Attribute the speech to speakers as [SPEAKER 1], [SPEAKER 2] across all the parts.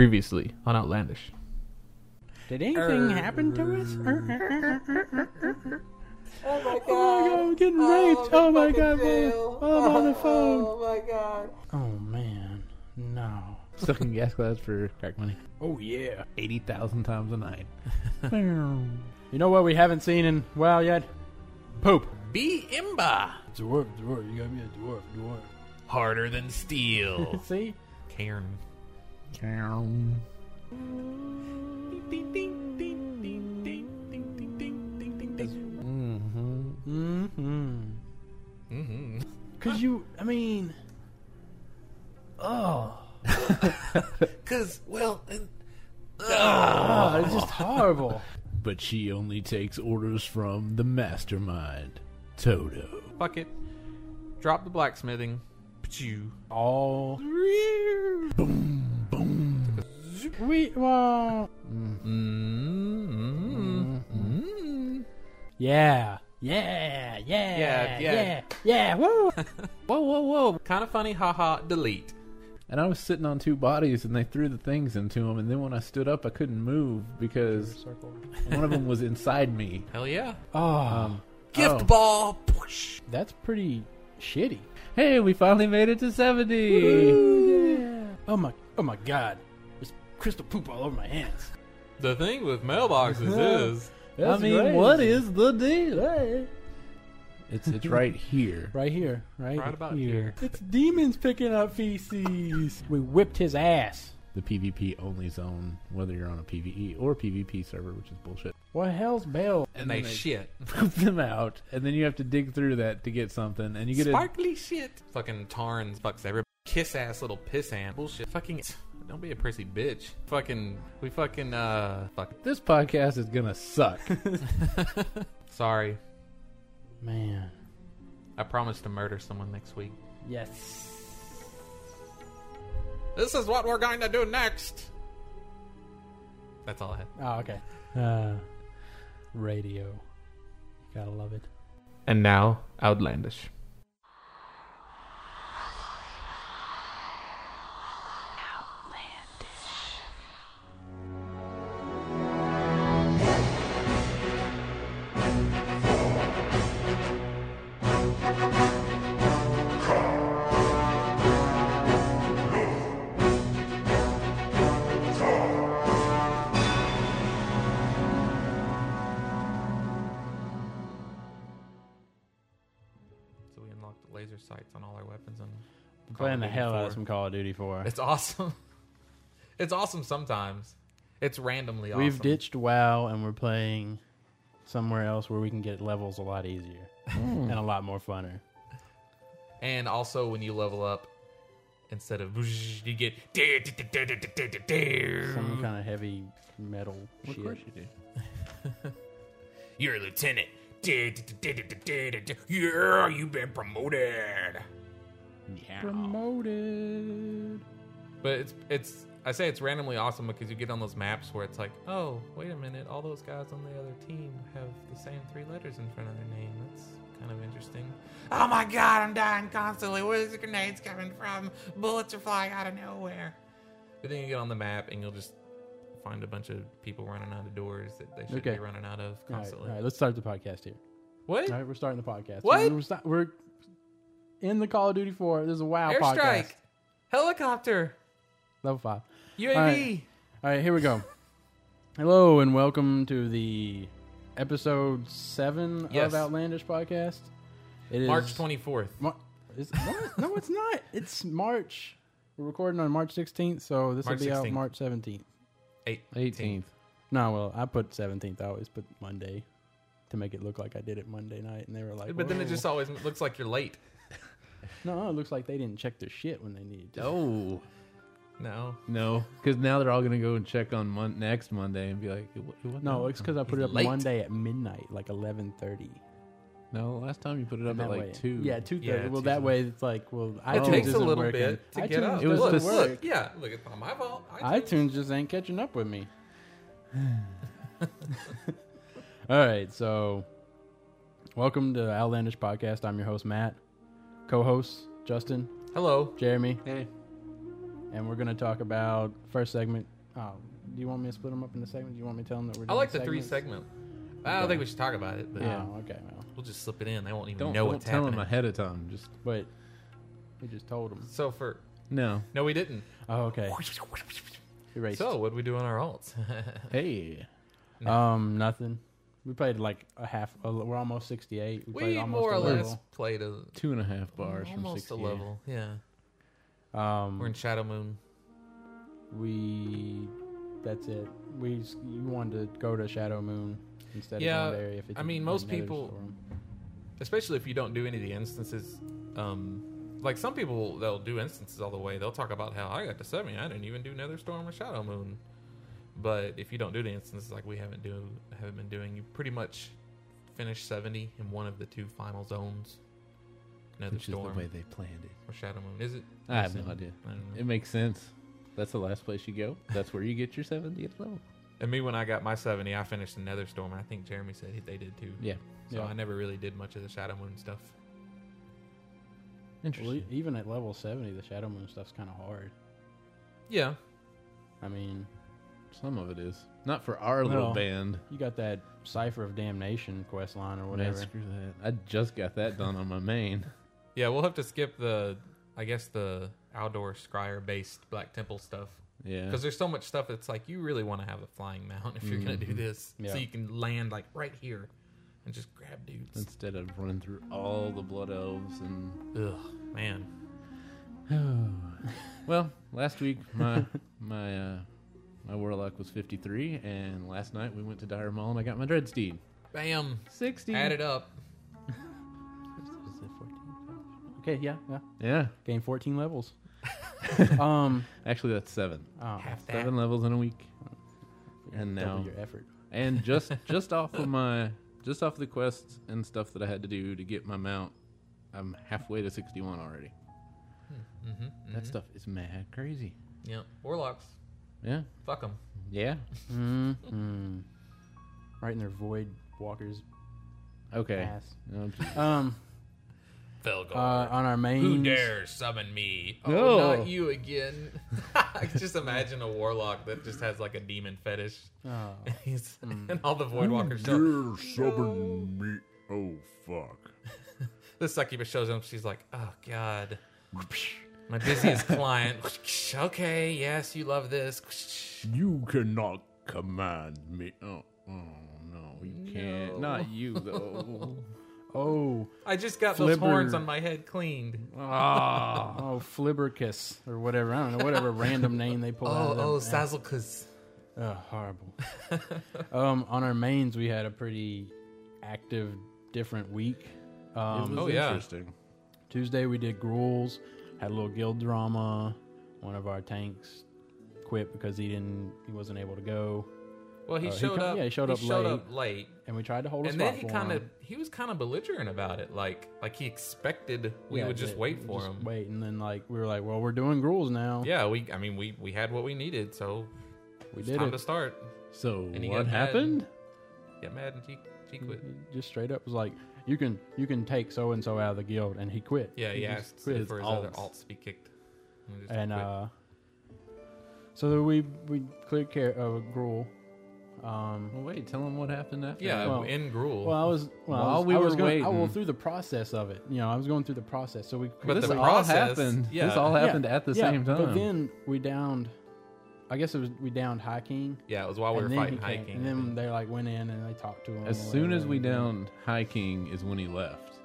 [SPEAKER 1] previously on Outlandish.
[SPEAKER 2] Did anything happen to us? Er,
[SPEAKER 3] Oh my god.
[SPEAKER 2] Oh my god, I'm getting raped. Oh my god, boy. I'm on the phone.
[SPEAKER 3] Oh my god.
[SPEAKER 2] Oh man, no.
[SPEAKER 1] Sucking gas clouds for crack money.
[SPEAKER 2] Oh yeah.
[SPEAKER 4] Eighty thousand times a night.
[SPEAKER 2] you know what we haven't seen in WoW yet? Poop.
[SPEAKER 4] Be imba
[SPEAKER 2] Dwarf, dwarf. You got me a dwarf, dwarf.
[SPEAKER 4] harder than steel.
[SPEAKER 2] See?
[SPEAKER 4] Cairn.
[SPEAKER 2] Mm-hmm.
[SPEAKER 4] Mm-hmm.
[SPEAKER 2] Cause you, I mean, oh,
[SPEAKER 4] Cause well, and-
[SPEAKER 2] oh, it's just horrible.
[SPEAKER 5] but she only takes orders from the mastermind, Toto.
[SPEAKER 4] fuck it. Drop the blacksmithing. Pachoo.
[SPEAKER 2] All boom, boom. We well,
[SPEAKER 1] Mm-hmm.
[SPEAKER 2] yeah, yeah, yeah,
[SPEAKER 4] Yeah, yeah.
[SPEAKER 2] yeah, yeah. Woo!
[SPEAKER 4] Whoa, whoa, whoa! Kind of funny. Haha. Delete.
[SPEAKER 1] And I was sitting on two bodies, and they threw the things into them. And then when I stood up, I couldn't move because one of them was inside me. Um,
[SPEAKER 4] Hell yeah.
[SPEAKER 2] Oh,
[SPEAKER 4] Gift ball. Poosh.
[SPEAKER 2] that's pretty shitty.
[SPEAKER 1] Hey, we finally made it to seventy.
[SPEAKER 2] Oh my, oh my God! There's crystal poop all over my hands.
[SPEAKER 4] The thing with mailboxes is
[SPEAKER 1] I
[SPEAKER 2] That's
[SPEAKER 1] mean,
[SPEAKER 2] great.
[SPEAKER 1] what is the deal? It's it's right here.
[SPEAKER 2] Right here, right,
[SPEAKER 4] Right about here.
[SPEAKER 2] It's demons picking up feces. we whipped his ass.
[SPEAKER 1] The PvP only zone, whether you're on a PvE or PvP server, which is bullshit.
[SPEAKER 2] What hell's Bell?
[SPEAKER 4] and they shit.
[SPEAKER 1] Poop them out, and then you have to dig through that to get something, and you get a
[SPEAKER 4] Sparkly shit. Fucking Tarn fucks everybody. Kiss ass little piss ant. Bullshit. Fucking. Don't be a prissy bitch. Fucking. We fucking. Uh. Fuck.
[SPEAKER 1] This podcast is gonna suck.
[SPEAKER 4] Sorry.
[SPEAKER 2] Man.
[SPEAKER 4] I promise to murder someone next week.
[SPEAKER 2] Yes.
[SPEAKER 4] This is what we're going to do next. That's all I had.
[SPEAKER 2] Oh, okay. Uh, radio. Gotta love it.
[SPEAKER 1] and now, Outlandish.
[SPEAKER 4] So we unlocked laser sights on all our weapons and
[SPEAKER 2] I'm playing the hell out of
[SPEAKER 4] 4.
[SPEAKER 2] some Call of Duty 4.
[SPEAKER 4] It's awesome. it's awesome sometimes. It's randomly awesome.
[SPEAKER 2] We've ditched WoW and we're playing somewhere else where we can get levels a lot easier and a lot more funner.
[SPEAKER 4] And also when you level up instead of whoosh, you get Hmm.
[SPEAKER 2] Some kind of heavy metal shit.
[SPEAKER 1] you do.
[SPEAKER 4] You're a lieutenant. Yeah, you've been promoted.
[SPEAKER 2] Promoted.
[SPEAKER 4] But it's it's I say it's randomly awesome because you get on those maps where it's like, oh, wait a minute, all those guys on the other team have the same three letters in front of their name. That's kind of interesting. Oh my god, I'm dying constantly. Where's the grenades coming from? Bullets are flying out of nowhere. But then you get on the map and you'll just find a bunch of people running out of doors that they should
[SPEAKER 2] Okay.
[SPEAKER 4] be running out of
[SPEAKER 2] All right, all
[SPEAKER 4] constantly.
[SPEAKER 2] right, let's start the podcast here.
[SPEAKER 4] What?
[SPEAKER 2] All right, we're starting the podcast.
[SPEAKER 4] What?
[SPEAKER 2] We're, sta- we're in the Call of Duty 4. This is a WoW
[SPEAKER 4] Airstrike.
[SPEAKER 2] podcast.
[SPEAKER 4] Helicopter.
[SPEAKER 2] Level 5.
[SPEAKER 4] UAV.
[SPEAKER 2] All right. All right, here we go. Hello and welcome to the episode 7
[SPEAKER 4] Yes.
[SPEAKER 2] of Outlandish Podcast. It is
[SPEAKER 4] March 24th.
[SPEAKER 2] Mar- is, what? no, it's not. It's March. We're recording on March 16th, so this
[SPEAKER 4] March
[SPEAKER 2] will be out
[SPEAKER 4] 16th.
[SPEAKER 2] March 17th.
[SPEAKER 1] 18th.
[SPEAKER 2] No, well, I put 17th. I always put Monday to make it look like I did it Monday night, and they were like,
[SPEAKER 4] But then it
[SPEAKER 2] "Whoa."
[SPEAKER 4] just always looks like you're late.
[SPEAKER 2] No, it looks like they didn't check their shit when they needed to.
[SPEAKER 1] Oh
[SPEAKER 4] No.
[SPEAKER 1] no, because now they're all gonna go and check on mon- next Monday and be like, "What- what
[SPEAKER 2] No,
[SPEAKER 1] the-
[SPEAKER 2] it's because I put it
[SPEAKER 4] He's
[SPEAKER 2] up
[SPEAKER 4] late.
[SPEAKER 2] Monday at midnight, like eleven thirty.
[SPEAKER 1] No, last time you put it up
[SPEAKER 2] That
[SPEAKER 1] at like
[SPEAKER 2] way,
[SPEAKER 1] two.
[SPEAKER 2] yeah, two thirty.
[SPEAKER 4] Yeah,
[SPEAKER 2] well,
[SPEAKER 4] it's
[SPEAKER 2] that
[SPEAKER 4] usually-
[SPEAKER 2] way it's like, well,
[SPEAKER 4] It
[SPEAKER 2] iTunes
[SPEAKER 4] takes a
[SPEAKER 2] isn't
[SPEAKER 4] little
[SPEAKER 2] working.
[SPEAKER 4] bit to get
[SPEAKER 2] iTunes
[SPEAKER 4] up.
[SPEAKER 1] It was
[SPEAKER 4] look,
[SPEAKER 2] doesn't
[SPEAKER 1] just-
[SPEAKER 4] look,
[SPEAKER 2] work.
[SPEAKER 4] yeah, look, it's not my fault. iTunes.
[SPEAKER 2] iTunes just ain't catching up with me. All right, so welcome to Outlandish Podcast. I'm your host Matt, co-hosts Justin,
[SPEAKER 4] Hello.
[SPEAKER 2] Jeremy,
[SPEAKER 1] Hey.
[SPEAKER 2] and we're going to talk about first segment. Oh, do you want me to split them up into segments? Do you want me to tell them that we're?
[SPEAKER 4] I
[SPEAKER 2] doing
[SPEAKER 4] like the three
[SPEAKER 2] segments?
[SPEAKER 4] segment. I don't
[SPEAKER 2] Okay.
[SPEAKER 4] think we should talk about it, but
[SPEAKER 2] Oh, okay. Well,
[SPEAKER 4] we'll just slip it in. They won't even
[SPEAKER 1] Don't,
[SPEAKER 4] know
[SPEAKER 1] don't
[SPEAKER 4] what's
[SPEAKER 1] tell
[SPEAKER 4] happening.
[SPEAKER 1] him ahead of time. Just
[SPEAKER 2] but we just told them.
[SPEAKER 4] So for
[SPEAKER 1] no.
[SPEAKER 4] no, we didn't.
[SPEAKER 2] Oh, okay. Erased.
[SPEAKER 4] So what would we do on our alts?
[SPEAKER 1] Hey,
[SPEAKER 2] um, nothing. We played like a half. A, we're almost sixty-eight. We,
[SPEAKER 4] we
[SPEAKER 2] played almost
[SPEAKER 4] more
[SPEAKER 2] a
[SPEAKER 4] or less
[SPEAKER 2] level.
[SPEAKER 4] played a
[SPEAKER 1] two and a half bars from
[SPEAKER 4] almost a
[SPEAKER 1] 68.
[SPEAKER 4] level. Yeah,
[SPEAKER 2] Um,
[SPEAKER 4] we're in Shadow Moon.
[SPEAKER 2] we. That's it. We. s- You wanted to go to Shadow Moon instead
[SPEAKER 4] Yeah,
[SPEAKER 2] of Legendary. If it's
[SPEAKER 4] I mean,
[SPEAKER 2] in
[SPEAKER 4] most
[SPEAKER 2] Nether
[SPEAKER 4] people-
[SPEAKER 2] Storm.
[SPEAKER 4] especially if you don't do any of the instances um like some people they'll do instances all the way they'll talk about how i got to 70 i didn't even do nether storm or shadow moon but if you don't do the instances like we haven't do haven't been doing you pretty much finish 70 in one of the two final zones nether
[SPEAKER 1] Which is the
[SPEAKER 4] storm
[SPEAKER 1] way they planned it.
[SPEAKER 4] or shadow moon is it
[SPEAKER 1] I have no idea.
[SPEAKER 4] I don't know.
[SPEAKER 1] It makes sense. That's the last place you go. That's where you get your 70th level.
[SPEAKER 4] and me when i got my 70 i finished in nether storm and i think jeremy said he, they did too
[SPEAKER 1] Yeah.
[SPEAKER 4] so
[SPEAKER 2] Yeah.
[SPEAKER 4] i never really did much of the shadow moon stuff
[SPEAKER 2] Well, e-
[SPEAKER 1] Interesting.
[SPEAKER 2] even at level seventy, the Shadow Moon stuff's kind of hard.
[SPEAKER 4] yeah
[SPEAKER 2] I mean,
[SPEAKER 1] Some of it is. Not for our little
[SPEAKER 2] No.
[SPEAKER 1] band.
[SPEAKER 2] you got that Cipher of Damnation quest line or
[SPEAKER 1] Man,
[SPEAKER 2] whatever.
[SPEAKER 1] screw that. I just got that done on my main.
[SPEAKER 4] Yeah, we'll have to skip the, I guess the outdoor scryer based Black Temple stuff
[SPEAKER 1] Yeah.
[SPEAKER 4] because there's so much stuff that's like you really want to have a flying mount if you're gonna
[SPEAKER 1] Mm-hmm.
[SPEAKER 4] do this,
[SPEAKER 2] Yeah.
[SPEAKER 4] so you can land like right here and just grab dudes.
[SPEAKER 1] Instead of running through all the blood elves and
[SPEAKER 4] Ugh, man.
[SPEAKER 1] well, last week my my uh, my warlock was 53, and last night we went to Dire Mall and I got my dreadsteed
[SPEAKER 4] Bam.
[SPEAKER 1] 60.
[SPEAKER 4] Add it up.
[SPEAKER 2] Is it 14? Okay, yeah, yeah.
[SPEAKER 1] Yeah,
[SPEAKER 2] Gain 14 levels. um,
[SPEAKER 1] actually that's seven,
[SPEAKER 2] oh,
[SPEAKER 4] Half that.
[SPEAKER 1] seven levels in a week, and
[SPEAKER 2] double
[SPEAKER 1] now
[SPEAKER 2] your effort.
[SPEAKER 1] and just just off of my just off the quests and stuff that I had to do to get my mount, I'm halfway to 61 already.
[SPEAKER 4] Mm-hmm,
[SPEAKER 1] That stuff is mad crazy.
[SPEAKER 4] Yeah. Warlocks.
[SPEAKER 1] Yeah,
[SPEAKER 4] Fuck them.
[SPEAKER 1] yeah.
[SPEAKER 2] mm Right in their void walker's
[SPEAKER 1] Okay.
[SPEAKER 2] ass.
[SPEAKER 1] Um,
[SPEAKER 2] Um,
[SPEAKER 4] Felgar.
[SPEAKER 2] uh, on our main.
[SPEAKER 4] Who dares summon me? Oh,
[SPEAKER 1] No.
[SPEAKER 4] not you again. just imagine a warlock that just has like a demon fetish.
[SPEAKER 2] Oh,
[SPEAKER 4] He's, And all the voidwalkers show
[SPEAKER 5] You're subbing me. Oh, fuck.
[SPEAKER 4] The succubus shows up. She's like, "Oh God, my busiest client." okay, yes, you love this.
[SPEAKER 5] You cannot command me. Oh, oh no.
[SPEAKER 1] you can't. Not you though.
[SPEAKER 2] oh,
[SPEAKER 4] I just got those
[SPEAKER 2] Flibber.
[SPEAKER 4] horns on my head cleaned.
[SPEAKER 1] Ah.
[SPEAKER 2] oh, Flibberkiss or whatever. I don't know, whatever random name they pull out.
[SPEAKER 4] Oh,
[SPEAKER 2] of
[SPEAKER 4] oh,
[SPEAKER 2] their ass.
[SPEAKER 4] Sazzlecus.
[SPEAKER 2] Oh, horrible. um, on our mains, we had a pretty active, different week. Um,
[SPEAKER 4] Oh, yeah.
[SPEAKER 5] Interesting.
[SPEAKER 2] Tuesday we did gruels, had a little guild drama. One of our tanks quit because he didn't, he wasn't able to go,
[SPEAKER 4] Well, he
[SPEAKER 2] Uh, he
[SPEAKER 4] showed
[SPEAKER 2] come-
[SPEAKER 4] up.
[SPEAKER 2] yeah, he showed up late.
[SPEAKER 4] up late,
[SPEAKER 2] and we tried to hold a
[SPEAKER 4] and
[SPEAKER 2] spot
[SPEAKER 4] then he
[SPEAKER 2] for
[SPEAKER 4] kind of
[SPEAKER 2] him.
[SPEAKER 4] he was kind of belligerent about it. Like like he expected we
[SPEAKER 2] Yeah,
[SPEAKER 4] would just
[SPEAKER 2] yeah,
[SPEAKER 4] wait
[SPEAKER 2] we
[SPEAKER 4] for
[SPEAKER 2] just
[SPEAKER 4] him.
[SPEAKER 2] Wait, and then like we were like, well, we're doing gruels now.
[SPEAKER 4] Yeah, we. I mean, we we had what we needed, so
[SPEAKER 2] we
[SPEAKER 4] it's
[SPEAKER 2] did
[SPEAKER 4] time
[SPEAKER 2] it.
[SPEAKER 4] to start.
[SPEAKER 1] So
[SPEAKER 4] And he
[SPEAKER 1] what
[SPEAKER 4] got mad.
[SPEAKER 1] happened?
[SPEAKER 4] Get mad and she she
[SPEAKER 2] Mm-hmm.
[SPEAKER 4] quit.
[SPEAKER 2] He Just straight up was like, you can you can take so and so out of the guild, and he quit.
[SPEAKER 4] Yeah, he,
[SPEAKER 2] He just
[SPEAKER 4] asked for
[SPEAKER 2] quit. Oh,
[SPEAKER 4] his other
[SPEAKER 1] alts.
[SPEAKER 4] alts to be kicked. And, he just
[SPEAKER 2] and
[SPEAKER 4] quit.
[SPEAKER 2] uh, so then we we cleared care of uh, gruel. Um,
[SPEAKER 1] Well, wait, tell him what happened after.
[SPEAKER 4] yeah,
[SPEAKER 2] well-
[SPEAKER 4] in Gruul.
[SPEAKER 2] Well, I was well, I
[SPEAKER 1] While
[SPEAKER 2] was,
[SPEAKER 1] we
[SPEAKER 2] I was
[SPEAKER 1] were
[SPEAKER 2] going, I, well,
[SPEAKER 1] waiting.
[SPEAKER 2] through the process of it, you know, I was going through the process. So we,
[SPEAKER 4] But
[SPEAKER 1] this
[SPEAKER 4] the
[SPEAKER 1] all
[SPEAKER 4] process-
[SPEAKER 1] happened.
[SPEAKER 4] yeah.
[SPEAKER 1] This all
[SPEAKER 2] Yeah,
[SPEAKER 1] happened at the
[SPEAKER 2] yeah,
[SPEAKER 1] same time.
[SPEAKER 2] But then we downed. I guess it was we downed High King.
[SPEAKER 4] Yeah, it was while we were
[SPEAKER 2] and then
[SPEAKER 4] fighting
[SPEAKER 2] he came-
[SPEAKER 4] hiking.
[SPEAKER 2] and then they like went in and they talked to him.
[SPEAKER 1] as
[SPEAKER 2] or
[SPEAKER 1] soon as
[SPEAKER 2] whatever,
[SPEAKER 1] we
[SPEAKER 2] and then-
[SPEAKER 1] downed High King is when he left,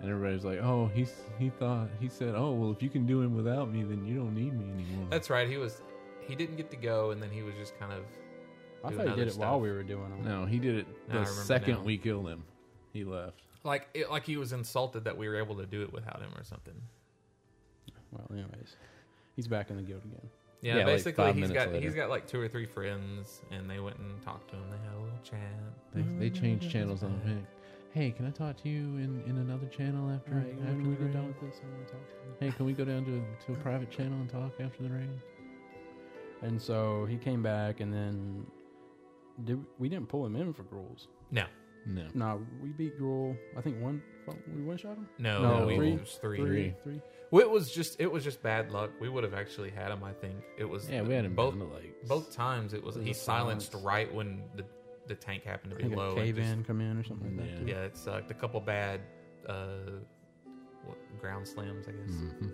[SPEAKER 1] and everybody's like, "Oh, he's he thought he said, oh well, if you can do him without me, then you don't need me anymore."
[SPEAKER 4] That's right. He was he didn't get to go, and then he was just kind of
[SPEAKER 2] I
[SPEAKER 4] doing
[SPEAKER 2] thought he
[SPEAKER 4] other
[SPEAKER 2] did it while
[SPEAKER 4] stuff.
[SPEAKER 2] we were doing them.
[SPEAKER 1] no, he did it
[SPEAKER 4] Now I
[SPEAKER 1] the
[SPEAKER 4] remember
[SPEAKER 1] second
[SPEAKER 4] now.
[SPEAKER 1] we killed him. He left.
[SPEAKER 4] like it, like he was insulted that we were able to do it without him or something.
[SPEAKER 2] Well, anyways, he's back in the guild again.
[SPEAKER 4] Yeah,
[SPEAKER 1] Yeah, like
[SPEAKER 4] basically
[SPEAKER 1] five
[SPEAKER 4] he's
[SPEAKER 1] minutes
[SPEAKER 4] got
[SPEAKER 1] later.
[SPEAKER 4] he's got like two or three friends, and they went and talked to him. They had a little chat.
[SPEAKER 1] They, they changed channels on him. Hey, can I talk to you in, in another channel after after we get done with this?
[SPEAKER 2] I want to talk to you.
[SPEAKER 1] Hey, can we go down to to a private channel and talk after the raid?
[SPEAKER 2] And so he came back, and then did, we didn't pull him in for gruels.
[SPEAKER 4] No,
[SPEAKER 5] No.
[SPEAKER 2] Nah, we beat Gruul. I think one. We one shot him.
[SPEAKER 4] No,
[SPEAKER 2] No,
[SPEAKER 4] we,
[SPEAKER 2] three?
[SPEAKER 4] it was three.
[SPEAKER 2] Three. Three.
[SPEAKER 4] It was just it was just bad luck. We would have actually had him. I think it was.
[SPEAKER 5] Yeah, we had him
[SPEAKER 4] both
[SPEAKER 5] down to like
[SPEAKER 4] both times. It was
[SPEAKER 2] It was
[SPEAKER 4] he
[SPEAKER 2] a
[SPEAKER 4] silenced
[SPEAKER 2] silence.
[SPEAKER 4] right when the the tank happened to
[SPEAKER 2] I
[SPEAKER 4] be
[SPEAKER 2] think a
[SPEAKER 4] low. and
[SPEAKER 2] cave
[SPEAKER 4] just-
[SPEAKER 2] in come in or something like
[SPEAKER 5] Yeah.
[SPEAKER 2] that. Too.
[SPEAKER 4] Yeah, it sucked. A couple bad uh, what, ground slams, I guess.
[SPEAKER 2] Mm-hmm.
[SPEAKER 5] Mhm.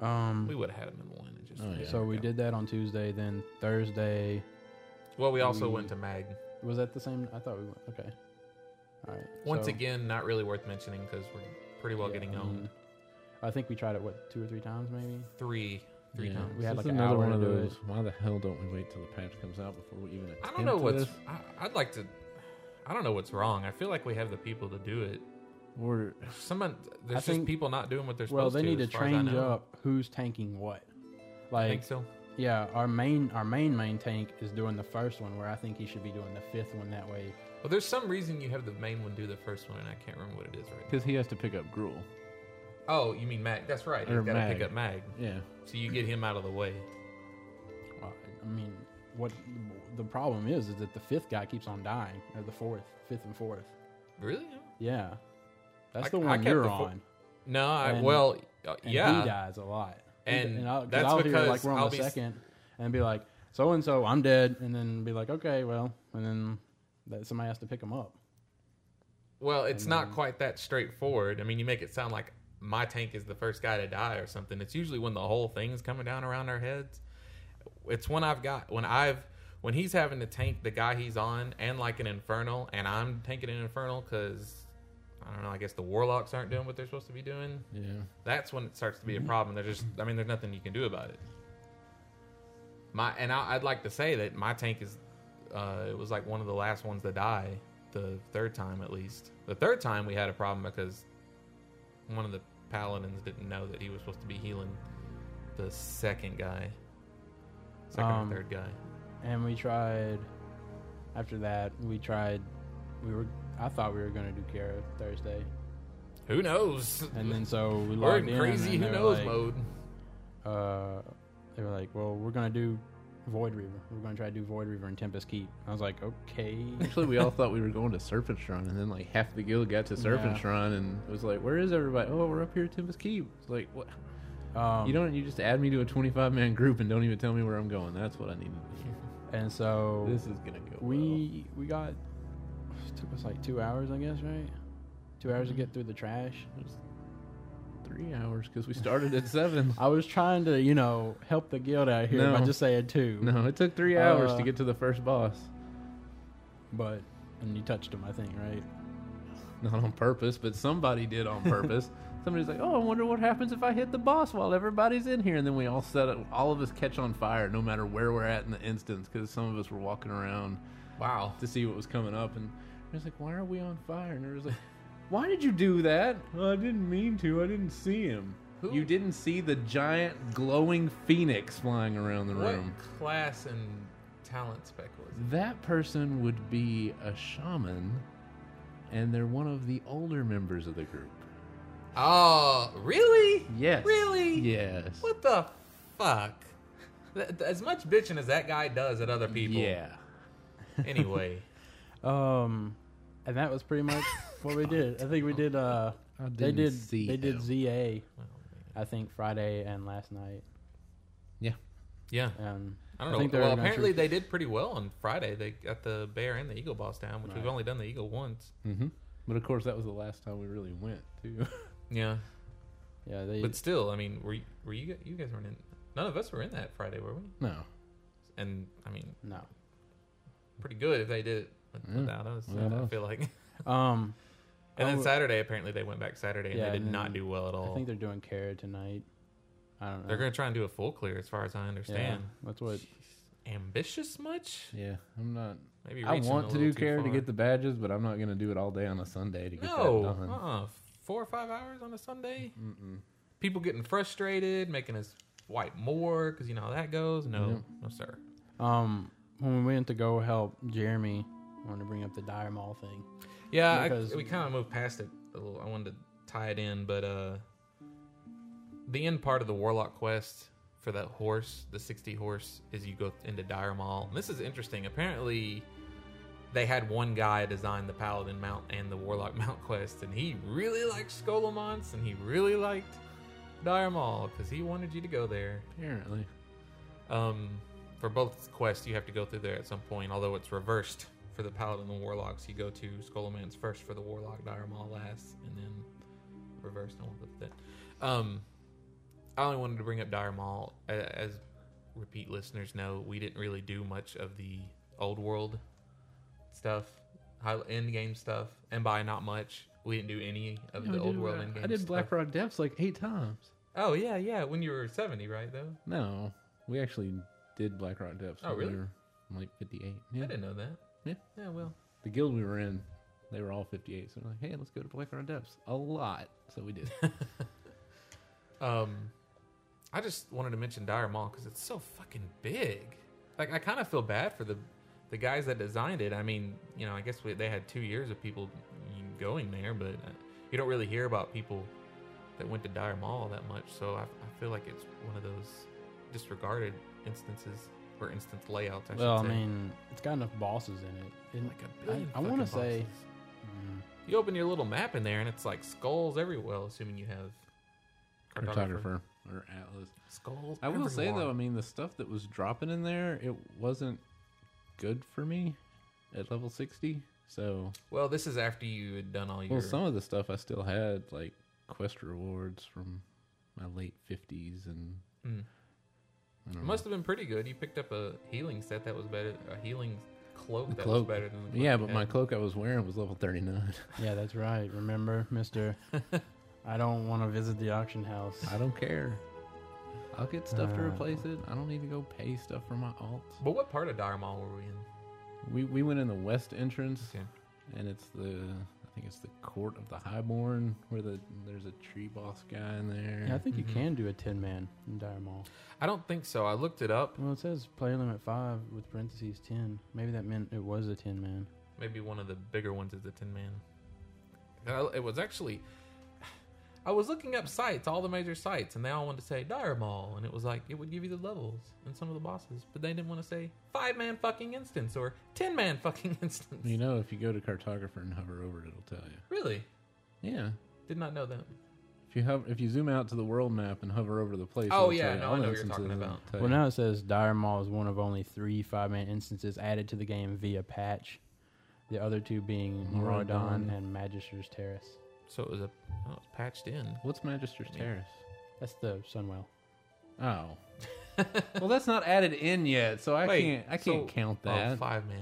[SPEAKER 2] Um.
[SPEAKER 4] We would have had him in one. It just
[SPEAKER 5] Oh, yeah.
[SPEAKER 2] so we
[SPEAKER 4] yeah.
[SPEAKER 2] did that on Tuesday. Then Thursday
[SPEAKER 4] Well, we also
[SPEAKER 2] we-
[SPEAKER 4] went to Mag
[SPEAKER 2] was that the same? I thought we went. Okay. All right.
[SPEAKER 4] once
[SPEAKER 2] so,
[SPEAKER 4] again. Not really worth mentioning because we're pretty well
[SPEAKER 2] yeah,
[SPEAKER 4] getting
[SPEAKER 2] I
[SPEAKER 4] owned.
[SPEAKER 2] mean, I think we tried it what two or three times maybe.
[SPEAKER 4] Three, three
[SPEAKER 5] Yeah.
[SPEAKER 4] times.
[SPEAKER 2] We had
[SPEAKER 5] This
[SPEAKER 2] like
[SPEAKER 5] is
[SPEAKER 2] an
[SPEAKER 5] another
[SPEAKER 2] hour
[SPEAKER 5] one of
[SPEAKER 2] to do it.
[SPEAKER 5] those. Why the hell don't we wait till the patch comes out before we even?
[SPEAKER 4] I don't know
[SPEAKER 5] attempt
[SPEAKER 4] what's.
[SPEAKER 5] this?
[SPEAKER 4] I, I'd like to. I don't know what's wrong. I feel like we have the people to do it.
[SPEAKER 5] Or
[SPEAKER 4] Someone, there's
[SPEAKER 2] I
[SPEAKER 4] just
[SPEAKER 2] think-
[SPEAKER 4] people not doing what they're
[SPEAKER 2] Well,
[SPEAKER 4] supposed to.
[SPEAKER 2] they need to
[SPEAKER 4] as far as I
[SPEAKER 2] change
[SPEAKER 4] know.
[SPEAKER 2] up who's tanking what.
[SPEAKER 4] I
[SPEAKER 2] Like,
[SPEAKER 4] think so.
[SPEAKER 2] yeah, our main our main main tank is doing the first one, where I think he should be doing the fifth one. That way,
[SPEAKER 4] Well, there's some reason you have the main one do the first one, and I can't remember what it is right now.
[SPEAKER 1] Because he has to pick up Gruel.
[SPEAKER 4] Oh, you mean Mag? That's right.
[SPEAKER 1] Or
[SPEAKER 4] You've got to pick
[SPEAKER 1] Mag.
[SPEAKER 4] up Mag,
[SPEAKER 1] Yeah.
[SPEAKER 4] so you get him out of the way.
[SPEAKER 2] well, I mean, what the problem is is that the fifth guy keeps on dying, or the fourth, fifth and fourth.
[SPEAKER 4] Really?
[SPEAKER 2] Yeah, that's
[SPEAKER 4] I-
[SPEAKER 2] the
[SPEAKER 4] I
[SPEAKER 2] one
[SPEAKER 4] kept
[SPEAKER 2] you're
[SPEAKER 4] the fo-
[SPEAKER 2] on.
[SPEAKER 4] No. I,
[SPEAKER 2] And-
[SPEAKER 4] well, uh,
[SPEAKER 2] and he
[SPEAKER 4] yeah.
[SPEAKER 2] dies a lot.
[SPEAKER 4] And
[SPEAKER 2] I'll, 'cause
[SPEAKER 4] that's
[SPEAKER 2] I'll hear,
[SPEAKER 4] because
[SPEAKER 2] like we're on
[SPEAKER 4] I'll
[SPEAKER 2] the
[SPEAKER 4] be s-
[SPEAKER 2] second, and be like, so and so, I'm dead, and then be like, okay, well, and then that somebody has to pick him up.
[SPEAKER 4] Well, it's not quite that straightforward. I mean, you make it sound like my tank is the first guy to die or something. It's usually when the whole thing's coming down around our heads. It's when I've got when I've when he's having to tank the guy he's on and like an infernal, and I'm tanking an infernal because I don't know. I guess the warlocks aren't doing what they're supposed to be doing.
[SPEAKER 5] yeah,
[SPEAKER 4] That's when it starts to be a
[SPEAKER 2] Mm-hmm.
[SPEAKER 4] problem. There's just I mean, there's nothing you can do about it. My and I, I'd like to say that my tank is uh, it was like one of the last ones to die the third time at least. The third time we had a problem because one of the paladins didn't know that he was supposed to be healing the second guy. Second
[SPEAKER 2] Um,
[SPEAKER 4] or third guy.
[SPEAKER 2] And we tried. After that, we tried. We were. I thought we were going to do Kara Thursday,
[SPEAKER 4] Who knows?
[SPEAKER 2] and then so we
[SPEAKER 4] We're
[SPEAKER 2] logged
[SPEAKER 4] in
[SPEAKER 2] in.
[SPEAKER 4] crazy who
[SPEAKER 2] and they were
[SPEAKER 4] knows
[SPEAKER 2] like,
[SPEAKER 4] mode.
[SPEAKER 2] Uh, they were like, well, we're going to do Void Reaver. We're going to try to do Void Reaver and Tempest Keep. I was like, okay.
[SPEAKER 1] Actually, we all thought we were going to Serpent Shrine, and then like half the guild got to Serpent
[SPEAKER 2] Yeah.
[SPEAKER 1] Shrine, and it was like, "Where is everybody? Oh, we're up here at Tempest Keep." It's like, what?
[SPEAKER 2] Um,
[SPEAKER 1] you don't? You just add me to a twenty-five man group and don't even tell me where I'm going. That's what I need. to do.
[SPEAKER 2] And so
[SPEAKER 1] This is gonna go. well.
[SPEAKER 2] We we got it took us like two hours, I guess, right? Two hours to get through the trash.
[SPEAKER 1] three hours because we started at seven.
[SPEAKER 2] I was trying to, you know, help the guild out here by
[SPEAKER 1] No.
[SPEAKER 2] just saying two.
[SPEAKER 1] No, it took three hours
[SPEAKER 2] Uh,
[SPEAKER 1] to get to the first boss.
[SPEAKER 2] But and you touched him, I think, right?
[SPEAKER 1] Not on purpose, but somebody did on purpose. Somebody's like, "Oh, I wonder what happens if I hit the boss while everybody's in here." And then we all set up, all of us catch on fire, no matter where we're at in the instance, because some of us were walking around
[SPEAKER 4] Wow.
[SPEAKER 1] to see what was coming up, and I was like, "Why are we on fire?" And I was like, "Why did you do that?" "Well, I didn't mean to. I didn't see him.
[SPEAKER 4] Who-
[SPEAKER 1] You didn't see the giant glowing phoenix flying around the
[SPEAKER 4] What
[SPEAKER 1] room.
[SPEAKER 4] class and talent spec was it?
[SPEAKER 1] That person would be a shaman, and they're one of the older members of the group.
[SPEAKER 4] Oh, really?
[SPEAKER 1] Yes.
[SPEAKER 4] Really?
[SPEAKER 1] Yes.
[SPEAKER 4] What the fuck? Th- th- As much bitching as that guy does at other people.
[SPEAKER 1] Yeah.
[SPEAKER 4] Anyway,
[SPEAKER 2] Um and that was pretty much what we did. I think we did uh
[SPEAKER 1] I
[SPEAKER 2] they
[SPEAKER 1] didn't
[SPEAKER 2] did
[SPEAKER 1] see
[SPEAKER 2] they did
[SPEAKER 1] him.
[SPEAKER 2] ZA
[SPEAKER 1] Oh,
[SPEAKER 2] I think Friday and last night.
[SPEAKER 4] yeah.
[SPEAKER 2] And
[SPEAKER 4] I don't
[SPEAKER 2] I think
[SPEAKER 4] know.
[SPEAKER 2] they're
[SPEAKER 4] Well,
[SPEAKER 2] not
[SPEAKER 4] apparently
[SPEAKER 2] sure.
[SPEAKER 4] they did pretty well on Friday. They got the bear and the eagle boss down, which we've
[SPEAKER 2] Right.
[SPEAKER 4] only done the eagle once.
[SPEAKER 1] Mm-hmm. But of course, that was the last time we really went too.
[SPEAKER 4] Yeah,
[SPEAKER 2] yeah, they
[SPEAKER 4] but still, I mean, were you, were you you guys weren't in? None of us were in that Friday, were we?
[SPEAKER 1] no.
[SPEAKER 4] And I mean,
[SPEAKER 2] no.
[SPEAKER 4] pretty good if they did it with-
[SPEAKER 1] Yeah,
[SPEAKER 4] without us.
[SPEAKER 1] without
[SPEAKER 4] I
[SPEAKER 1] us.
[SPEAKER 4] feel like.
[SPEAKER 2] Um
[SPEAKER 4] And
[SPEAKER 2] Mm. I
[SPEAKER 4] then
[SPEAKER 2] would-
[SPEAKER 4] Saturday, apparently they went back Saturday and
[SPEAKER 2] Yeah,
[SPEAKER 4] they did
[SPEAKER 2] and then
[SPEAKER 4] not do well at all.
[SPEAKER 1] Oh.
[SPEAKER 2] I think they're doing Kara tonight. I don't know.
[SPEAKER 4] they're going to try and do a full clear, as far as I
[SPEAKER 2] yeah,
[SPEAKER 4] understand.
[SPEAKER 2] that's what
[SPEAKER 4] Ambitious much?
[SPEAKER 1] Yeah, I'm not.
[SPEAKER 4] Maybe
[SPEAKER 1] I
[SPEAKER 4] reaching
[SPEAKER 1] want
[SPEAKER 4] a
[SPEAKER 1] to
[SPEAKER 4] little
[SPEAKER 1] do
[SPEAKER 4] too
[SPEAKER 1] care to
[SPEAKER 4] far.
[SPEAKER 1] get the badges, but I'm not going to do it all day on a Sunday to get
[SPEAKER 4] No,
[SPEAKER 1] that done.
[SPEAKER 4] uh-uh. four or five hours on a Sunday. People getting frustrated, making us wipe more because you know how that goes. No, no, sir.
[SPEAKER 2] Um, when we went to go help Jeremy, I wanted to bring up the dire mall thing.
[SPEAKER 4] Yeah, I,
[SPEAKER 2] Because-
[SPEAKER 4] we kind of moved past it a little. I wanted to tie it in, but uh, the end part of the Warlock quest for that horse, the 60 horse, is you go into Dire Mall. And this is interesting. Apparently, they had one guy design the Paladin mount and the Warlock mount quest, and he really liked Skolomonts and he really liked Dire Maul because he wanted you to go there.
[SPEAKER 1] Apparently.
[SPEAKER 4] Um, for both quests, you have to go through there at some point, although it's reversed for the Paladin and the Warlocks. You go to Skullman's first for the Warlock, Dire Maul last, and then reversed. No one looked at that. Um, I only wanted to bring up Dire Maul. A- As repeat listeners know, we didn't really do much of the old world stuff, high end game stuff, and by not much, we didn't do any of the old world end game
[SPEAKER 1] I did
[SPEAKER 4] stuff.
[SPEAKER 1] Black Rock Depths like eight times.
[SPEAKER 4] Oh yeah, yeah. When you were seventy, right? Though
[SPEAKER 1] No, we actually did Black Rock Depths.
[SPEAKER 4] Oh,
[SPEAKER 1] when we
[SPEAKER 4] really?
[SPEAKER 1] were, like 58.
[SPEAKER 4] I
[SPEAKER 1] Yeah.
[SPEAKER 4] didn't know that.
[SPEAKER 1] Yeah.
[SPEAKER 4] Yeah. Well.
[SPEAKER 1] The guild we were in, they were all 58. So we're like, hey, let's go to Black Rock Depths. A lot. So we did.
[SPEAKER 4] Um, I just wanted to mention Dire Mall because it's so fucking big. Like, I kind of feel bad for the the guys that designed it. I mean, you know, I guess we, they had two years of people going there, but uh, you don't really hear about people that went to Dire Mall that much. So I, I feel like it's one of those disregarded instances or instance layouts. I
[SPEAKER 2] well, I
[SPEAKER 4] should say.
[SPEAKER 2] mean, it's got enough bosses in it. it
[SPEAKER 4] like a billion.
[SPEAKER 2] I, I want to
[SPEAKER 4] fucking
[SPEAKER 2] say,
[SPEAKER 4] bosses.
[SPEAKER 2] mm,
[SPEAKER 4] you open your little map in there, and it's like skulls everywhere. Assuming you have
[SPEAKER 1] Cartographer or Atlas.
[SPEAKER 4] skulls.
[SPEAKER 1] I will say
[SPEAKER 4] everywhere.
[SPEAKER 1] though, I mean, the stuff that was dropping in there, it wasn't good for me at level 60. So,
[SPEAKER 4] Well, this is after you had done all your.
[SPEAKER 1] well, some of the stuff I still had, like quest rewards from my late 50s and
[SPEAKER 4] Mm.
[SPEAKER 1] I
[SPEAKER 4] It
[SPEAKER 1] don't
[SPEAKER 4] must have been pretty good. You picked up a healing set that was better, a healing cloak
[SPEAKER 1] The
[SPEAKER 4] that
[SPEAKER 1] cloak.
[SPEAKER 4] was better than the
[SPEAKER 1] know.
[SPEAKER 4] cloak
[SPEAKER 1] yeah,
[SPEAKER 4] you
[SPEAKER 1] but
[SPEAKER 4] had.
[SPEAKER 1] my cloak I was wearing was level 39.
[SPEAKER 2] yeah, that's right. Remember, Mister, I don't want to visit the auction house.
[SPEAKER 1] I don't care. I'll get stuff to
[SPEAKER 2] Uh.
[SPEAKER 1] replace it. I don't need to go pay stuff for my alt.
[SPEAKER 4] But what part of Dire Mall were we in?
[SPEAKER 1] We we went in the west entrance,
[SPEAKER 4] Okay.
[SPEAKER 1] and it's the I think it's the court of the Highborn where the there's a tree boss guy in there.
[SPEAKER 2] Yeah, I think
[SPEAKER 4] Mhm.
[SPEAKER 2] you can do a ten man in Dire Mall.
[SPEAKER 4] I don't think so. I looked it up.
[SPEAKER 2] Well, it says player limit five with parentheses ten. Maybe that meant it was a ten man.
[SPEAKER 4] Maybe one of the bigger ones is the Tin Man. Uh, It was actually. I was looking up sites, all the major sites, and they all wanted to say Dire Mall, and it was like it would give you the levels and some of the bosses, but they didn't want to say five man fucking instance or ten man fucking instance.
[SPEAKER 1] You know, if you go to cartographer and hover over it, it'll tell
[SPEAKER 4] Really,
[SPEAKER 1] you. Yeah.
[SPEAKER 4] did not know that.
[SPEAKER 1] If you hover, if you zoom out to the world map and hover over the place.
[SPEAKER 4] Oh,
[SPEAKER 1] it'll
[SPEAKER 4] yeah,
[SPEAKER 1] tell you
[SPEAKER 4] no, I
[SPEAKER 1] all
[SPEAKER 4] know what you're
[SPEAKER 1] instances
[SPEAKER 4] talking
[SPEAKER 1] and
[SPEAKER 4] about.
[SPEAKER 1] it'll tell
[SPEAKER 2] Well,
[SPEAKER 1] you.
[SPEAKER 2] now it says Dire Maul is one of only three five man instances added to the game via patch. The other two being
[SPEAKER 1] Moradon.
[SPEAKER 2] Moradon and Magister's Terrace.
[SPEAKER 4] So it was a oh, it was patched in.
[SPEAKER 1] What's Magister's
[SPEAKER 4] Yeah.
[SPEAKER 1] Terrace?
[SPEAKER 2] That's the Sunwell.
[SPEAKER 1] Oh. well, that's not added in yet, so I
[SPEAKER 4] Wait,
[SPEAKER 1] can't I can't
[SPEAKER 4] so-
[SPEAKER 1] count
[SPEAKER 4] Oh,
[SPEAKER 1] that.
[SPEAKER 4] five man.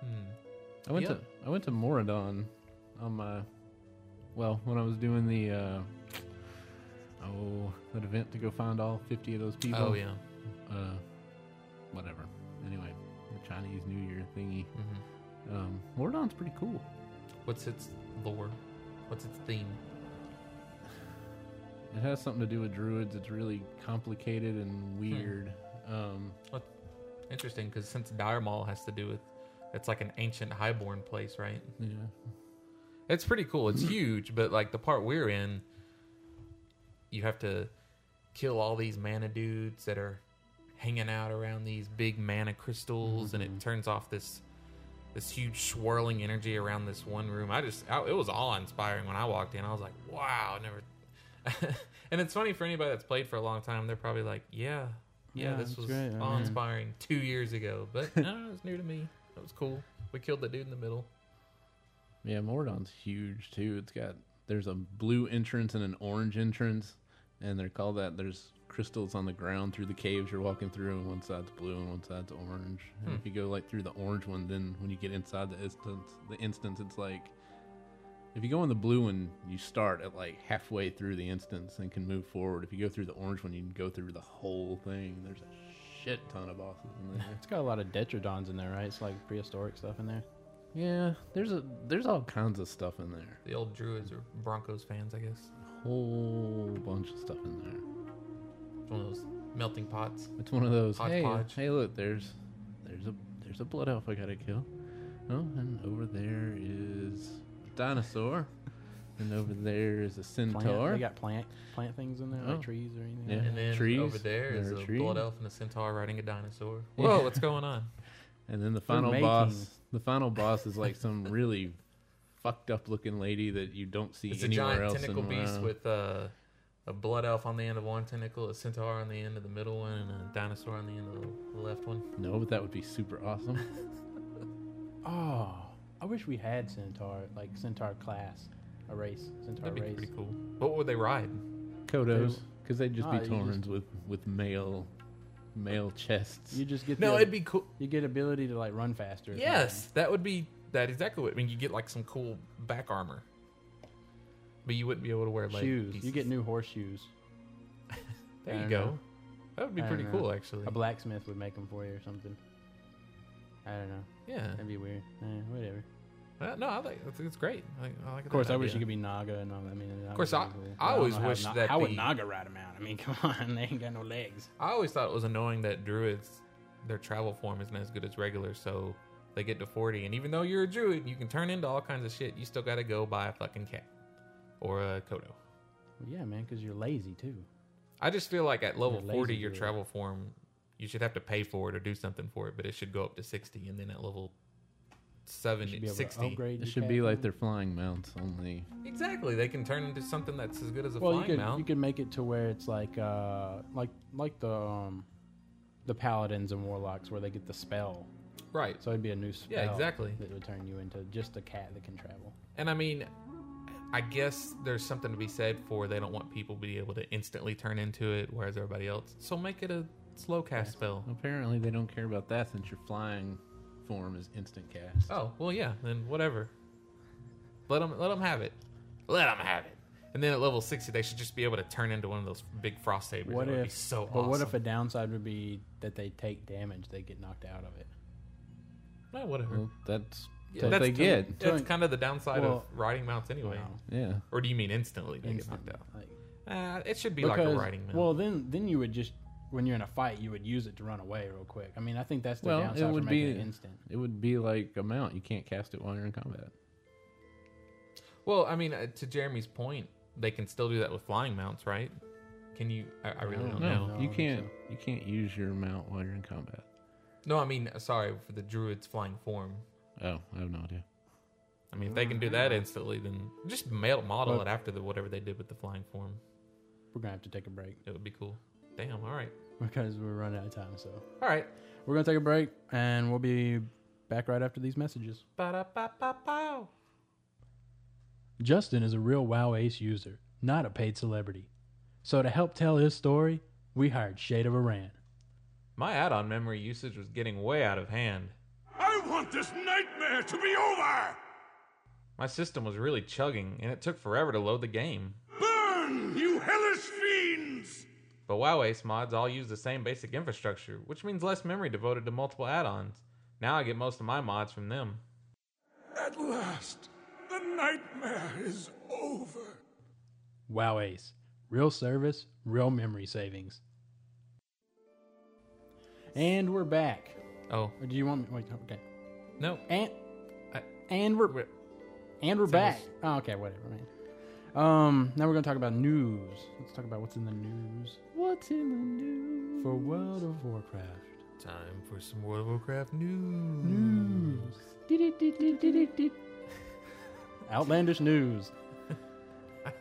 [SPEAKER 4] Hmm.
[SPEAKER 1] I went
[SPEAKER 4] Yeah.
[SPEAKER 1] to I went to Moradon on my well when I was doing the uh, oh that event to go find all fifty of those people.
[SPEAKER 4] Oh yeah.
[SPEAKER 1] Uh, whatever. Anyway, the Chinese New Year thingy.
[SPEAKER 4] hmm
[SPEAKER 1] Um, Moradon's pretty cool.
[SPEAKER 4] What's its lore? What's its theme?
[SPEAKER 1] It has something to do with druids. It's really complicated
[SPEAKER 4] Hmm.
[SPEAKER 1] and weird. Um,
[SPEAKER 4] Interesting, because since Dire Mall has to do with, it's like an ancient highborn place, right?
[SPEAKER 1] yeah.
[SPEAKER 4] It's pretty cool.
[SPEAKER 2] Hmm.
[SPEAKER 4] It's huge, but like the part we're in, you have to kill all these mana dudes that are hanging out around these big mana crystals, and
[SPEAKER 2] Mm-hmm.
[SPEAKER 4] it turns off this this huge swirling energy around this one room. I just I, it was awe inspiring when I walked in. I was like, wow, I never. and it's funny for anybody that's played for a long time, they're probably like, yeah, yeah,
[SPEAKER 2] Yeah,
[SPEAKER 4] this
[SPEAKER 2] it's
[SPEAKER 4] was
[SPEAKER 2] great. I
[SPEAKER 4] awe
[SPEAKER 2] mean-
[SPEAKER 4] inspiring two years ago, but no, it was new to me. It was cool. We killed the dude in the middle.
[SPEAKER 1] Yeah, Moradon's huge too. It's got there's a blue entrance and an orange entrance, and they're called that. There's crystals on the ground through the caves you're walking through, and one side's blue and one side's orange. And if you go like through the orange one, then when you get inside the instance, the instance, it's like if you go in the blue one, you start at like halfway through the instance and can move forward. If you go through the orange one, you can go through the whole thing. There's a shit ton of bosses in there.
[SPEAKER 2] It's got a lot of Detradons in there, right? It's like prehistoric stuff in there.
[SPEAKER 1] yeah, there's a there's all kinds of stuff in there.
[SPEAKER 4] The old Druids are Broncos fans, I guess.
[SPEAKER 1] whole bunch of stuff in there.
[SPEAKER 4] It's one of those melting pots.
[SPEAKER 1] It's one of those. Hey,
[SPEAKER 4] Hodgepodge.
[SPEAKER 1] hey, look, there's, there's a, there's a blood elf I gotta kill. Oh, and over there is a dinosaur, and over there is a
[SPEAKER 2] Plant,
[SPEAKER 1] centaur.
[SPEAKER 2] they got plant plant things in there,
[SPEAKER 1] Oh.
[SPEAKER 2] like trees or anything.
[SPEAKER 1] Yeah.
[SPEAKER 2] Like
[SPEAKER 4] And then
[SPEAKER 1] Trees.
[SPEAKER 4] over there is
[SPEAKER 1] There are
[SPEAKER 4] a
[SPEAKER 1] trees.
[SPEAKER 4] blood elf and a centaur riding a dinosaur. Whoa, what's going on?
[SPEAKER 1] And then the final
[SPEAKER 2] making-
[SPEAKER 1] boss, The final boss is like some really fucked up looking lady that you don't see
[SPEAKER 4] It's a
[SPEAKER 1] anywhere
[SPEAKER 4] giant
[SPEAKER 1] else. in
[SPEAKER 4] tentacle beast
[SPEAKER 1] WoW.
[SPEAKER 4] with uh, a blood elf on the end of one tentacle, a centaur on the end of the middle one, and a dinosaur on the end of the left one.
[SPEAKER 1] no, but that would be super awesome.
[SPEAKER 2] Oh, I wish we had Centaur, like Centaur class, a race, Centaur
[SPEAKER 4] That'd be
[SPEAKER 2] race.
[SPEAKER 4] pretty cool. What would they ride?
[SPEAKER 1] Kodos, because they'd just
[SPEAKER 2] Ah, you
[SPEAKER 1] be
[SPEAKER 2] just-
[SPEAKER 1] Torrens with with male male chests.
[SPEAKER 2] You just get
[SPEAKER 4] No,
[SPEAKER 2] the,
[SPEAKER 4] it'd be cool.
[SPEAKER 2] you get ability to like run faster. or
[SPEAKER 4] Yes, that would be that exactly what. I mean, you get like some cool back armor, but you wouldn't be able to wear
[SPEAKER 2] something.
[SPEAKER 4] like
[SPEAKER 2] shoes. You
[SPEAKER 4] pieces.
[SPEAKER 2] get new horseshoes.
[SPEAKER 4] There
[SPEAKER 2] I
[SPEAKER 4] you
[SPEAKER 2] don't
[SPEAKER 4] go.
[SPEAKER 2] know.
[SPEAKER 4] That would be
[SPEAKER 2] I
[SPEAKER 4] pretty
[SPEAKER 2] don't know.
[SPEAKER 4] cool, actually.
[SPEAKER 2] A blacksmith would make them for you or something. I don't know.
[SPEAKER 4] yeah.
[SPEAKER 2] That'd be weird. Eh, whatever.
[SPEAKER 4] Uh, no, I like. I think it's great. I, I like
[SPEAKER 2] Of course,
[SPEAKER 4] that
[SPEAKER 2] I wish you
[SPEAKER 4] idea.
[SPEAKER 2] could be Naga and all that. I mean, that
[SPEAKER 4] course,
[SPEAKER 2] would
[SPEAKER 4] I-
[SPEAKER 2] be cool.
[SPEAKER 4] I
[SPEAKER 2] But don't
[SPEAKER 4] always
[SPEAKER 2] know how
[SPEAKER 4] wish
[SPEAKER 2] Na-
[SPEAKER 4] that
[SPEAKER 2] How would
[SPEAKER 4] the-
[SPEAKER 2] Naga ride them out? I mean, come on, they ain't got no legs.
[SPEAKER 4] I always thought it was annoying that druids, their travel form isn't as good as regular, so they get to 40. And even though you're a druid, you can turn into all kinds of shit. You still got to go buy a fucking cat or a Kodo.
[SPEAKER 2] Well, yeah, man, because you're lazy too.
[SPEAKER 4] I just feel like at level
[SPEAKER 2] You're lazy
[SPEAKER 4] 40, your
[SPEAKER 2] druid.
[SPEAKER 4] travel form, you should have to pay for it or do something for it, but it should go up to 60. And then at level
[SPEAKER 2] You should
[SPEAKER 4] 70,
[SPEAKER 2] be able to
[SPEAKER 4] 60.
[SPEAKER 2] upgrade.
[SPEAKER 1] it
[SPEAKER 2] your
[SPEAKER 1] should be like
[SPEAKER 2] captain.
[SPEAKER 1] their flying mounts only.
[SPEAKER 4] Exactly. They can turn into something that's as good as a
[SPEAKER 2] well, you
[SPEAKER 4] flying
[SPEAKER 2] could
[SPEAKER 4] mount.
[SPEAKER 2] you could make it to where it's like uh like like the um the paladins and warlocks where they get the spell.
[SPEAKER 4] Right.
[SPEAKER 2] So it'd be a new spell.
[SPEAKER 4] Yeah, exactly.
[SPEAKER 2] That would turn you into just a cat that can travel.
[SPEAKER 4] And I mean, I guess there's something to be said for they don't want people to be able to instantly turn into it, whereas everybody else. So make it a slow cast spell.
[SPEAKER 1] Apparently, they don't care about that since your flying form is instant cast.
[SPEAKER 4] Oh well, yeah, then whatever. Let them let them have it. Let them have it. And then at level sixty, they should just be able to turn into one of those big frost sabers.
[SPEAKER 2] What
[SPEAKER 4] That would
[SPEAKER 2] if
[SPEAKER 4] be so
[SPEAKER 2] But
[SPEAKER 4] awesome.
[SPEAKER 2] what if a downside would be that they take damage, they get knocked out of it.
[SPEAKER 4] Eh, whatever.
[SPEAKER 2] Mm.
[SPEAKER 1] Well, that's
[SPEAKER 4] Yeah,
[SPEAKER 1] what they
[SPEAKER 4] kind
[SPEAKER 1] get.
[SPEAKER 4] of- That's kind of the downside
[SPEAKER 2] Well,
[SPEAKER 4] of riding mounts, anyway.
[SPEAKER 2] Wow.
[SPEAKER 1] Yeah.
[SPEAKER 4] Or do you mean instantly Oh, they
[SPEAKER 2] Instant,
[SPEAKER 4] get knocked out?
[SPEAKER 2] like-
[SPEAKER 4] Uh, it should be like a riding mount.
[SPEAKER 2] Well, then then you would just when you're in a fight, you would use it to run away real quick. I mean, I think that's the
[SPEAKER 1] Well,
[SPEAKER 2] downside
[SPEAKER 1] it would
[SPEAKER 2] for making
[SPEAKER 1] be-
[SPEAKER 2] it instant.
[SPEAKER 1] It would be like a mount. You can't cast it while you're in combat.
[SPEAKER 4] Well, I mean, uh, to Jeremy's point, they can still do that with flying mounts, right? Can you? I, I really
[SPEAKER 2] No.
[SPEAKER 4] don't know.
[SPEAKER 1] No,
[SPEAKER 2] No, I
[SPEAKER 1] you
[SPEAKER 2] don't think
[SPEAKER 1] can't. You can't use your mount while you're in combat.
[SPEAKER 4] No, I mean, uh, sorry for the druid's flying form.
[SPEAKER 1] Oh, I have no idea.
[SPEAKER 4] I mean, if they can do that instantly, then just mail, model
[SPEAKER 2] Well-
[SPEAKER 4] it after the whatever they did with the flying form.
[SPEAKER 2] We're gonna have to take a break
[SPEAKER 4] It would be cool. Damn. All right.
[SPEAKER 2] because we're running out of time. So
[SPEAKER 4] All right.
[SPEAKER 2] we're gonna take a break, and we'll be back right after these messages.
[SPEAKER 4] Ba-da-ba-ba-pow.
[SPEAKER 2] Justin is a real WoW Ace user, not a paid celebrity. So to help tell his story, we hired Shade of Iran.
[SPEAKER 4] My add-on memory usage was getting way out of hand.
[SPEAKER 3] I want this nightmare to be over!
[SPEAKER 4] My system was really chugging, and it took forever to load the game.
[SPEAKER 3] Burn, you hellish fiends!
[SPEAKER 4] But WoW Ace mods all use the same basic infrastructure, which means less memory devoted to multiple add-ons. Now I get most of my mods from them.
[SPEAKER 3] At last, the nightmare is over.
[SPEAKER 2] WoW Ace, real service, real memory savings. And we're back.
[SPEAKER 4] Oh
[SPEAKER 2] Or do you want me? Wait, okay.
[SPEAKER 4] no,
[SPEAKER 2] And uh,
[SPEAKER 4] I-
[SPEAKER 2] and we're
[SPEAKER 4] we're-
[SPEAKER 2] and we're
[SPEAKER 4] Sounds-
[SPEAKER 2] back. Oh, okay, whatever. Man. Um, now we're gonna talk about news. Let's talk about what's in the news
[SPEAKER 1] What's in the news?
[SPEAKER 2] for World of Warcraft.
[SPEAKER 4] time for some World of Warcraft news.
[SPEAKER 2] Outlandish news.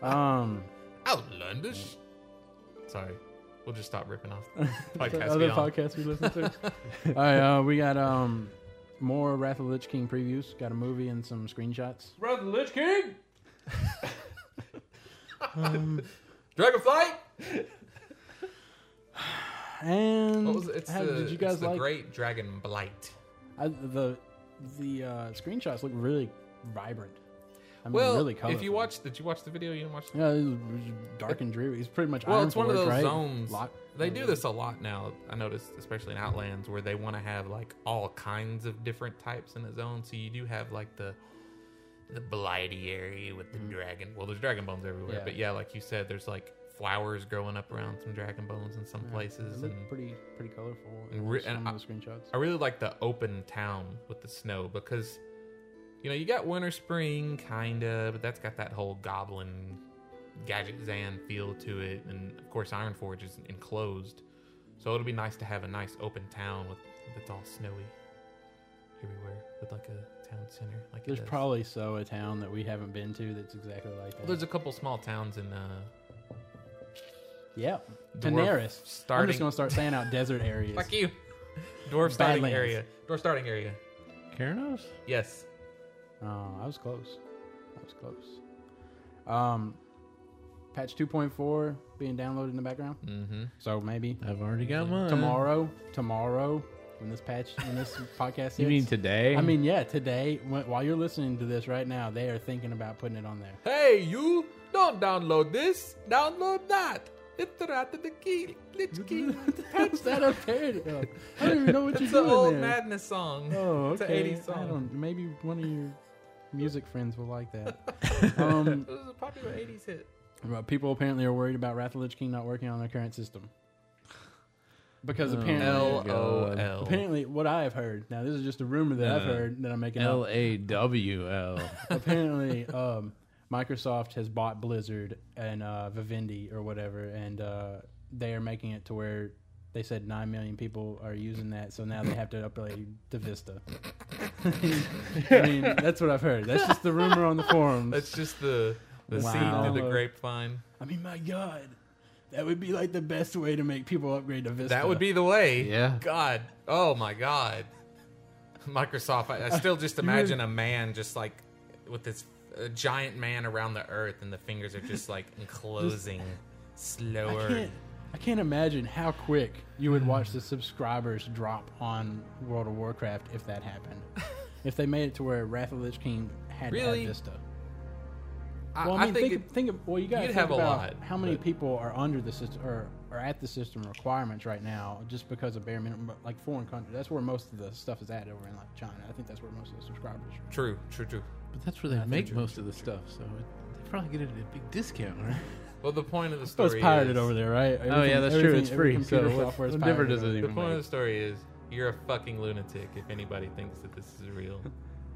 [SPEAKER 2] Um,
[SPEAKER 4] Outlandish. Sorry, we'll just stop ripping off
[SPEAKER 2] the
[SPEAKER 4] podcast.
[SPEAKER 2] other
[SPEAKER 4] we on.
[SPEAKER 2] podcasts we listen to. All right, uh, we got um more Wrath of the Lich King previews. Got a movie and some screenshots.
[SPEAKER 4] Brother Lich King. Dragonflight.
[SPEAKER 2] And
[SPEAKER 4] What was it? It's
[SPEAKER 2] how-
[SPEAKER 4] the,
[SPEAKER 2] did you guys
[SPEAKER 4] it's the
[SPEAKER 2] like
[SPEAKER 4] Great Dragon Blight.
[SPEAKER 2] I, the the uh, screenshots look really vibrant. I mean,
[SPEAKER 4] Well,
[SPEAKER 2] really colorful.
[SPEAKER 4] if you watch, did you watch the video? You didn't watch the
[SPEAKER 2] yeah, it was dark and dreary. It's pretty much
[SPEAKER 4] Well,
[SPEAKER 2] Iron
[SPEAKER 4] it's one of
[SPEAKER 2] Forge,
[SPEAKER 4] those
[SPEAKER 2] right?
[SPEAKER 4] zones.
[SPEAKER 2] Lock-
[SPEAKER 4] They
[SPEAKER 2] Mm-hmm.
[SPEAKER 4] do this a lot now. I noticed, especially in Outlands, where they want to have like all kinds of different types in a zone. So you do have like the the blighty area with the dragon. Well, there's dragon bones everywhere,
[SPEAKER 2] Mm-hmm. Yeah.
[SPEAKER 4] but yeah, like you said, there's like flowers growing up around some dragon bones in some
[SPEAKER 2] Yeah,
[SPEAKER 4] places,
[SPEAKER 2] It
[SPEAKER 4] and
[SPEAKER 2] looked pretty pretty colorful.
[SPEAKER 4] And
[SPEAKER 2] In
[SPEAKER 4] re-
[SPEAKER 2] some
[SPEAKER 4] and
[SPEAKER 2] of the screenshots.
[SPEAKER 4] I really like the open town with the snow because, you know, you got winter, spring, kinda, but that's got that whole goblin gadget Zan feel to it, and of course Ironforge is enclosed, so it'll be nice to have a nice open town with that's all snowy. everywhere with like a town center. Like it
[SPEAKER 2] There's
[SPEAKER 4] does.
[SPEAKER 2] probably so a town that we haven't been to that's exactly like that.
[SPEAKER 4] Well, there's a couple small towns in uh,
[SPEAKER 2] yeah,
[SPEAKER 4] Dwarf
[SPEAKER 2] Daenerys. I'm
[SPEAKER 4] starting-
[SPEAKER 2] just gonna start saying out desert areas.
[SPEAKER 4] fuck you, dwarf starting
[SPEAKER 2] Badlands.
[SPEAKER 4] area. Dwarf starting area.
[SPEAKER 1] Karanos?
[SPEAKER 4] Yes.
[SPEAKER 2] Oh, I was close. I was close. Um, patch 2.4 being downloaded in the background.
[SPEAKER 4] Mm-hmm.
[SPEAKER 2] So maybe
[SPEAKER 1] I've already got mine.
[SPEAKER 2] tomorrow, tomorrow, when this patch, when this podcast,
[SPEAKER 1] You mean
[SPEAKER 2] hits-
[SPEAKER 1] today?
[SPEAKER 2] I mean, yeah, today, wh- while you're listening to this right now, they are thinking about putting it on there.
[SPEAKER 4] Hey, you! Don't download this. Download that. It's the rat of the key. Lich King.
[SPEAKER 2] How's that up there? I don't even know what you're
[SPEAKER 4] It's an
[SPEAKER 2] doing
[SPEAKER 4] old
[SPEAKER 2] there.
[SPEAKER 4] madness song.
[SPEAKER 2] Oh,
[SPEAKER 4] It's an
[SPEAKER 2] okay.
[SPEAKER 4] 80s
[SPEAKER 2] I
[SPEAKER 4] song.
[SPEAKER 2] don't, maybe one of your music friends will like that. um,
[SPEAKER 4] It was a popular 80s hit.
[SPEAKER 2] But people apparently are worried about Wrath of the Lich King not working on their current system. Because apparently,
[SPEAKER 4] Oh. L
[SPEAKER 1] God.
[SPEAKER 4] O L.
[SPEAKER 2] apparently, what I have heard now, this is just a rumor that I've
[SPEAKER 1] Uh,
[SPEAKER 2] heard that I'm making
[SPEAKER 1] L
[SPEAKER 2] up.
[SPEAKER 1] A W L.
[SPEAKER 2] apparently, um, Microsoft has bought Blizzard and uh, Vivendi or whatever, and uh, they are making it to where they said nine million people are using that, so now they have to upgrade to Vista. I mean, that's what I've heard. That's just the rumor on the forums.
[SPEAKER 4] That's just the the
[SPEAKER 2] Wow.
[SPEAKER 4] scene through the grapevine.
[SPEAKER 2] I mean, my God, that would be like the best way to make people upgrade to Vista.
[SPEAKER 4] That would be the way.
[SPEAKER 1] Yeah.
[SPEAKER 4] God. Oh my God. Microsoft. I, I still just imagine a man just like with this a giant man around the earth, and the fingers are just like enclosing
[SPEAKER 2] I
[SPEAKER 4] slower.
[SPEAKER 2] can't, I can't imagine how quick you would watch the subscribers drop on World of Warcraft if that happened. if they made it to where Wrath of the Lich King had to have
[SPEAKER 4] Really?
[SPEAKER 2] Vista.
[SPEAKER 4] I,
[SPEAKER 2] Well, I,
[SPEAKER 4] I
[SPEAKER 2] mean, think
[SPEAKER 4] think
[SPEAKER 2] think,
[SPEAKER 4] it-
[SPEAKER 2] of well, you got to
[SPEAKER 4] you'd
[SPEAKER 2] think
[SPEAKER 4] have a
[SPEAKER 2] about
[SPEAKER 4] lot,
[SPEAKER 2] how many
[SPEAKER 4] but-
[SPEAKER 2] people are under the system or are at the system requirements right now, just because of bare minimum, like foreign countries. That's where most of the stuff is at over in like China. I think that's where most of the subscribers. are.
[SPEAKER 4] true, true, true.
[SPEAKER 1] But that's where they make most of the stuff, so it, they probably get it at a big discount, right?
[SPEAKER 4] Well, the point of the
[SPEAKER 2] Well,
[SPEAKER 4] story.
[SPEAKER 2] Oh, it's pirated
[SPEAKER 4] is,
[SPEAKER 2] over there, right?
[SPEAKER 1] Oh yeah,
[SPEAKER 2] Everything-
[SPEAKER 1] that's true.
[SPEAKER 2] everything-
[SPEAKER 1] It's
[SPEAKER 2] every
[SPEAKER 1] free. So
[SPEAKER 2] computer
[SPEAKER 1] what's,
[SPEAKER 2] software is
[SPEAKER 1] what difference
[SPEAKER 2] pirated
[SPEAKER 1] does
[SPEAKER 2] over there.
[SPEAKER 1] it
[SPEAKER 4] The
[SPEAKER 1] even
[SPEAKER 4] point of the
[SPEAKER 1] make?
[SPEAKER 4] story is you're a fucking lunatic if anybody thinks that this is real,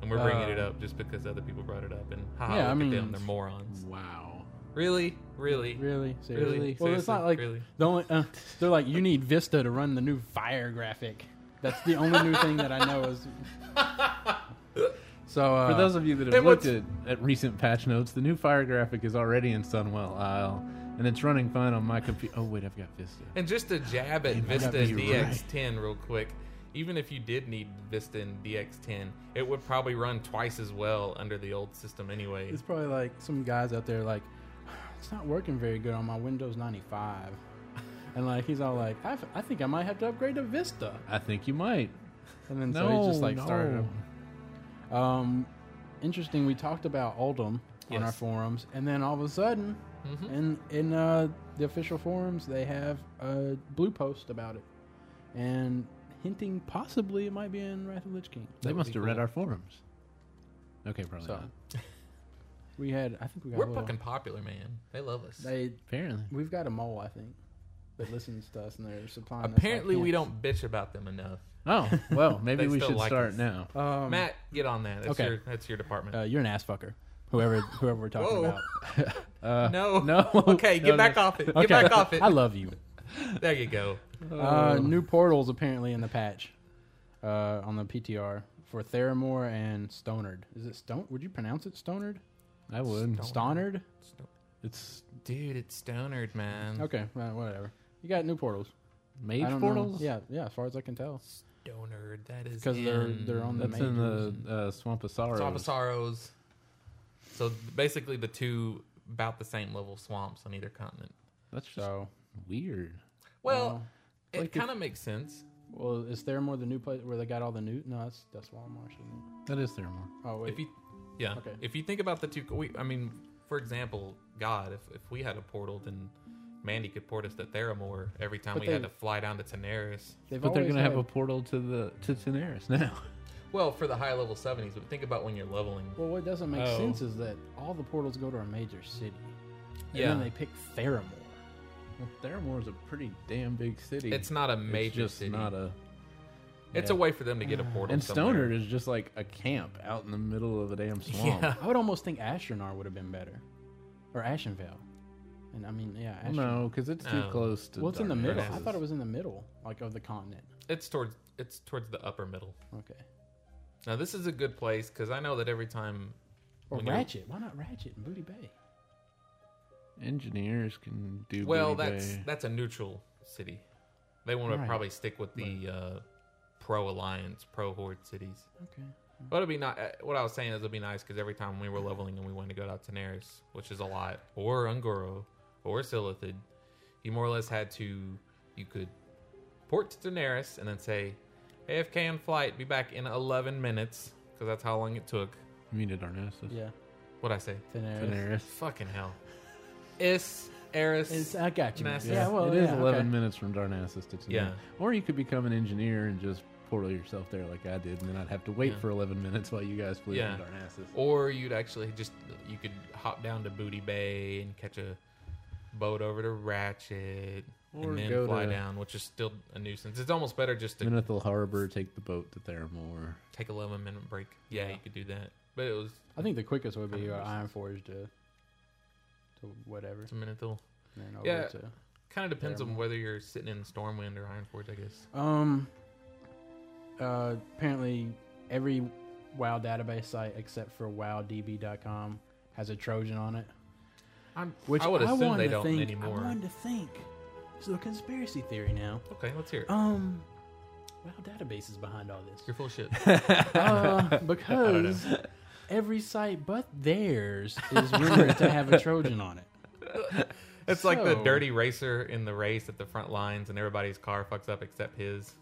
[SPEAKER 4] and we're bringing
[SPEAKER 2] Uh,
[SPEAKER 4] it up just because other people brought it up. And haha,
[SPEAKER 2] Yeah,
[SPEAKER 4] look
[SPEAKER 2] I mean,
[SPEAKER 4] at them, they're morons.
[SPEAKER 1] Wow.
[SPEAKER 4] Really, really,
[SPEAKER 2] Really? Seriously?
[SPEAKER 4] Really?
[SPEAKER 2] Well, it's
[SPEAKER 4] Seriously?
[SPEAKER 2] not like
[SPEAKER 4] Really?
[SPEAKER 2] the only. Uh, they're like, you need Vista to run the new Fire graphic. That's the only new thing that I know is. So uh,
[SPEAKER 1] For those of you that have
[SPEAKER 4] then
[SPEAKER 1] looked
[SPEAKER 4] what's-
[SPEAKER 1] at, at recent patch notes, the new fire graphic is already in Sunwell Isle, and it's running fine on my computer. Oh wait, I've got Vista.
[SPEAKER 4] And just a jab at
[SPEAKER 1] might not
[SPEAKER 4] Vista
[SPEAKER 1] be
[SPEAKER 4] DX10 real quick. Even if you did need Vista and DX10, it would probably run twice as well under the old system anyway.
[SPEAKER 2] it's probably like some guys out there like, it's not working very good on my Windows 95, and like he's all like, I, I think I might have to upgrade to Vista,
[SPEAKER 1] I think you might.
[SPEAKER 2] and then
[SPEAKER 1] No,
[SPEAKER 2] so he just like
[SPEAKER 1] no.
[SPEAKER 2] started. up. Um, interesting. We talked about Oldham on our
[SPEAKER 4] Yes. Mm-hmm.
[SPEAKER 2] forums, and then all of a sudden, in in uh, the official forums, they have a blue post about it, and hinting possibly it might be in Wrath of the Lich King.
[SPEAKER 1] They
[SPEAKER 4] would
[SPEAKER 1] must
[SPEAKER 4] be
[SPEAKER 1] have read
[SPEAKER 4] cool.
[SPEAKER 1] our forums. Okay, probably
[SPEAKER 2] So
[SPEAKER 1] not.
[SPEAKER 2] we had, I think we got.
[SPEAKER 4] Oh, We're
[SPEAKER 2] a little-
[SPEAKER 4] fucking popular, man. They love us.
[SPEAKER 2] They,
[SPEAKER 1] Apparently.
[SPEAKER 2] we've got a mole, I think, that listens to us, and they're supplying. us, like,
[SPEAKER 4] Apparently, we
[SPEAKER 2] hints.
[SPEAKER 4] don't bitch about them enough.
[SPEAKER 1] Oh well, maybe
[SPEAKER 4] They
[SPEAKER 1] we
[SPEAKER 4] still
[SPEAKER 1] should
[SPEAKER 4] like
[SPEAKER 1] start
[SPEAKER 4] us.
[SPEAKER 1] now.
[SPEAKER 2] Um,
[SPEAKER 4] Matt, get on that. That's
[SPEAKER 2] okay.
[SPEAKER 4] your that's your department.
[SPEAKER 2] uh, you're an ass fucker. Whoever, whoever we're talking
[SPEAKER 4] Whoa.
[SPEAKER 2] about. Uh,
[SPEAKER 4] no,
[SPEAKER 1] no.
[SPEAKER 4] Okay, get
[SPEAKER 1] No,
[SPEAKER 4] back
[SPEAKER 1] no.
[SPEAKER 4] off it. Get back off it.
[SPEAKER 2] I love you.
[SPEAKER 4] There you go.
[SPEAKER 2] Uh, new portals apparently in the patch uh, on the PTR for Theramore and Stonard. Is it Stone? Would you pronounce it Stonard?
[SPEAKER 1] I would.
[SPEAKER 2] Stonard?
[SPEAKER 1] It's
[SPEAKER 4] Dude, it's stonered, man.
[SPEAKER 2] Okay, well, whatever. You got new portals.
[SPEAKER 1] mage
[SPEAKER 2] I don't
[SPEAKER 1] portals.
[SPEAKER 2] Know. Yeah, yeah. As far as I can tell,
[SPEAKER 4] Stonered. That is
[SPEAKER 2] because they're
[SPEAKER 4] in-
[SPEAKER 2] they're on the
[SPEAKER 1] That's
[SPEAKER 2] major.
[SPEAKER 1] in the uh, Swamp of Sorrows.
[SPEAKER 4] Swamp of Sorrows. So basically, the two about the same level swamps on either continent.
[SPEAKER 1] That's just
[SPEAKER 2] so.
[SPEAKER 1] weird.
[SPEAKER 4] Well, it
[SPEAKER 1] like if-
[SPEAKER 4] kind of makes sense.
[SPEAKER 2] Well, is Theramore the new place where they got all the new? No, that's that's Walmart. Isn't it?
[SPEAKER 1] That is Theramore.
[SPEAKER 2] Oh wait.
[SPEAKER 4] If you, yeah,
[SPEAKER 2] Okay.
[SPEAKER 4] if you think about the two, we, I mean, for example, God, if if we had a portal, then Mandy could port us to Theramore every time
[SPEAKER 2] But
[SPEAKER 4] we
[SPEAKER 2] they-
[SPEAKER 4] had to fly down to Teneris.
[SPEAKER 2] They've
[SPEAKER 1] But they're
[SPEAKER 2] always
[SPEAKER 1] gonna have
[SPEAKER 2] had-
[SPEAKER 1] a portal to the to Daenerys now.
[SPEAKER 4] Well, for the high level seventies, but think about when you're leveling.
[SPEAKER 2] Well, what doesn't make
[SPEAKER 4] Oh.
[SPEAKER 2] sense is that all the portals go to a major city. And
[SPEAKER 4] Yeah.
[SPEAKER 2] Then they pick Theramore.
[SPEAKER 1] Theramore is a pretty damn big city.
[SPEAKER 4] It's not a major
[SPEAKER 1] just
[SPEAKER 4] city.
[SPEAKER 1] not a.
[SPEAKER 4] It's a way for them to get a portal.
[SPEAKER 1] And
[SPEAKER 4] somewhere.
[SPEAKER 1] Stonard is just like a camp out in the middle of a damn swamp.
[SPEAKER 4] Yeah.
[SPEAKER 2] I would almost think Astronar would have been better, or Ashenvale. And I mean, yeah,
[SPEAKER 1] Well,
[SPEAKER 2] Ashen-
[SPEAKER 1] no, because it's too
[SPEAKER 4] No.
[SPEAKER 1] close to.
[SPEAKER 2] Well, it's in the
[SPEAKER 1] Dark
[SPEAKER 2] middle. I
[SPEAKER 1] Passes.
[SPEAKER 2] thought it was in the middle, like of the continent.
[SPEAKER 4] It's towards it's towards the upper middle.
[SPEAKER 2] Okay.
[SPEAKER 4] Now this is a good place because I know that every time
[SPEAKER 2] Or
[SPEAKER 4] when you're-
[SPEAKER 2] Ratchet. Why not Ratchet and Booty Bay?
[SPEAKER 1] Engineers can do
[SPEAKER 4] Well,
[SPEAKER 1] Booty
[SPEAKER 4] that's
[SPEAKER 1] Bay.
[SPEAKER 4] that's a neutral city. They want
[SPEAKER 2] Right.
[SPEAKER 4] to probably stick with the uh, pro alliance, pro horde cities.
[SPEAKER 2] Okay.
[SPEAKER 4] But it'd be not. uh, What I was saying is it'd be nice because every time we were leveling and we wanted to go to Teneris, which is a lot, or Ungoro, or Silithid, you more or less had to. You could port to Daenerys and then say, "AFK in flight, be back in 11 minutes," because that's how long it took.
[SPEAKER 1] you mean at Darnassus?
[SPEAKER 2] Yeah.
[SPEAKER 4] What would I say?
[SPEAKER 2] Daenerys.
[SPEAKER 1] Daenerys.
[SPEAKER 4] Fucking hell. Is Eris.
[SPEAKER 2] It's, I got you. man.
[SPEAKER 4] Massive.
[SPEAKER 2] Yeah, well,
[SPEAKER 1] it is
[SPEAKER 2] yeah,
[SPEAKER 1] 11
[SPEAKER 2] okay.
[SPEAKER 1] minutes from Darnassus to Tenerife.
[SPEAKER 4] Yeah.
[SPEAKER 1] Or you could become an engineer and just portal yourself there like I did, and then I'd have to wait
[SPEAKER 4] Yeah.
[SPEAKER 1] for 11 minutes while you guys flew
[SPEAKER 4] Yeah.
[SPEAKER 1] from Darnassus.
[SPEAKER 4] Or you'd actually just you could hop down to Booty Bay and catch a boat over to Ratchet
[SPEAKER 1] Or
[SPEAKER 4] and then
[SPEAKER 1] go
[SPEAKER 4] fly
[SPEAKER 1] to-
[SPEAKER 4] down, which is still a nuisance. It's almost better just to
[SPEAKER 1] Minethil Harbor, take the boat to Theramore.
[SPEAKER 4] take a eleven minute break. Yeah,
[SPEAKER 2] Yeah.
[SPEAKER 4] you could do that, but it was
[SPEAKER 2] I think the quickest would be uh,
[SPEAKER 4] Kinda
[SPEAKER 2] Iron Forge to, to whatever.
[SPEAKER 4] it's a minute till.
[SPEAKER 2] And then over
[SPEAKER 4] Yeah.
[SPEAKER 2] to,
[SPEAKER 4] Kind of depends on
[SPEAKER 2] Fair.
[SPEAKER 4] whether you're sitting in Stormwind or Ironforge, I guess.
[SPEAKER 2] um, uh, apparently every WoW database site except for WoWDB.com has a Trojan on it.
[SPEAKER 4] I'm,
[SPEAKER 2] Which
[SPEAKER 4] I would assume
[SPEAKER 2] wanted
[SPEAKER 4] they
[SPEAKER 2] to
[SPEAKER 4] don't
[SPEAKER 2] think,
[SPEAKER 4] anymore.
[SPEAKER 2] I wanted to think. It's a little conspiracy theory now.
[SPEAKER 4] Okay, let's hear it.
[SPEAKER 2] Um, WoW database is behind all this.
[SPEAKER 4] You're full of shit.
[SPEAKER 2] Uh, because every site but theirs is rumored to have a Trojan on it.
[SPEAKER 4] It's like the
[SPEAKER 2] So-
[SPEAKER 4] dirty racer in the race at the front lines, and everybody's car fucks up except his.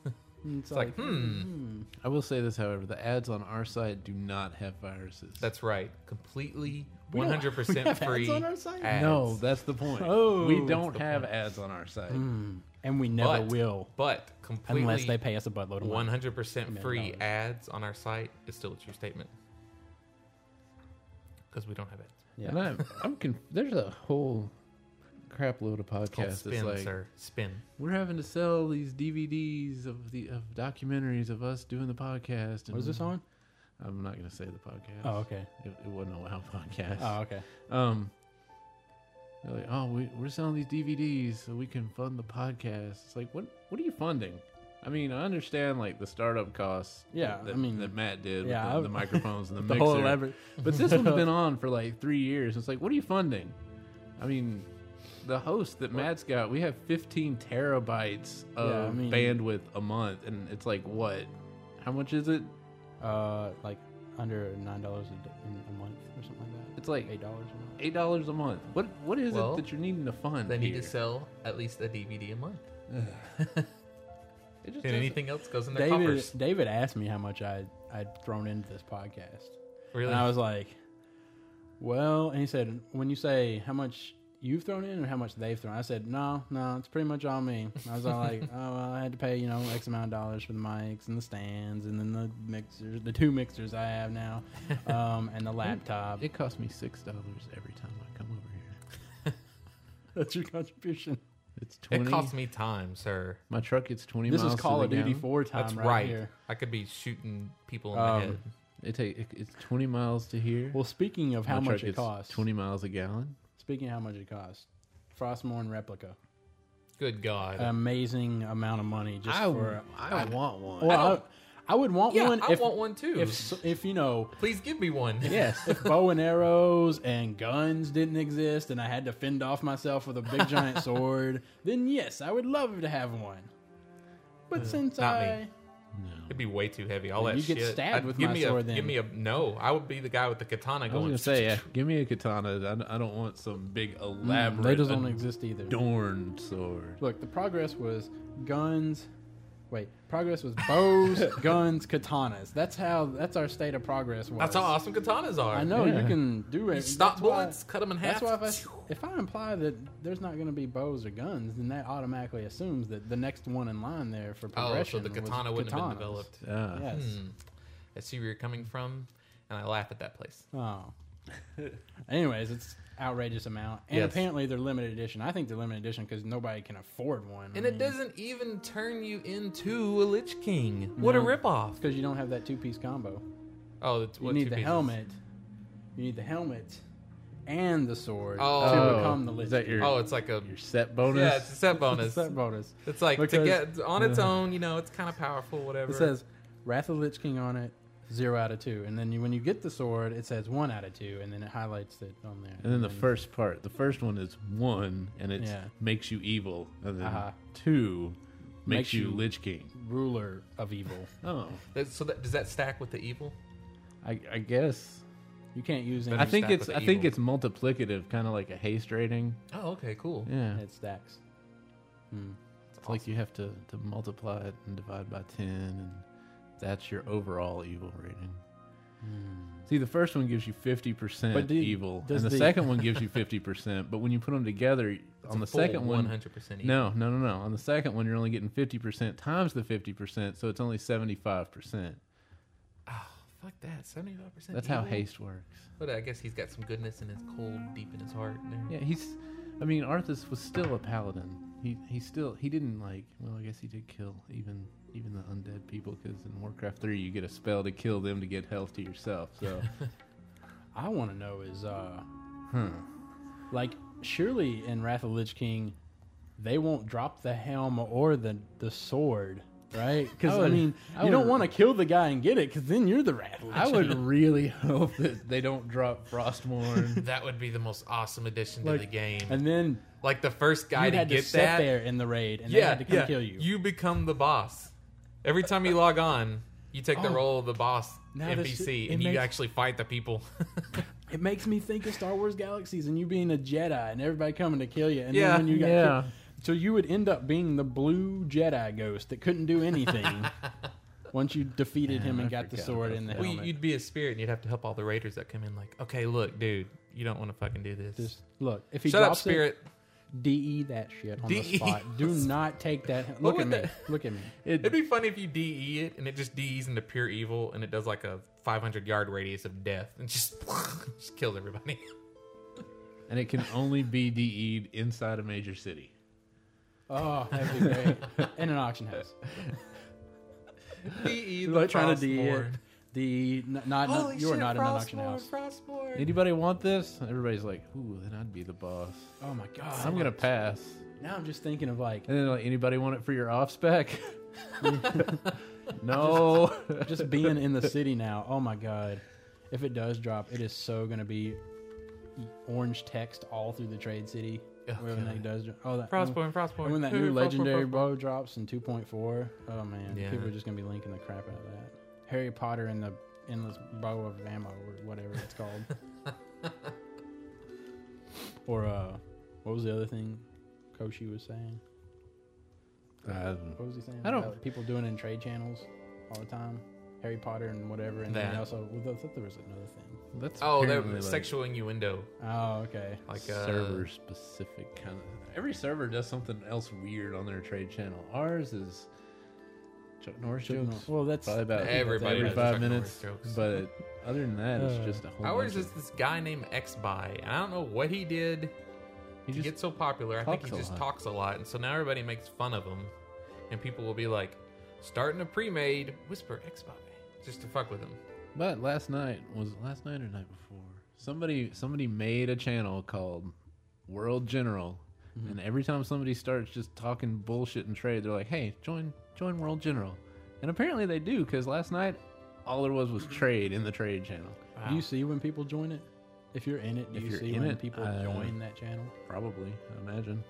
[SPEAKER 2] And It's,
[SPEAKER 4] like, hmm.
[SPEAKER 1] I will say this, however, the ads on our site do not have viruses.
[SPEAKER 4] That's right. Completely,
[SPEAKER 2] We
[SPEAKER 4] one
[SPEAKER 2] don't-
[SPEAKER 4] hundred
[SPEAKER 2] we
[SPEAKER 4] percent
[SPEAKER 2] have ads
[SPEAKER 4] free.
[SPEAKER 2] on our site?
[SPEAKER 4] ads.
[SPEAKER 1] no, that's the point.
[SPEAKER 2] Oh.
[SPEAKER 1] we
[SPEAKER 2] That's
[SPEAKER 1] don't have ads on our site.
[SPEAKER 2] and we never
[SPEAKER 4] hmm, But-
[SPEAKER 2] will
[SPEAKER 4] but completely
[SPEAKER 2] unless they pay us a buttload of
[SPEAKER 4] one
[SPEAKER 2] money.
[SPEAKER 4] hundred percent free
[SPEAKER 2] dollars.
[SPEAKER 4] ads on our site is still a true statement because we don't have ads.
[SPEAKER 2] Yeah.
[SPEAKER 1] And I'm, I'm conf- there's a whole crap load of
[SPEAKER 4] It's called
[SPEAKER 1] podcasts. that's
[SPEAKER 4] spin,
[SPEAKER 1] like,
[SPEAKER 4] sir. Spin.
[SPEAKER 1] we're having to sell these DVDs of the of documentaries of us doing the podcast. And
[SPEAKER 2] What is this on?
[SPEAKER 1] I'm not going to say the podcast.
[SPEAKER 2] Oh, okay.
[SPEAKER 1] It, it wasn't a WoW podcast.
[SPEAKER 2] Oh, okay.
[SPEAKER 1] Um, they're like, oh, we, we're selling these DVDs so we can fund the podcast. It's like, what what are you funding? I mean, I understand like the startup costs.
[SPEAKER 2] Yeah,
[SPEAKER 1] that,
[SPEAKER 2] I mean-
[SPEAKER 1] that Matt did
[SPEAKER 2] yeah,
[SPEAKER 1] with the,
[SPEAKER 2] I-
[SPEAKER 1] the microphones and the,
[SPEAKER 2] The
[SPEAKER 1] mixer.
[SPEAKER 2] whole elaborate.
[SPEAKER 1] But this one's been on for like three years. It's like, what are you funding? I mean, the host that Matt's got, we have 15 terabytes of
[SPEAKER 2] Yeah, I mean-
[SPEAKER 1] bandwidth a month, and it's like, what? How much is it?
[SPEAKER 2] Uh, like under nine dollars a d- in a month or something like that.
[SPEAKER 1] It's like
[SPEAKER 2] Eight dollars a month.
[SPEAKER 1] eight dollars a month. What what is
[SPEAKER 4] Well,
[SPEAKER 1] it that you're needing to fund?
[SPEAKER 4] They need to
[SPEAKER 1] here?
[SPEAKER 4] sell at least a DVD a month,
[SPEAKER 1] It just
[SPEAKER 4] and
[SPEAKER 1] doesn't-
[SPEAKER 4] anything else goes in their
[SPEAKER 2] David,
[SPEAKER 4] coffers.
[SPEAKER 2] David asked me how much I'd I'd thrown into this podcast,
[SPEAKER 4] Really?
[SPEAKER 2] and I was like, "Well," and he said, "When you say how much." You've thrown in, or how much they've thrown? I said no, no. It's pretty much all me. I was all like, oh, well, I had to pay you know x amount of dollars for the mics and the stands, and then the mixers, the two mixers I have now, um, and the laptop.
[SPEAKER 1] It cost me six dollars every time I come over here.
[SPEAKER 2] That's your contribution.
[SPEAKER 1] It's twenty.
[SPEAKER 4] it costs me time, sir.
[SPEAKER 1] my truck gets twenty
[SPEAKER 2] This
[SPEAKER 1] miles.
[SPEAKER 2] is Call
[SPEAKER 1] to
[SPEAKER 2] of
[SPEAKER 1] the
[SPEAKER 2] Duty
[SPEAKER 1] gallon.
[SPEAKER 2] 4 time
[SPEAKER 4] That's
[SPEAKER 2] right,
[SPEAKER 4] right.
[SPEAKER 2] here.
[SPEAKER 4] I could be shooting people in
[SPEAKER 2] Um,
[SPEAKER 4] the head.
[SPEAKER 1] It take it, it's twenty miles to here.
[SPEAKER 2] Well, speaking of
[SPEAKER 1] My
[SPEAKER 2] how
[SPEAKER 1] truck
[SPEAKER 2] much it
[SPEAKER 1] gets
[SPEAKER 2] costs,
[SPEAKER 1] Twenty miles a gallon.
[SPEAKER 2] speaking of how much it costs, Frostmourne replica,
[SPEAKER 4] Good God.
[SPEAKER 2] an amazing amount of money just for.
[SPEAKER 1] I want one.
[SPEAKER 2] Well, I,
[SPEAKER 4] don't-
[SPEAKER 2] I would want
[SPEAKER 4] yeah,
[SPEAKER 2] one.
[SPEAKER 4] I
[SPEAKER 2] if,
[SPEAKER 4] want one too.
[SPEAKER 2] If s- if you know,
[SPEAKER 4] Please give me one.
[SPEAKER 2] yes, if bow and arrows and guns didn't exist, and I had to fend off myself with a big giant sword, then yes, I would love to have one. But since
[SPEAKER 4] not me.
[SPEAKER 2] I,
[SPEAKER 4] It'd be way too heavy. All
[SPEAKER 2] Well,
[SPEAKER 4] that
[SPEAKER 2] you get
[SPEAKER 4] shit.
[SPEAKER 2] stabbed with
[SPEAKER 4] give
[SPEAKER 2] my
[SPEAKER 4] me a,
[SPEAKER 2] sword then.
[SPEAKER 4] Give me a no. I would be the guy with the katana
[SPEAKER 1] I was
[SPEAKER 4] going.
[SPEAKER 1] gonna say, yeah, give me a katana. I don't- I don't want some big elaborate,
[SPEAKER 2] Mm, Hmm, they just don't exist either.
[SPEAKER 1] adorned sword.
[SPEAKER 2] Look, the progress was guns. Wait, progress was bows, guns, katanas. That's how. That's our state of progress was.
[SPEAKER 4] That's how awesome katanas are.
[SPEAKER 2] I know
[SPEAKER 1] Yeah.
[SPEAKER 2] you can do it. That's
[SPEAKER 4] Stop
[SPEAKER 2] why-
[SPEAKER 4] bullets, cut 'em in half.
[SPEAKER 2] That's why if I, if I imply that there's not going to be bows or guns, then that automatically assumes that the next one in line there for
[SPEAKER 4] Oh,
[SPEAKER 2] progression
[SPEAKER 4] so the
[SPEAKER 2] was
[SPEAKER 4] katana wouldn't have
[SPEAKER 2] katanas.
[SPEAKER 4] been developed.
[SPEAKER 1] Ah.
[SPEAKER 2] Yes.
[SPEAKER 4] I see where you're coming from, and I laugh at that place.
[SPEAKER 2] Oh. Anyways, it's outrageous amount, and
[SPEAKER 4] Yes.
[SPEAKER 2] apparently they're limited edition. I think they're limited edition because nobody can afford one.
[SPEAKER 4] And it doesn't even turn you into a Lich King. What a ripoff!
[SPEAKER 2] because you don't have that two piece combo.
[SPEAKER 4] Oh, it's,
[SPEAKER 2] You
[SPEAKER 4] what,
[SPEAKER 2] need
[SPEAKER 4] two
[SPEAKER 2] the
[SPEAKER 4] pieces?
[SPEAKER 2] helmet. You need the helmet and the sword
[SPEAKER 4] Oh.
[SPEAKER 2] to become the
[SPEAKER 1] is
[SPEAKER 2] Lich
[SPEAKER 1] that
[SPEAKER 2] King.
[SPEAKER 1] your
[SPEAKER 4] Oh, it's like a
[SPEAKER 1] your set bonus?
[SPEAKER 4] yeah, it's a set bonus.
[SPEAKER 2] Set bonus.
[SPEAKER 4] It's like to
[SPEAKER 2] Because-
[SPEAKER 4] get on its own. You know, it's kind of powerful. Whatever.
[SPEAKER 2] It says Wrath of the Lich King on it, zero out of two, and then you, when you get the sword, it says one out of two, and then it highlights it on there.
[SPEAKER 1] And then the first part, the first one is one, and it
[SPEAKER 2] Yeah.
[SPEAKER 1] makes you evil. And then
[SPEAKER 2] Uh-huh.
[SPEAKER 1] two makes,
[SPEAKER 2] Makes
[SPEAKER 1] you
[SPEAKER 2] you-
[SPEAKER 1] Lich King.
[SPEAKER 2] ruler of evil.
[SPEAKER 1] Oh,
[SPEAKER 4] That, so that, does that stack with the evil?
[SPEAKER 1] I, I guess.
[SPEAKER 2] You can't use
[SPEAKER 1] I
[SPEAKER 2] any.
[SPEAKER 1] think
[SPEAKER 4] stack
[SPEAKER 1] it's I
[SPEAKER 4] with
[SPEAKER 1] think
[SPEAKER 4] evil.
[SPEAKER 1] it's multiplicative, kind of like a haste rating.
[SPEAKER 4] Oh, okay, cool.
[SPEAKER 1] Yeah,
[SPEAKER 2] It stacks. Hmm,
[SPEAKER 1] it's like you have to, to multiply it and divide by ten, and that's your overall evil rating. See, the first one gives you fifty
[SPEAKER 2] But
[SPEAKER 1] percent
[SPEAKER 2] do-
[SPEAKER 1] evil, and
[SPEAKER 2] does
[SPEAKER 1] the,
[SPEAKER 2] the-
[SPEAKER 1] second one gives you fifty percent. But when you put them together, on the second
[SPEAKER 4] one
[SPEAKER 1] one,
[SPEAKER 4] hundred percent.
[SPEAKER 1] No, no, no, no. On the second one, you're only getting 50% times the 50%, so it's only 75%.
[SPEAKER 4] Oh, fuck that. Seventy-five percent.
[SPEAKER 1] That's how haste works.
[SPEAKER 4] But I guess he's got some goodness in his cold, deep in his heart. There.
[SPEAKER 1] Yeah, he's. I mean, Arthas was still a paladin. He he still he didn't like. Well, I guess he did kill even even the undead people because in Warcraft three you get a spell to kill them to get health to yourself. So
[SPEAKER 2] I want to know is, uh,
[SPEAKER 1] Hmm.
[SPEAKER 2] like, surely in Wrath of the Lich King, they won't drop the helm or the the sword, right? Because I,
[SPEAKER 1] would-
[SPEAKER 2] mean,
[SPEAKER 1] I
[SPEAKER 2] you don't
[SPEAKER 1] would-
[SPEAKER 2] want to kill the guy and get it, because then you're the Wrath of the Lich
[SPEAKER 1] I would
[SPEAKER 2] King.
[SPEAKER 1] really hope that they don't drop Frostmourne.
[SPEAKER 4] That would be the most awesome addition to
[SPEAKER 2] Like-
[SPEAKER 4] the game.
[SPEAKER 2] And then
[SPEAKER 4] like the first guy
[SPEAKER 2] you
[SPEAKER 4] to
[SPEAKER 2] had to
[SPEAKER 4] get
[SPEAKER 2] sit
[SPEAKER 4] that.
[SPEAKER 2] there in the raid, and they had to come kill you.
[SPEAKER 4] You become the boss. Every time you log on, you take the
[SPEAKER 2] Oh.
[SPEAKER 4] role of the boss
[SPEAKER 2] Now this
[SPEAKER 4] NPC,
[SPEAKER 2] shit- it
[SPEAKER 4] and you
[SPEAKER 2] makes-
[SPEAKER 4] actually fight the people.
[SPEAKER 2] It makes me think of Star Wars Galaxies and you being a Jedi and everybody coming to kill you. And
[SPEAKER 4] Yeah.
[SPEAKER 2] then when you got
[SPEAKER 1] Yeah.
[SPEAKER 2] killed, so you would end up being the blue Jedi ghost that couldn't do anything once you defeated him
[SPEAKER 1] Damn,
[SPEAKER 2] and
[SPEAKER 1] I
[SPEAKER 2] got the
[SPEAKER 1] forgot
[SPEAKER 2] sword
[SPEAKER 1] about
[SPEAKER 2] and the
[SPEAKER 4] well,
[SPEAKER 2] helmet.
[SPEAKER 4] you- you'd be a spirit, and you'd have to help all the raiders that come in. Like, okay, look, dude, you don't want to fucking do this.
[SPEAKER 2] Just look if he
[SPEAKER 4] Shut up,
[SPEAKER 2] drops
[SPEAKER 4] spirit.
[SPEAKER 2] it, de that shit on
[SPEAKER 4] DE.
[SPEAKER 2] the spot. Do not take that. Look at
[SPEAKER 4] would
[SPEAKER 2] me.
[SPEAKER 4] that-
[SPEAKER 2] Look at me.
[SPEAKER 4] It'd be funny if you DE it and it just DEs into pure evil and it does like a 500 yard radius of death and just, just kills everybody.
[SPEAKER 1] and it can only be DE'd inside a major city.
[SPEAKER 2] Oh, that'd be great. in an auction house,
[SPEAKER 4] DE the
[SPEAKER 2] like trying to de it.
[SPEAKER 4] Frostborn.
[SPEAKER 2] The E, n- not, not
[SPEAKER 4] E. Holy
[SPEAKER 2] you are
[SPEAKER 4] shit,
[SPEAKER 2] not in an auction
[SPEAKER 4] Frostborn,
[SPEAKER 2] house.
[SPEAKER 4] Frostborn.
[SPEAKER 1] Anybody want this? Everybody's like, ooh, then I'd be the boss.
[SPEAKER 2] Oh my god!
[SPEAKER 1] I'm gonna pass.
[SPEAKER 2] now I'm just thinking of like
[SPEAKER 1] And then like, anybody want it for your off spec? no.
[SPEAKER 2] just being in the city now. Oh my god. If it does drop, it is so going to be orange text all through the trade city.
[SPEAKER 4] Oh,
[SPEAKER 2] when
[SPEAKER 4] God.
[SPEAKER 2] that does dro- oh that
[SPEAKER 4] Frostborn, Frostborn.
[SPEAKER 2] And when that
[SPEAKER 4] Ooh,
[SPEAKER 2] new
[SPEAKER 4] Frostborn,
[SPEAKER 2] legendary
[SPEAKER 4] Frostborn.
[SPEAKER 2] bow drops in 2.4, oh man,
[SPEAKER 4] Yeah.
[SPEAKER 2] people are just going to be linking the crap out of that. Harry Potter and the endless bow of ammo or whatever it's called. or uh what was the other thing Koshi was saying? What was he saying?
[SPEAKER 1] I don't-
[SPEAKER 2] About people doing it in trade channels all the time. Harry Potter and whatever, and then
[SPEAKER 4] That.
[SPEAKER 2] also well, I thought there was another thing.
[SPEAKER 1] That's
[SPEAKER 4] Oh, that
[SPEAKER 1] apparently, like,
[SPEAKER 4] sexual innuendo.
[SPEAKER 2] Oh, okay.
[SPEAKER 4] Like uh,
[SPEAKER 1] server specific kind of. Every server does something else weird on their trade channel. Ours is Chuck Norris jokes.
[SPEAKER 2] Well, that's
[SPEAKER 1] Probably about
[SPEAKER 4] Everybody
[SPEAKER 1] every
[SPEAKER 4] does
[SPEAKER 1] five
[SPEAKER 4] Chuck
[SPEAKER 1] minutes.
[SPEAKER 4] Norris jokes.
[SPEAKER 1] But other than that,
[SPEAKER 2] Uh,
[SPEAKER 1] it's just a whole.
[SPEAKER 4] ours
[SPEAKER 1] bunch
[SPEAKER 4] is this guy named Xby, and I don't know what he did
[SPEAKER 1] He
[SPEAKER 4] to
[SPEAKER 1] just
[SPEAKER 4] get so popular. I think
[SPEAKER 1] talks
[SPEAKER 4] he
[SPEAKER 1] a
[SPEAKER 4] just
[SPEAKER 1] lot.
[SPEAKER 4] talks a lot, and so now everybody makes fun of him, and people will be like, starting a pre-made whisper Xby just to fuck with him.
[SPEAKER 1] of- but last night was it last night or night before. Somebody somebody made a channel called World General, and every time somebody starts just talking bullshit and trade, they're like, "Hey, join join World General," and apparently they do because last night all there was was trade in the trade channel.
[SPEAKER 2] Do you see when people join it? If you're in it, do
[SPEAKER 1] If
[SPEAKER 2] you
[SPEAKER 1] you're
[SPEAKER 2] see
[SPEAKER 1] in
[SPEAKER 2] when
[SPEAKER 1] it,
[SPEAKER 2] people
[SPEAKER 1] uh,
[SPEAKER 2] join that channel?
[SPEAKER 1] Probably, I imagine.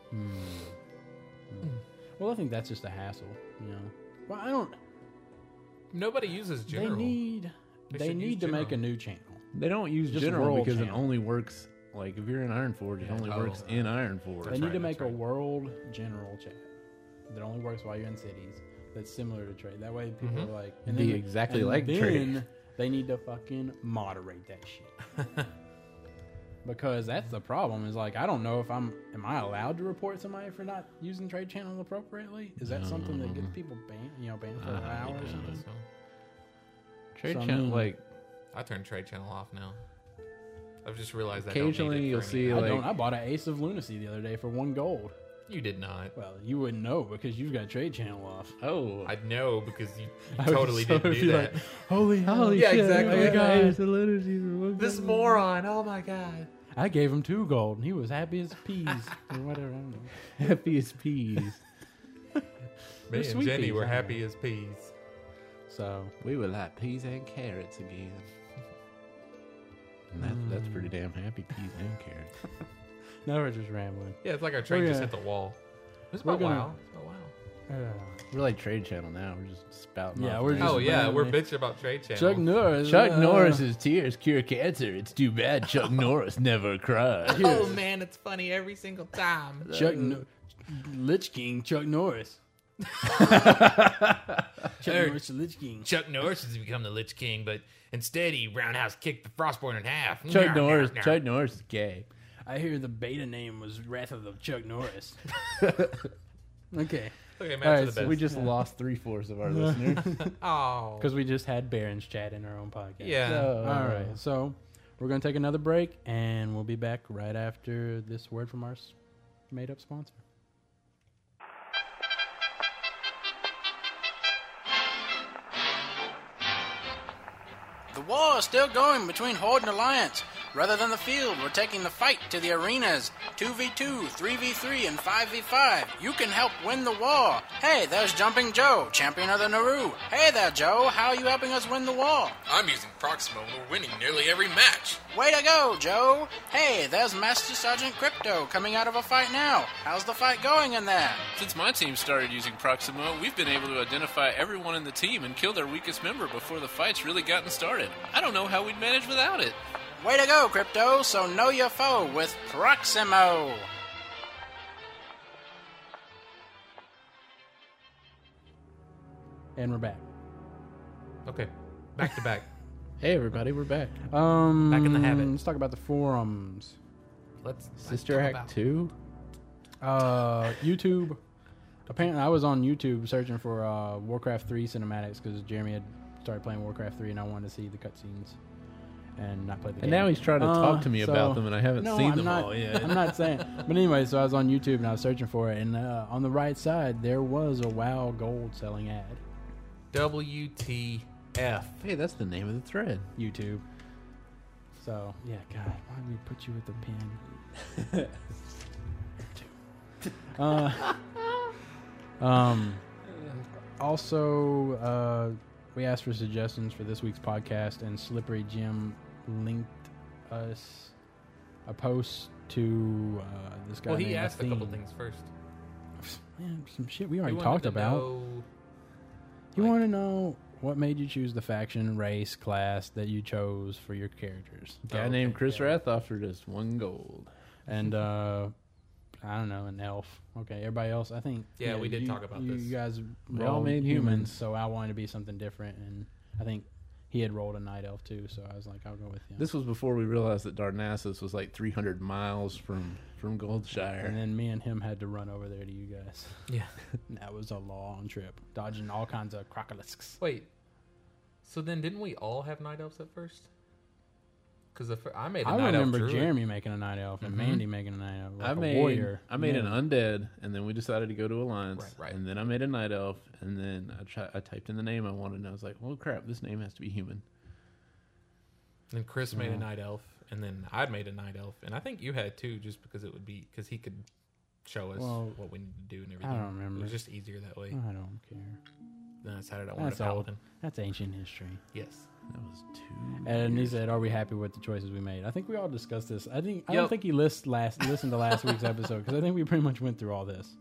[SPEAKER 2] Well, I think that's just a hassle, you know. Well, I don't.
[SPEAKER 4] Nobody uses general.
[SPEAKER 2] They need.
[SPEAKER 4] They
[SPEAKER 2] They,
[SPEAKER 4] should use
[SPEAKER 2] need to make a
[SPEAKER 4] general.
[SPEAKER 2] new channel.
[SPEAKER 1] They don't use
[SPEAKER 2] Just
[SPEAKER 1] general
[SPEAKER 2] world
[SPEAKER 1] because
[SPEAKER 2] channel.
[SPEAKER 1] it only works like if you're in Iron Forge, it only
[SPEAKER 4] Oh.
[SPEAKER 1] works in Iron Forge.
[SPEAKER 2] They
[SPEAKER 4] That's
[SPEAKER 2] need
[SPEAKER 4] right,
[SPEAKER 2] to
[SPEAKER 4] that's
[SPEAKER 2] make a
[SPEAKER 4] right.
[SPEAKER 2] world general chat that only works while you're in cities. That's similar to trade. That way, people are like and
[SPEAKER 1] Mm-hmm. Be exactly
[SPEAKER 2] and
[SPEAKER 1] like trade.
[SPEAKER 2] then They need to fucking moderate that shit because that's the problem. Is like I don't know if I'm am I allowed to report somebody for not using trade channel appropriately? Is that something that
[SPEAKER 1] Mm-hmm.
[SPEAKER 2] gets people banned? You know, banned for an
[SPEAKER 1] Uh,
[SPEAKER 2] hour or something.
[SPEAKER 4] So,
[SPEAKER 1] Trade
[SPEAKER 2] So, I
[SPEAKER 1] channel,
[SPEAKER 2] mean,
[SPEAKER 1] like
[SPEAKER 4] I turn trade channel off now. I've just realized that.
[SPEAKER 1] Occasionally you'll see,
[SPEAKER 2] I
[SPEAKER 1] like-
[SPEAKER 2] don't. I bought an Ace of Lunacy the other day for one gold.
[SPEAKER 4] you did not.
[SPEAKER 2] Well, you wouldn't know because you've got trade channel off.
[SPEAKER 1] oh,
[SPEAKER 4] I know because you, you
[SPEAKER 2] I would
[SPEAKER 4] totally
[SPEAKER 2] so
[SPEAKER 4] didn't do
[SPEAKER 2] be like,
[SPEAKER 4] that.
[SPEAKER 2] Holy, holy
[SPEAKER 4] Yeah,
[SPEAKER 2] shit!
[SPEAKER 4] exactly.
[SPEAKER 2] Oh my God.
[SPEAKER 4] this moron. Oh my god.
[SPEAKER 2] I gave him two gold, and he was happy as peas or whatever. I don't know.
[SPEAKER 1] happy as peas.
[SPEAKER 4] Me
[SPEAKER 2] They're
[SPEAKER 4] and
[SPEAKER 2] sweet
[SPEAKER 4] Jenny
[SPEAKER 2] peas,
[SPEAKER 4] were
[SPEAKER 2] aren't
[SPEAKER 4] happy as peas.
[SPEAKER 2] So
[SPEAKER 1] We were like peas and carrots again. And that's, that's pretty damn happy, peas and carrots.
[SPEAKER 2] now we're just rambling.
[SPEAKER 4] Yeah, it's like our train
[SPEAKER 2] We're
[SPEAKER 4] just
[SPEAKER 2] gonna-
[SPEAKER 4] hit the wall. It's
[SPEAKER 2] Oh, we're
[SPEAKER 4] about
[SPEAKER 2] gonna-
[SPEAKER 4] wow. It's about wow.
[SPEAKER 1] We're like Trade Channel now. We're just Oh. spouting
[SPEAKER 2] Yeah,
[SPEAKER 1] off
[SPEAKER 2] we're
[SPEAKER 1] names.
[SPEAKER 2] just-
[SPEAKER 4] Oh yeah,
[SPEAKER 2] randomly-
[SPEAKER 4] we're bitching about trade channel.
[SPEAKER 2] Chuck Norris.
[SPEAKER 5] Chuck
[SPEAKER 2] uh,
[SPEAKER 5] Norris's tears cure cancer. It's too bad Chuck Norris never cried.
[SPEAKER 4] Oh man, it's funny every single time.
[SPEAKER 2] Chuck no- Lich King. Chuck Norris. Chuck Norris, the Lich King.
[SPEAKER 4] Chuck Norris has become the Lich King, but instead he roundhouse kicked the Frostborn in half.
[SPEAKER 5] Chuck Norris. Chuck Norris is gay.
[SPEAKER 2] I hear the beta name was Wrath of the Chuck Norris. okay,
[SPEAKER 4] Okay,
[SPEAKER 2] All
[SPEAKER 4] match
[SPEAKER 2] right,
[SPEAKER 4] the
[SPEAKER 2] so
[SPEAKER 4] best.
[SPEAKER 1] We just lost three fourths of our listeners.
[SPEAKER 4] oh,
[SPEAKER 2] because we just had Baron's chat in our own podcast.
[SPEAKER 4] yeah.
[SPEAKER 1] So,
[SPEAKER 2] All right, so we're gonna take another break, and we'll be back right after this word from our s- made-up sponsor. The war is still going between Horde and Alliance. Rather than the field, we're taking the fight to the arenas 2v2, 3v3, and 5v5. You can help win the war. Hey, there's Jumping Joe, champion of the Naru. Hey there, Joe, how are you helping us win the war?
[SPEAKER 6] I'm using Proximo and we're winning nearly every match.
[SPEAKER 2] Way to go, Joe! Hey, there's Master Sergeant Crypto coming out of a fight now. How's the fight going in there?
[SPEAKER 6] Since my team started using Proximo, we've been able to identify everyone in the team and kill their weakest member before the fight's really gotten started. I don't know how we'd manage without it.
[SPEAKER 2] Way to go, Crypto! So know your foe with Proximo! And we're back.
[SPEAKER 4] Okay, back to back.
[SPEAKER 1] hey, everybody, we're back.
[SPEAKER 2] Um,
[SPEAKER 4] Back in the habit.
[SPEAKER 2] Let's talk about the forums.
[SPEAKER 4] Let's
[SPEAKER 1] Sister
[SPEAKER 4] talk
[SPEAKER 1] Act 2?
[SPEAKER 2] Uh, YouTube. Apparently, I was on YouTube searching for uh, Warcraft 3 cinematics because Jeremy had started playing Warcraft 3 and I wanted to see the cutscenes and not play the
[SPEAKER 1] And
[SPEAKER 2] game.
[SPEAKER 1] now he's trying to talk
[SPEAKER 2] Uh,
[SPEAKER 1] to me
[SPEAKER 2] so-
[SPEAKER 1] about them, and I haven't
[SPEAKER 2] no,
[SPEAKER 1] seen
[SPEAKER 2] I'm
[SPEAKER 1] them
[SPEAKER 2] not,
[SPEAKER 1] all yet.
[SPEAKER 2] I'm not saying. But anyway, so I was on YouTube and I was searching for it, and uh, on the right side there was a WoW Gold selling ad.
[SPEAKER 4] WTF?
[SPEAKER 1] Hey, that's the name of the thread.
[SPEAKER 2] YouTube. So yeah, God, why did we put you with a pin? uh, um. Also, uh, we asked for suggestions for this week's podcast, and Slippery Jim linked us a post to uh, this guy.
[SPEAKER 4] Well, he
[SPEAKER 2] named
[SPEAKER 4] asked a couple
[SPEAKER 2] Athene.
[SPEAKER 4] things first.
[SPEAKER 2] Man, some shit we
[SPEAKER 4] He
[SPEAKER 2] already
[SPEAKER 4] wanted
[SPEAKER 2] talked
[SPEAKER 4] to
[SPEAKER 2] about.
[SPEAKER 4] know-
[SPEAKER 2] You
[SPEAKER 4] like-
[SPEAKER 2] want to know what made you choose the faction, race, class that you chose for your characters?
[SPEAKER 1] Guy
[SPEAKER 4] Oh, okay,
[SPEAKER 1] named Chris Rath offered us one gold.
[SPEAKER 2] And uh I don't know, an elf. Okay, everybody else. I think.
[SPEAKER 4] Yeah, we did
[SPEAKER 2] you-
[SPEAKER 4] talk about
[SPEAKER 2] you
[SPEAKER 4] this.
[SPEAKER 2] guys
[SPEAKER 1] all
[SPEAKER 2] rolled
[SPEAKER 1] made humans.
[SPEAKER 2] so I wanted to be something different, and I think he had rolled a night elf too. So I was like, I'll go with him.
[SPEAKER 1] This was before we realized that Darnassus was like 300 miles from, from
[SPEAKER 2] and
[SPEAKER 1] Goldshire.
[SPEAKER 2] then me and him had to run over there to you guys.
[SPEAKER 4] Yeah.
[SPEAKER 2] that was a long trip, dodging all kinds of crocodiles.
[SPEAKER 4] Wait. So then, didn't we all have night elves at first? Because fir- I made. a
[SPEAKER 2] I
[SPEAKER 4] night elf
[SPEAKER 2] remember
[SPEAKER 4] druid.
[SPEAKER 2] Jeremy making a night elf and Mandy making a night elf. Like
[SPEAKER 1] Mm-hmm. I
[SPEAKER 2] a
[SPEAKER 1] made
[SPEAKER 2] warrior.
[SPEAKER 1] I made
[SPEAKER 2] Yeah.
[SPEAKER 1] an undead, and then we decided to go to Alliance.
[SPEAKER 4] Right, right.
[SPEAKER 1] And then I made a night elf, and then I tri- I typed in the name I wanted, and I was like, "Well, crap, this name has to be human."
[SPEAKER 4] Then Chris made a night elf, and then I made a night elf, and I think you had too, just because it would be because he could show us
[SPEAKER 2] Well,
[SPEAKER 4] what we need to do and everything.
[SPEAKER 2] don't remember.
[SPEAKER 4] It was just easier that way.
[SPEAKER 2] I don't care.
[SPEAKER 4] Then I decided I wanted
[SPEAKER 2] That's
[SPEAKER 4] a
[SPEAKER 2] old.
[SPEAKER 4] paladin.
[SPEAKER 2] That's ancient history.
[SPEAKER 4] Yes.
[SPEAKER 1] That was two.
[SPEAKER 2] And he said, "Are we happy with the choices we made?" I think we all discussed this. I think I don't
[SPEAKER 4] Yep.
[SPEAKER 2] think he lists last listened to last week's episode because I think we pretty much went through all this.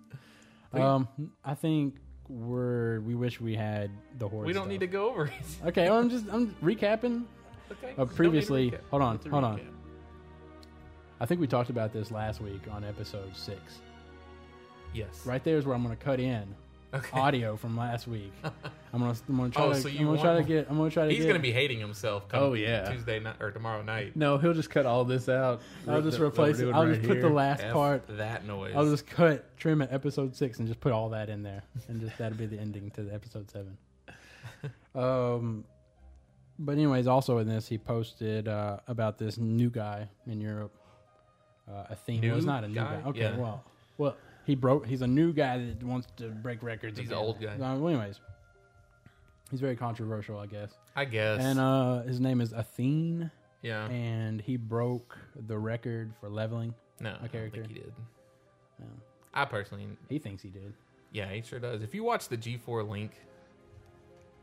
[SPEAKER 2] Um, I think we're we wish we had the horse.
[SPEAKER 4] We don't need to go over it.
[SPEAKER 2] to. Okay, well, I'm just I'm recapping.
[SPEAKER 4] okay.
[SPEAKER 2] Uh, previously, hold on,
[SPEAKER 1] That's a
[SPEAKER 2] hold on.
[SPEAKER 1] recap.
[SPEAKER 2] I think we talked about this last week on episode six.
[SPEAKER 4] Yes.
[SPEAKER 2] Right there is where I'm going to cut in
[SPEAKER 4] Okay.
[SPEAKER 2] audio from last week. I'm going to I'm going to try
[SPEAKER 4] Oh,
[SPEAKER 2] to
[SPEAKER 4] so
[SPEAKER 2] I'm
[SPEAKER 4] you
[SPEAKER 2] going to
[SPEAKER 4] want-
[SPEAKER 2] try to get I'm going to try to
[SPEAKER 4] He's
[SPEAKER 2] get,
[SPEAKER 4] gonna be hating himself. Come
[SPEAKER 1] Oh, yeah.
[SPEAKER 4] Tuesday night or tomorrow night.
[SPEAKER 1] No, he'll just cut all this out.
[SPEAKER 2] I'll just
[SPEAKER 1] That we're
[SPEAKER 2] replace it.
[SPEAKER 1] doing
[SPEAKER 2] I'll
[SPEAKER 1] right
[SPEAKER 2] just put the
[SPEAKER 1] here.
[SPEAKER 2] last
[SPEAKER 4] F
[SPEAKER 2] part
[SPEAKER 4] that noise.
[SPEAKER 2] I'll just cut, trim at episode six, and just put all that in there, and just that'll be the ending to the episode seven. Um, but anyways, also in this, he posted uh, about this new guy in Europe. Uh, a theme. Well, it's
[SPEAKER 4] New
[SPEAKER 2] not a new guy.
[SPEAKER 4] guy?
[SPEAKER 2] Okay,
[SPEAKER 4] Yeah.
[SPEAKER 2] well, well, he broke. He's a new guy that wants to break records.
[SPEAKER 4] He's
[SPEAKER 2] again.
[SPEAKER 4] an old guy.
[SPEAKER 2] Uh, well, anyways, he's very controversial, I guess.
[SPEAKER 4] I guess.
[SPEAKER 2] And uh, his name is Athene,
[SPEAKER 4] yeah.
[SPEAKER 2] and he broke the record for leveling.
[SPEAKER 4] no. I don't
[SPEAKER 2] character.
[SPEAKER 4] think he did. I personally,
[SPEAKER 2] He thinks he did.
[SPEAKER 4] yeah, he sure does. If you watch the G4 link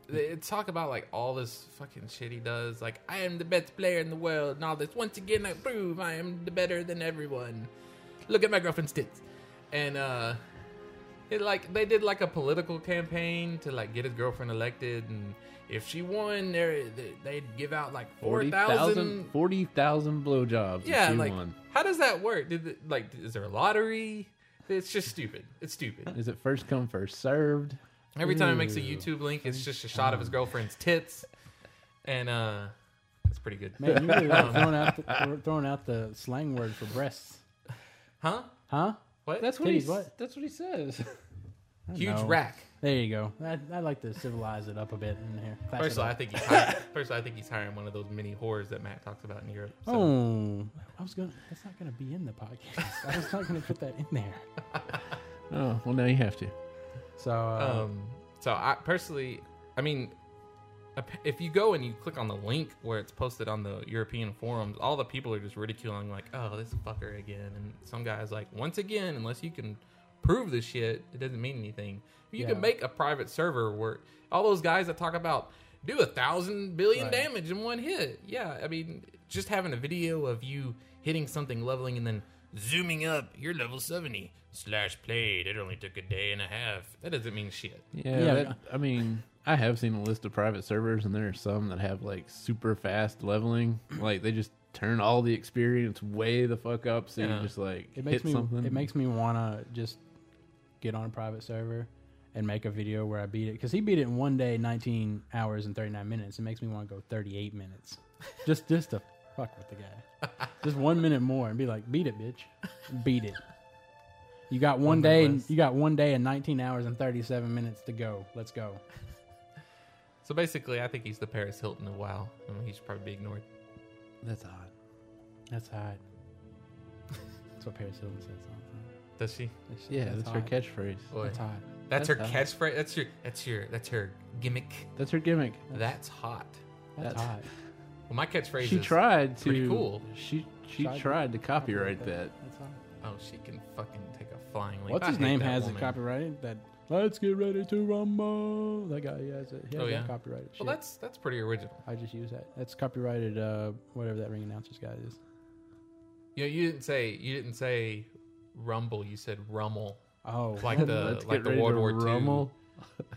[SPEAKER 4] they talk about like all this fucking shit he does. Like I am the best player in the world, and all this. Once again, I prove I am the better than everyone. Look at my girlfriend's tits. And uh, it like they did like a political campaign to like get his girlfriend elected, and if she won, they they'd give out like four
[SPEAKER 1] 40,000
[SPEAKER 4] thousand
[SPEAKER 1] 40,000 blowjobs. if
[SPEAKER 4] yeah,
[SPEAKER 1] she
[SPEAKER 4] like
[SPEAKER 1] won.
[SPEAKER 4] how does that work? Did it, like is there a lottery? It's just stupid. It's stupid.
[SPEAKER 1] Is it first come, first served?
[SPEAKER 4] Every time he makes a YouTube link, it's just a shot of his girlfriend's tits, and uh, it's pretty good.
[SPEAKER 2] Man, you really are throwing out the, throwing out the slang word for breasts,
[SPEAKER 4] Huh?
[SPEAKER 2] huh?
[SPEAKER 4] What?
[SPEAKER 1] That's
[SPEAKER 2] what
[SPEAKER 1] what,
[SPEAKER 2] he
[SPEAKER 1] he,
[SPEAKER 2] Titties, what?
[SPEAKER 1] that's what he says.
[SPEAKER 4] huge
[SPEAKER 2] No.
[SPEAKER 4] rack.
[SPEAKER 2] There you go. I, I like to civilize it up a bit in here. Class it
[SPEAKER 4] First of all, I
[SPEAKER 2] up.
[SPEAKER 4] think he's hiring, first of all, I think he's hiring one of those mini whores that Matt talks about in Europe. So.
[SPEAKER 2] Oh, I was gonna. That's not gonna be in the podcast. I was not gonna put that in there.
[SPEAKER 1] oh, well, now you have to.
[SPEAKER 2] So uh,
[SPEAKER 4] Um, so I personally, I mean, ap- if you go and you click on the link where it's posted on the European forums, all the people are just ridiculing, like, "Oh, this fucker again." And some guys like, once again, unless you can prove this shit, it doesn't mean anything. You
[SPEAKER 2] Yeah.
[SPEAKER 4] can make a private server where all those guys that talk about do a thousand billion
[SPEAKER 2] Right.
[SPEAKER 4] damage in one hit. Yeah, I mean, just having a video of you hitting something, leveling, and then zooming up, you're level seventy. Slash played. It only took a day and a half. That doesn't mean shit.
[SPEAKER 1] Yeah,
[SPEAKER 2] Yeah,
[SPEAKER 1] that- I mean, I have seen a list of private servers, and there are some that have like super fast leveling. Like they just turn all the experience way the fuck up, so
[SPEAKER 4] Yeah.
[SPEAKER 1] you just like
[SPEAKER 2] it makes
[SPEAKER 1] hit
[SPEAKER 2] me.
[SPEAKER 1] something.
[SPEAKER 2] It makes me wanna just get on a private server and make a video where I beat it because he beat it in one day, nineteen hours and thirty nine minutes. It makes me want to go thirty eight minutes, just just to fuck with the guy, just one minute more and be like, beat it, bitch, beat it. You got one
[SPEAKER 4] minute
[SPEAKER 2] day.
[SPEAKER 4] less.
[SPEAKER 2] You got one day and nineteen hours and thirty seven minutes to go. Let's go.
[SPEAKER 4] So basically, I think he's the Paris Hilton of WoW. I mean, he should probably be ignored.
[SPEAKER 1] that's odd.
[SPEAKER 2] That's hot. That's what Paris Hilton says. all
[SPEAKER 4] Does she?
[SPEAKER 2] the time.
[SPEAKER 1] Yeah, that's, her
[SPEAKER 2] hot.
[SPEAKER 1] catchphrase.
[SPEAKER 4] Boy.
[SPEAKER 2] That's hot.
[SPEAKER 4] That's her
[SPEAKER 1] That's
[SPEAKER 4] catchphrase. That's your. That's your. That's her gimmick.
[SPEAKER 1] That's her gimmick.
[SPEAKER 4] That's hot.
[SPEAKER 2] That's,
[SPEAKER 1] That's-
[SPEAKER 2] hot.
[SPEAKER 4] Well, my catchphrase.
[SPEAKER 1] She
[SPEAKER 4] is,
[SPEAKER 1] tried to.
[SPEAKER 4] pretty cool.
[SPEAKER 1] She she
[SPEAKER 2] Tried
[SPEAKER 1] tried,
[SPEAKER 2] to
[SPEAKER 1] to copyright that.
[SPEAKER 2] That's hot.
[SPEAKER 4] Oh, she can fucking take a flying leap.
[SPEAKER 2] What's
[SPEAKER 4] I
[SPEAKER 2] his
[SPEAKER 4] hate
[SPEAKER 2] name
[SPEAKER 4] that
[SPEAKER 2] has
[SPEAKER 4] woman.
[SPEAKER 2] it copyrighted? That let's get ready to rumble. That guy he has it. He has
[SPEAKER 4] Oh,
[SPEAKER 2] that
[SPEAKER 4] yeah.
[SPEAKER 2] copyrighted. Shit.
[SPEAKER 4] Well, that's that's pretty original.
[SPEAKER 2] I just use that. That's copyrighted. Uh, whatever that ring announcer's guy is.
[SPEAKER 4] You know, you didn't say you didn't say rumble. You said rummel,
[SPEAKER 2] Oh,
[SPEAKER 4] like the
[SPEAKER 1] Let's
[SPEAKER 4] like
[SPEAKER 1] get
[SPEAKER 4] the
[SPEAKER 1] ready
[SPEAKER 4] World
[SPEAKER 1] to
[SPEAKER 4] War
[SPEAKER 1] rumble.
[SPEAKER 4] II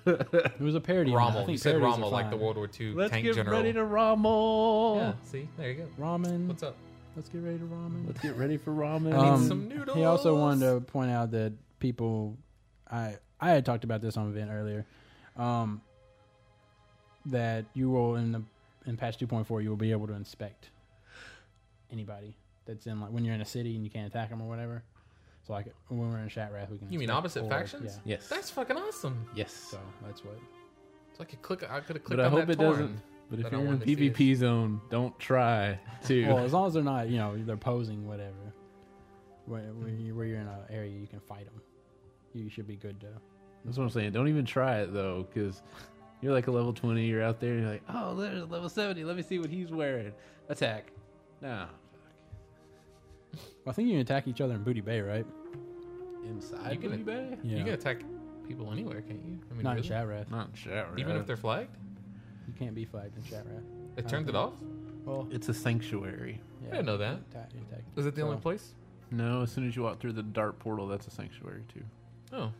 [SPEAKER 2] it was a parody. of that. I
[SPEAKER 4] Rommel.
[SPEAKER 2] think
[SPEAKER 4] You said
[SPEAKER 2] parodies
[SPEAKER 4] Rommel,
[SPEAKER 2] are
[SPEAKER 4] like the
[SPEAKER 2] fine.
[SPEAKER 4] World War II
[SPEAKER 1] Let's
[SPEAKER 4] tank
[SPEAKER 1] get
[SPEAKER 4] general.
[SPEAKER 1] ready to rumble.
[SPEAKER 4] yeah, see, there you go.
[SPEAKER 2] Ramen.
[SPEAKER 4] What's up?
[SPEAKER 2] Let's get ready to ramen.
[SPEAKER 1] Let's get ready for ramen.
[SPEAKER 4] I need
[SPEAKER 2] Um,
[SPEAKER 4] some noodles.
[SPEAKER 2] He also wanted to point out that people, I I had talked about this on event earlier, um, that you will in the in patch two point four you will be able to inspect anybody that's in like when you're in a city and you can't attack them or whatever. So like when we're in Shatrath, we can.
[SPEAKER 4] You mean
[SPEAKER 2] inspect
[SPEAKER 4] opposite
[SPEAKER 2] or-
[SPEAKER 4] factions?
[SPEAKER 2] Yeah.
[SPEAKER 1] yes.
[SPEAKER 4] That's fucking awesome.
[SPEAKER 1] yes.
[SPEAKER 2] So that's what.
[SPEAKER 4] So I could click. I could have clicked
[SPEAKER 1] but I
[SPEAKER 4] on
[SPEAKER 1] hope
[SPEAKER 4] that
[SPEAKER 1] it
[SPEAKER 4] torn.
[SPEAKER 1] doesn't. But
[SPEAKER 4] that
[SPEAKER 1] if
[SPEAKER 4] I
[SPEAKER 1] you're in
[SPEAKER 4] wanted to see
[SPEAKER 1] PvP zone, don't try to.
[SPEAKER 2] Well, as long as they're not, you know, they're posing whatever. Where, where, you, where you're in an area, you can fight them. You should be good to
[SPEAKER 1] That's what I'm saying. Don't even try it though, because you're like a level 20. You're out there. And you're like, oh, there's a level 70. Let me see what he's wearing. Attack. Nah.
[SPEAKER 2] Well, I think you can attack each other in Booty Bay, right?
[SPEAKER 1] Inside
[SPEAKER 4] You
[SPEAKER 1] Booty
[SPEAKER 4] can-
[SPEAKER 1] Bay?
[SPEAKER 2] Yeah.
[SPEAKER 4] You can attack people anywhere, can't you? I mean,
[SPEAKER 2] Not
[SPEAKER 4] really?
[SPEAKER 2] in Shatrath.
[SPEAKER 1] Not sure.
[SPEAKER 4] even if they're flagged.
[SPEAKER 2] You can't be flagged in Shatrath.
[SPEAKER 4] They
[SPEAKER 2] Uh,
[SPEAKER 4] turned it off.
[SPEAKER 2] Well,
[SPEAKER 1] It's a sanctuary.
[SPEAKER 2] yeah,
[SPEAKER 4] I didn't know that.
[SPEAKER 2] attack- attack.
[SPEAKER 4] Is it the only
[SPEAKER 2] So,
[SPEAKER 4] place?
[SPEAKER 1] No, as soon as you walk through the dart portal, that's a sanctuary too.
[SPEAKER 4] Oh,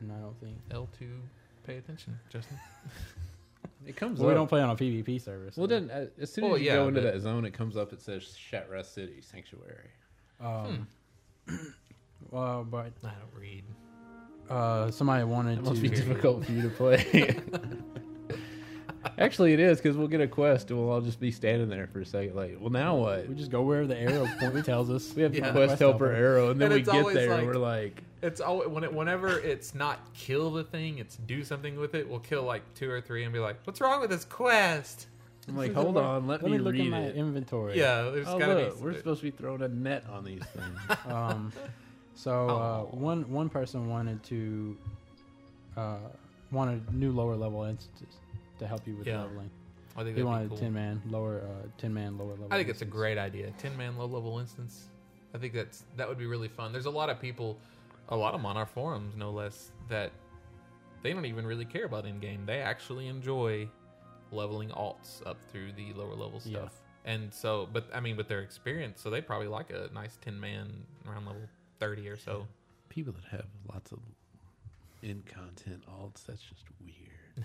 [SPEAKER 2] And I don't think
[SPEAKER 4] L two. Pay attention, Justin.
[SPEAKER 1] It comes
[SPEAKER 2] well, we don't play on a PvP server. So,
[SPEAKER 1] Well, then, uh, as soon as
[SPEAKER 4] Well,
[SPEAKER 1] you
[SPEAKER 4] yeah,
[SPEAKER 1] go into
[SPEAKER 4] but-
[SPEAKER 1] that zone, it comes up. It says Shatrest City Sanctuary. hmm.
[SPEAKER 2] um, well, but
[SPEAKER 4] I don't read.
[SPEAKER 2] uh, somebody wanted
[SPEAKER 1] It must be
[SPEAKER 2] to.
[SPEAKER 1] difficult for you to play. Actually, it is because we'll get a quest and we'll all just be standing there for a second. Like, well, now what?
[SPEAKER 2] We just go wherever the arrow point tells us.
[SPEAKER 1] We have
[SPEAKER 4] Yeah.
[SPEAKER 1] the quest helper arrow, and then
[SPEAKER 4] And
[SPEAKER 1] we
[SPEAKER 4] it's
[SPEAKER 1] get
[SPEAKER 4] always
[SPEAKER 1] there
[SPEAKER 4] like-
[SPEAKER 1] and we're like,
[SPEAKER 4] It's always when it, whenever it's not kill the thing, it's do something with it. We'll kill like two or three and be like, "What's wrong with this quest?"
[SPEAKER 1] I'm like, hold on, let,
[SPEAKER 2] Let me look
[SPEAKER 1] read
[SPEAKER 2] at my
[SPEAKER 1] it.
[SPEAKER 2] inventory.
[SPEAKER 4] Yeah, there's
[SPEAKER 1] Oh,
[SPEAKER 4] gotta
[SPEAKER 1] look,
[SPEAKER 4] be.
[SPEAKER 1] we're supposed to be throwing a net on these things.
[SPEAKER 2] Um, so uh, one one person wanted to uh, wanted new lower level instances to help you with
[SPEAKER 4] Yeah.
[SPEAKER 2] leveling.
[SPEAKER 4] I think
[SPEAKER 2] They
[SPEAKER 4] that'd be
[SPEAKER 2] wanted
[SPEAKER 4] cool.
[SPEAKER 2] ten man lower uh, ten man lower level.
[SPEAKER 4] I think it's a
[SPEAKER 2] instances.
[SPEAKER 4] great idea. Ten man low level instance. I think that's that would be really fun. There's a lot of people, a lot of them on our forums, no less, that they don't even really care about in game. They actually enjoy leveling alts up through the lower level stuff.
[SPEAKER 2] Yeah.
[SPEAKER 4] And so, but I mean, with their experience, so they probably like a nice 10 man around level 30 or so.
[SPEAKER 1] People that have lots of in content alts, that's just weird.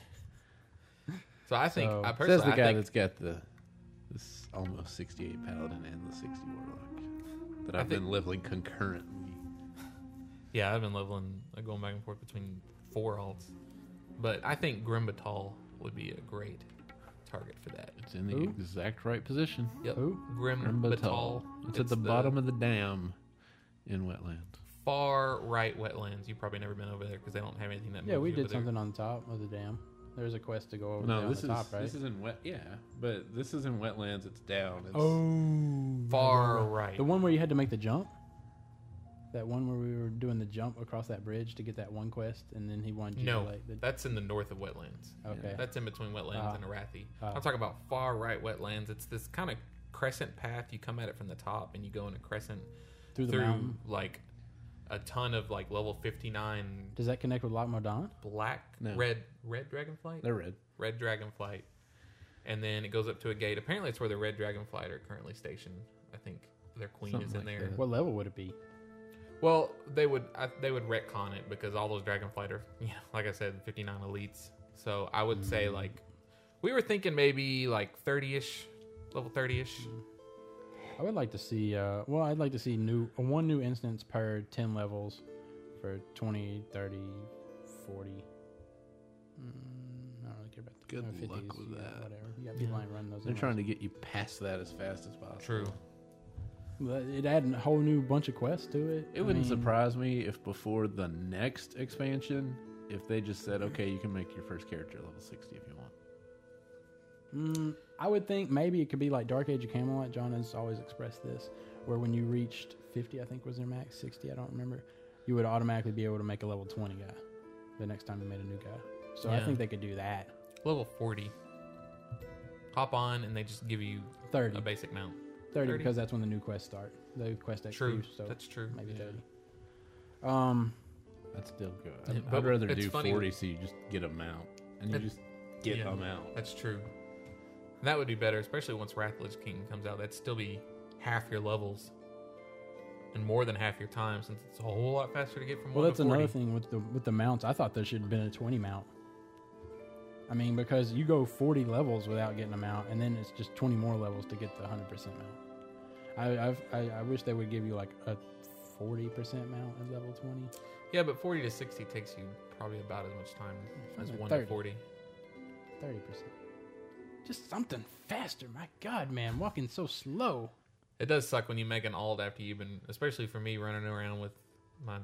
[SPEAKER 4] So I think,
[SPEAKER 2] So-
[SPEAKER 4] I
[SPEAKER 2] Says
[SPEAKER 4] personally,
[SPEAKER 1] Says the guy
[SPEAKER 4] I think,
[SPEAKER 1] that's got the this almost 68 paladin and the 60 warlock that I've been
[SPEAKER 4] think-
[SPEAKER 1] leveling concurrently.
[SPEAKER 4] yeah, I've been leveling, uh, going back and forth between four alts. But I think Grimbatal would be a great target for that.
[SPEAKER 1] It's in the
[SPEAKER 2] Who?
[SPEAKER 1] exact right position.
[SPEAKER 4] Yep.
[SPEAKER 2] Who?
[SPEAKER 4] Grimbatal.
[SPEAKER 1] Grimbatal. It's, at the, bottom of the dam in wetland.
[SPEAKER 4] far right wetlands. You've probably never been over there because they don't have anything that.
[SPEAKER 2] Yeah,
[SPEAKER 4] moves
[SPEAKER 2] we
[SPEAKER 4] you
[SPEAKER 2] did
[SPEAKER 4] over there.
[SPEAKER 2] something on the top of the dam. There's a quest to go over there
[SPEAKER 7] No,
[SPEAKER 2] on
[SPEAKER 7] this
[SPEAKER 2] the
[SPEAKER 7] is
[SPEAKER 2] top, right?
[SPEAKER 7] this is in wet. Yeah, but this is in wetlands. It's down. It's,
[SPEAKER 2] oh,
[SPEAKER 4] far right.
[SPEAKER 2] the one where you had to make the jump. That one where we were doing the jump across that bridge to get that one quest, and then he wanted you to
[SPEAKER 4] no,
[SPEAKER 2] like the,
[SPEAKER 4] that's in the north of wetlands.
[SPEAKER 2] okay.
[SPEAKER 4] That's in between wetlands
[SPEAKER 2] Ah.
[SPEAKER 4] and Arathi.
[SPEAKER 2] Ah.
[SPEAKER 4] I'm talking about far right wetlands. It's this kind of crescent path. You come at it from the top, and you go in a crescent
[SPEAKER 2] through the
[SPEAKER 4] through
[SPEAKER 2] mountain.
[SPEAKER 4] like a ton of like level 59
[SPEAKER 2] Does that connect with Loch Modan?
[SPEAKER 4] black
[SPEAKER 1] No.
[SPEAKER 4] red red dragonflight.
[SPEAKER 1] They're red.
[SPEAKER 4] Red Dragonflight, and then it goes up to a gate. Apparently, it's where the Red Dragonflight are currently stationed. I think their queen
[SPEAKER 1] Something
[SPEAKER 4] is in
[SPEAKER 1] like
[SPEAKER 4] there.
[SPEAKER 1] that.
[SPEAKER 2] What level would it be?
[SPEAKER 4] Well, they would I, they would retcon it because all those Dragonflight are, you know, like I said, 59 elites. So I would
[SPEAKER 1] Mm.
[SPEAKER 4] say like we were thinking maybe like 30ish, level 30ish.
[SPEAKER 2] I would like to see. Uh, well, I'd like to see new uh, one new instance per ten levels for 20, 30, 40. Mm, I don't really care about the
[SPEAKER 1] Good
[SPEAKER 2] uh,
[SPEAKER 1] luck with
[SPEAKER 2] yeah,
[SPEAKER 1] that.
[SPEAKER 2] Whatever. You got people ain't running those.
[SPEAKER 1] They're
[SPEAKER 2] anyways.
[SPEAKER 1] trying to get you past that as fast as possible.
[SPEAKER 4] True.
[SPEAKER 2] Well, It added a whole new bunch of quests to it.
[SPEAKER 1] It
[SPEAKER 2] I
[SPEAKER 1] wouldn't
[SPEAKER 2] mean,
[SPEAKER 1] surprise me if before the next expansion, if they just said, "Okay, you can make your first character level 60 if you want."
[SPEAKER 2] Mm, I would think maybe it could be like Dark Age of Camelot. John has always expressed this, where when you reached 50, I think was their max, 60, I don't remember, you would automatically be able to make a level 20 guy the next time you made a new guy. So I
[SPEAKER 4] Yeah.
[SPEAKER 2] think they could do that.
[SPEAKER 4] Level 40. Hop on and they just give you
[SPEAKER 2] 30.
[SPEAKER 4] a basic mount.
[SPEAKER 2] 30,
[SPEAKER 4] 30.
[SPEAKER 2] because that's when the new quests start. The quest XP.
[SPEAKER 4] True.
[SPEAKER 2] So
[SPEAKER 4] That's true.
[SPEAKER 2] maybe
[SPEAKER 4] Yeah.
[SPEAKER 2] 30. Um,
[SPEAKER 1] That's still good. I'd,
[SPEAKER 4] but
[SPEAKER 1] I'd rather
[SPEAKER 4] it's
[SPEAKER 1] do
[SPEAKER 4] funny-
[SPEAKER 1] 40 so you just get a mount and you
[SPEAKER 4] It-
[SPEAKER 1] just get
[SPEAKER 4] Yeah.
[SPEAKER 1] them out.
[SPEAKER 4] That's true. And that would be better, especially once Wrathless King comes out. That'd still be half your levels and more than half your time since it's a whole lot faster to get from
[SPEAKER 2] well,
[SPEAKER 4] one
[SPEAKER 2] that's
[SPEAKER 4] to 40.
[SPEAKER 2] another thing with the with the mounts. I thought there should have been a 20 mount. I mean, because you go 40 levels without getting a mount, and then it's just 20 more levels to get the 100% mount. I I've, I, I wish they would give you like a 40% mount at level 20.
[SPEAKER 4] Yeah, but 40 to 60 takes you probably about as much time as
[SPEAKER 2] Fucking
[SPEAKER 4] 1 to
[SPEAKER 2] 30.
[SPEAKER 4] 40.
[SPEAKER 2] 30%. Just something faster. My God, man. Walking so slow.
[SPEAKER 4] It does suck when you make an alt after you've been, especially for me, running around with my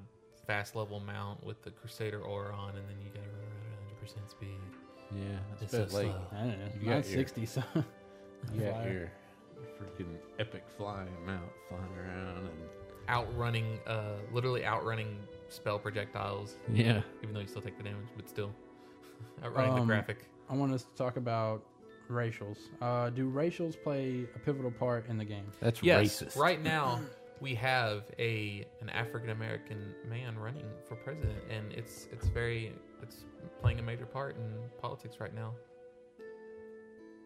[SPEAKER 4] fast level mount with the Crusader aura on, and then you gotta run around 100% speed.
[SPEAKER 1] Yeah,
[SPEAKER 4] It's
[SPEAKER 1] that's
[SPEAKER 4] so
[SPEAKER 1] like
[SPEAKER 4] slow.
[SPEAKER 2] I don't know.
[SPEAKER 1] You got your-
[SPEAKER 2] Mine's 60, so.
[SPEAKER 1] you got
[SPEAKER 2] Flyer.
[SPEAKER 1] your freaking epic flying mount flying around
[SPEAKER 4] Outrunning, uh, literally outrunning spell projectiles,
[SPEAKER 1] and yeah,
[SPEAKER 4] even though you still take the damage, but still. outrunning the
[SPEAKER 2] Um,
[SPEAKER 4] graphic.
[SPEAKER 2] I want us to talk about racials. Uh, do racials play a pivotal part in the game?
[SPEAKER 1] that's
[SPEAKER 4] Yes,
[SPEAKER 1] racist.
[SPEAKER 4] right now we have a an African American man running for president, and it's it's very it's playing a major part in politics right now.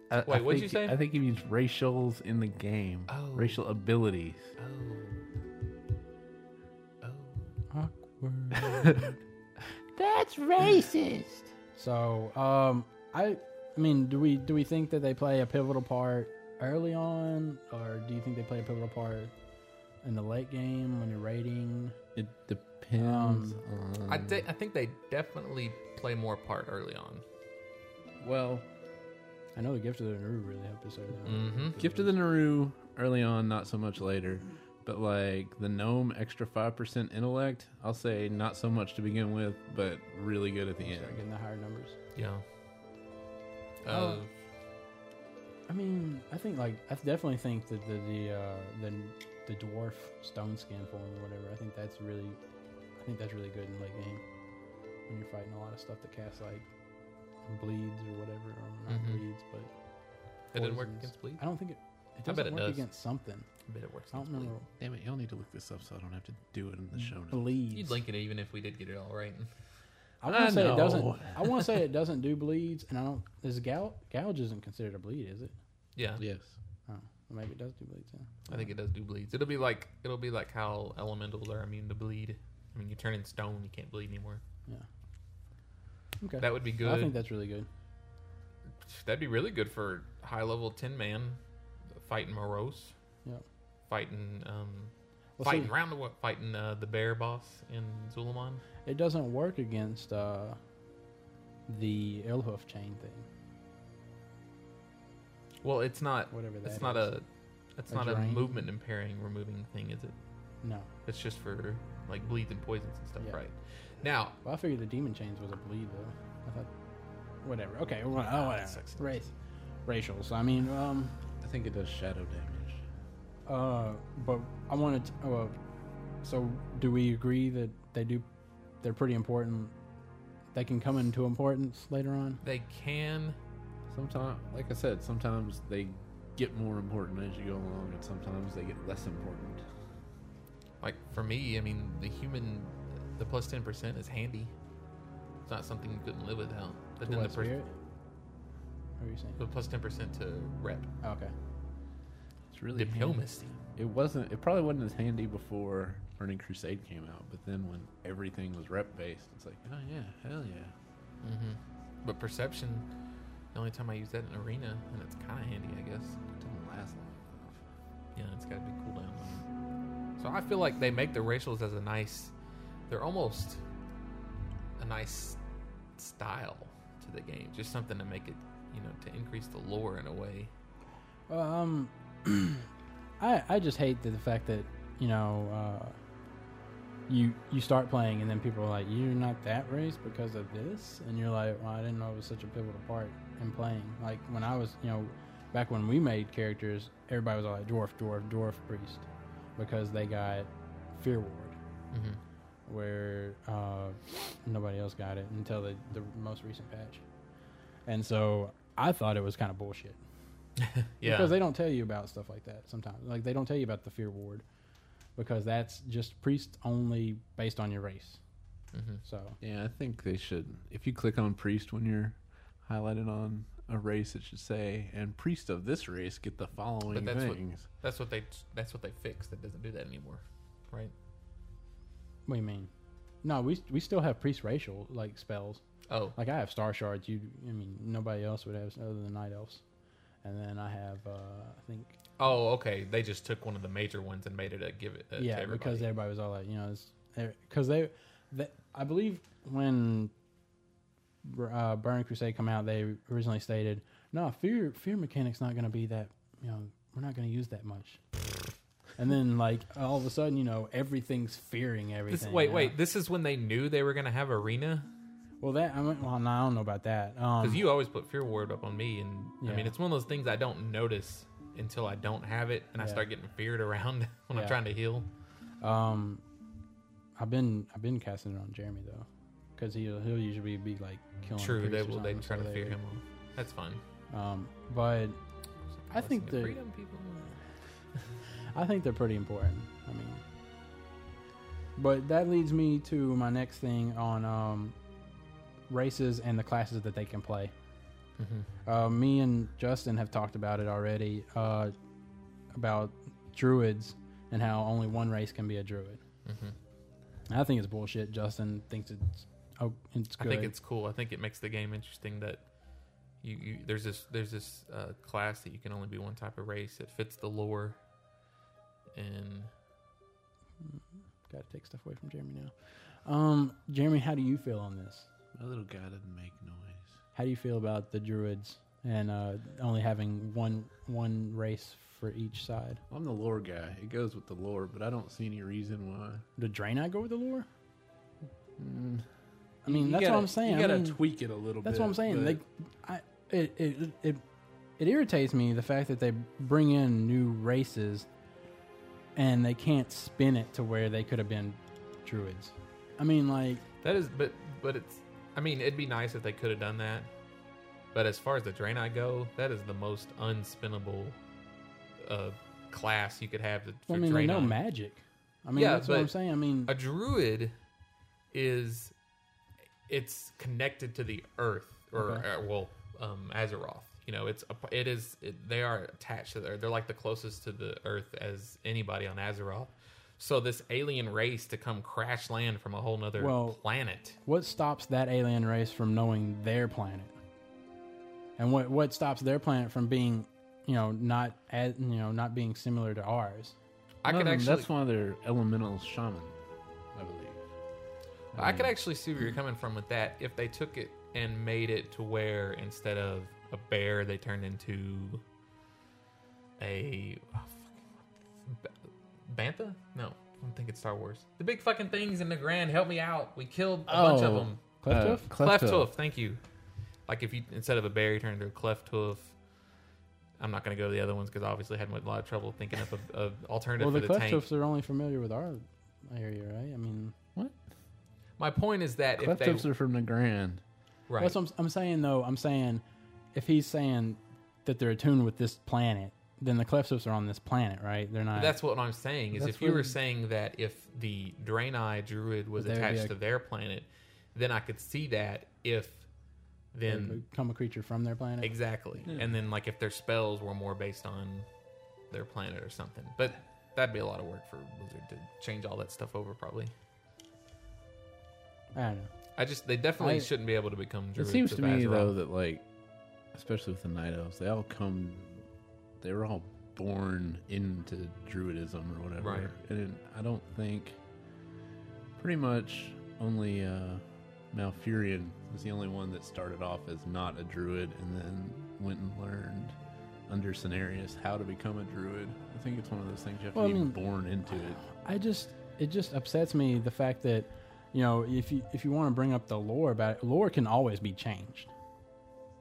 [SPEAKER 1] I,
[SPEAKER 4] Wait, what'd you
[SPEAKER 1] think-
[SPEAKER 4] say?
[SPEAKER 1] I think he means racials in the game,
[SPEAKER 4] Oh.
[SPEAKER 1] racial abilities.
[SPEAKER 4] Oh, oh,
[SPEAKER 1] That's racist.
[SPEAKER 2] So, um, I, I mean, do we do we think that they play a pivotal part early on, or do you think they play a pivotal part in the late game when you're raiding?
[SPEAKER 1] it depends on.
[SPEAKER 4] I, thi- I think they definitely play more part early on.
[SPEAKER 1] well,
[SPEAKER 2] I know the gift of the Naru really helped us early on.
[SPEAKER 4] Mm-hmm.
[SPEAKER 1] Gift of the Naru early on, not so much later. But like the gnome extra five percent intellect, I'll say not so much to begin with, but really good at the end.
[SPEAKER 2] Start getting the higher numbers.
[SPEAKER 4] Yeah. Uh,
[SPEAKER 2] Oh. I mean, I think like I definitely think that the the uh, the, the dwarf stone skin form or whatever. I think that's really, I think that's really good in late game when you're fighting a lot of stuff that casts like bleeds or whatever, or not
[SPEAKER 1] Mm-hmm.
[SPEAKER 4] Mhm.
[SPEAKER 2] bleeds, but
[SPEAKER 4] it didn't work
[SPEAKER 2] poisons.
[SPEAKER 4] against bleed.
[SPEAKER 2] I don't think it. It
[SPEAKER 4] I
[SPEAKER 2] doesn't
[SPEAKER 4] bet it
[SPEAKER 2] work
[SPEAKER 4] does.
[SPEAKER 2] against something.
[SPEAKER 4] I bet it works.
[SPEAKER 2] I don't
[SPEAKER 4] against bleed.
[SPEAKER 2] remember.
[SPEAKER 1] Damn it, y'all need to look this up so I don't have to do it in the show notes.
[SPEAKER 2] Bleeds.
[SPEAKER 4] You'd link it even if we did get it all right.
[SPEAKER 2] I want
[SPEAKER 1] I
[SPEAKER 2] to say
[SPEAKER 1] know.
[SPEAKER 2] it doesn't. I want to say it doesn't do bleeds, and I don't. This gout gouge isn't considered a bleed, is it?
[SPEAKER 4] Yeah,
[SPEAKER 5] Yes.
[SPEAKER 2] Oh, maybe it does do bleeds. Yeah.
[SPEAKER 4] I think it does do bleeds. It'll be like it'll be like how elementals are immune to bleed. I mean, you turn in stone, you can't bleed anymore.
[SPEAKER 2] Okay,
[SPEAKER 4] That would be good.
[SPEAKER 2] I think that's really good.
[SPEAKER 4] That'd be really good for high level ten man fighting morose.
[SPEAKER 2] Yep.
[SPEAKER 4] Fighting um
[SPEAKER 2] Well,
[SPEAKER 4] fighting
[SPEAKER 2] see-
[SPEAKER 4] round the wo- fighting uh, the bear boss in Zulamon.
[SPEAKER 2] It doesn't work against uh, the Elhoof chain thing.
[SPEAKER 4] Well, it's not
[SPEAKER 2] Whatever
[SPEAKER 4] it's
[SPEAKER 2] that
[SPEAKER 4] not
[SPEAKER 2] is.
[SPEAKER 4] a it's
[SPEAKER 2] A
[SPEAKER 4] not a
[SPEAKER 2] drain?
[SPEAKER 4] movement impairing removing thing, is it?
[SPEAKER 2] No.
[SPEAKER 4] It's just for like bleeds and poisons and stuff,
[SPEAKER 2] Yeah.
[SPEAKER 4] right? Now,
[SPEAKER 2] Well, I figured the demon chains was a bleed though. I thought. Whatever. Okay. Well, oh, whatever.
[SPEAKER 4] that's excellent.
[SPEAKER 2] Race. Racials. I mean, um,
[SPEAKER 5] I think it does shadow damage.
[SPEAKER 2] uh, but I wanted. To, uh, so, do we agree that they do? They're pretty important. They can come into importance later on.
[SPEAKER 4] they can
[SPEAKER 5] Sometimes, like I said, sometimes they get more important as you go along, and sometimes they get less important.
[SPEAKER 4] like for me, I mean, the human the plus 10% is handy. It's not something you couldn't live without. But
[SPEAKER 2] To
[SPEAKER 4] then the
[SPEAKER 2] what
[SPEAKER 4] pers-
[SPEAKER 2] spirit? What are you saying?
[SPEAKER 4] the plus 10% to rep
[SPEAKER 2] Okay.
[SPEAKER 5] It's really handy.
[SPEAKER 4] diplomacy.
[SPEAKER 5] It wasn't. It probably wasn't as handy before Burning Crusade came out, but then when everything was rep based, it's like, oh yeah, hell yeah.
[SPEAKER 2] Mm-hmm.
[SPEAKER 4] But perception, the only time I use that in arena, and it's kind of handy, I guess.
[SPEAKER 5] It didn't last long enough.
[SPEAKER 4] Yeah, it's got a big cooldown. on it. So I feel like they make the racials as a nice, they're almost a nice style to the game. Just something to make it, you know, to increase the lore in a way.
[SPEAKER 2] Um, I I just hate the, the fact that you know uh, you you start playing and then people are like you're not that race because of this and you're like well I didn't know it was such a pivotal part in playing like when I was you know back when we made characters everybody was all like dwarf dwarf dwarf priest because they got fear ward
[SPEAKER 4] Mm-hmm.
[SPEAKER 2] where uh, nobody else got it until the, the most recent patch. And so I thought it was kind of bullshit.
[SPEAKER 4] Yeah.
[SPEAKER 2] Because they don't tell you about stuff like that sometimes. Like they don't tell you about the fear ward because that's just priest only based on your race.
[SPEAKER 4] Mm-hmm.
[SPEAKER 2] So
[SPEAKER 5] Yeah, I think they should. If you click on priest when you're highlighted on a race, it should say, "And priest of this race get the following
[SPEAKER 4] But that's what-
[SPEAKER 5] things."
[SPEAKER 4] That's what they that's what they fixed. That doesn't do that anymore, right?
[SPEAKER 2] what do you mean? No, we we still have priest racial like spells.
[SPEAKER 4] Oh,
[SPEAKER 2] Like I have star shards. You, I mean, nobody else would have other than night elves. And then I have, uh, I think,
[SPEAKER 4] oh, okay. They just took one of the major ones and made it a give it. uh, to
[SPEAKER 2] yeah,
[SPEAKER 4] everybody.
[SPEAKER 2] because everybody was all like, you know, because they, they, I believe when uh, Burning Crusade come out, they originally stated, no, fear, fear mechanic's not going to be that, you know, we're not going to use that much. and then like all of a sudden, you know, everything's fearing everything.
[SPEAKER 4] This, wait,
[SPEAKER 2] now.
[SPEAKER 4] wait. This is when they knew they were gonna have arena.
[SPEAKER 2] Well, that I mean, well, no, I don't know about that. Um,
[SPEAKER 4] Because you always put Fear Ward up on me, and I mean
[SPEAKER 2] Yeah.
[SPEAKER 4] it's one of those things I don't notice until I don't have it, and I
[SPEAKER 2] Yeah.
[SPEAKER 4] start getting feared around when I'm
[SPEAKER 2] Yeah.
[SPEAKER 4] trying to heal.
[SPEAKER 2] Um, I've been I've been casting it on Jeremy though, because he'll he'll usually be like killing.
[SPEAKER 4] True, they
[SPEAKER 2] priests or
[SPEAKER 4] will. They
[SPEAKER 2] something,
[SPEAKER 4] try
[SPEAKER 2] so
[SPEAKER 4] to
[SPEAKER 2] they-
[SPEAKER 4] fear him off. That's fine.
[SPEAKER 2] Um, but I
[SPEAKER 4] Blessing
[SPEAKER 2] think
[SPEAKER 4] of
[SPEAKER 2] the-
[SPEAKER 4] freedom people.
[SPEAKER 2] I think they're pretty important. I mean, but that leads me to my next thing on um, races and the classes that they can play.
[SPEAKER 4] Mm-hmm,
[SPEAKER 2] Uh, me and Justin have talked about it already uh, about druids and how only one race can be a druid.
[SPEAKER 4] mm-hmm.
[SPEAKER 2] I think it's bullshit. Justin thinks it's oh, it's
[SPEAKER 4] I
[SPEAKER 2] good.
[SPEAKER 4] think it's cool. I think it makes the game interesting that you, you there's this there's this uh, class that you can only be one type of race. It fits the lore, and
[SPEAKER 2] Got to take stuff away from Jeremy now. Um, Jeremy, how do you feel on this?
[SPEAKER 5] My little guy didn't make noise.
[SPEAKER 2] How do you feel about the druids and uh, only having one one race for each side?
[SPEAKER 5] I'm the lore guy. It goes with the lore, but I don't see any reason why.
[SPEAKER 2] Did Draenei go with the lore? I mean, that's
[SPEAKER 5] Hmm. You
[SPEAKER 2] what
[SPEAKER 5] gotta-
[SPEAKER 2] I'm saying.
[SPEAKER 5] You gotta
[SPEAKER 2] I mean,
[SPEAKER 5] tweak it a little bit.
[SPEAKER 2] that's what I'm saying.
[SPEAKER 5] but
[SPEAKER 2] Like, I it it, it it irritates me the fact that they bring in new races and they can't spin it to where they could have been druids. I mean, like,
[SPEAKER 4] that is. But but it's. I mean, it'd be nice if they could have done that. But as far as the drain I go, that is the most unspinnable uh, class you could have to, for
[SPEAKER 2] I mean, no
[SPEAKER 4] Draenei.
[SPEAKER 2] magic. I mean,
[SPEAKER 4] Yeah,
[SPEAKER 2] that's what I'm
[SPEAKER 4] but
[SPEAKER 2] saying. I mean,
[SPEAKER 4] a druid is it's connected to the Earth, or,
[SPEAKER 2] Okay.
[SPEAKER 4] or, well, um, Azeroth. You know, it's a, it is it, they are attached to there. They're like the closest to the Earth as anybody on Azeroth. So this alien race to come crash land from a whole nother
[SPEAKER 2] Well-
[SPEAKER 4] planet.
[SPEAKER 2] What stops that alien race from knowing their planet? And what what stops their planet from being, you know, not as, you know, not being similar to ours?
[SPEAKER 4] I
[SPEAKER 1] No,
[SPEAKER 4] could
[SPEAKER 1] no,
[SPEAKER 4] actually
[SPEAKER 1] That's why they're elemental shaman, I believe.
[SPEAKER 4] I could actually see where you're coming from with that. If they took it and made it to where instead of a bear, they turned into a oh, fucking- ba- bantha. No, I don't think it's Star Wars. The big fucking things in the Grand. Help me out. We killed a bunch of
[SPEAKER 2] Oh.
[SPEAKER 4] them.
[SPEAKER 5] Uh,
[SPEAKER 2] Cleftuff?
[SPEAKER 1] Cleft
[SPEAKER 4] Cleft hoof. Thank you. Like if you instead of a bear, you turned into a cleft hoof. I'm not going to go to the other ones because obviously I had a lot of trouble thinking up a, a alternative
[SPEAKER 2] well, the
[SPEAKER 4] for the tank.
[SPEAKER 2] Cleftoofs are only familiar with our area, right? I mean,
[SPEAKER 4] My point is that if
[SPEAKER 1] Cleft
[SPEAKER 4] they
[SPEAKER 1] hoofs are from the Grand.
[SPEAKER 4] right,
[SPEAKER 2] that's what I'm, I'm saying though. I'm saying if he's saying that they're attuned with this planet, then the Cleftoofs are on this planet, right? They're not.
[SPEAKER 4] That's what I'm saying. Is
[SPEAKER 2] That's
[SPEAKER 4] if you were
[SPEAKER 2] when-
[SPEAKER 4] saying that if the Draenei Druid was
[SPEAKER 2] There would be
[SPEAKER 4] attached
[SPEAKER 2] a-
[SPEAKER 4] to their planet, then I could see that if
[SPEAKER 2] they
[SPEAKER 4] then
[SPEAKER 2] become a creature from their planet.
[SPEAKER 4] exactly, and then like if their spells were more based on their planet or something. But that'd be a lot of work for Blizzard to change all that stuff over. Probably.
[SPEAKER 2] I don't know.
[SPEAKER 4] I just they definitely
[SPEAKER 1] I-
[SPEAKER 4] shouldn't be able to become.
[SPEAKER 1] It
[SPEAKER 4] Druids
[SPEAKER 1] seems
[SPEAKER 4] of
[SPEAKER 1] to me
[SPEAKER 4] Azeroth.
[SPEAKER 1] though that like, especially with the night elves, they all come. They were all born into druidism or whatever,
[SPEAKER 4] Right.
[SPEAKER 1] and I don't think. Pretty much only uh, Malfurion was the only one that started off as not a druid and then went and learned under Cenarius how to become a druid. I think it's one of those things you have
[SPEAKER 2] Well, I
[SPEAKER 1] to be
[SPEAKER 2] mean-
[SPEAKER 1] born into it.
[SPEAKER 2] I just it just upsets me the fact that you know if you if you want to bring up the lore about it, lore can always be changed.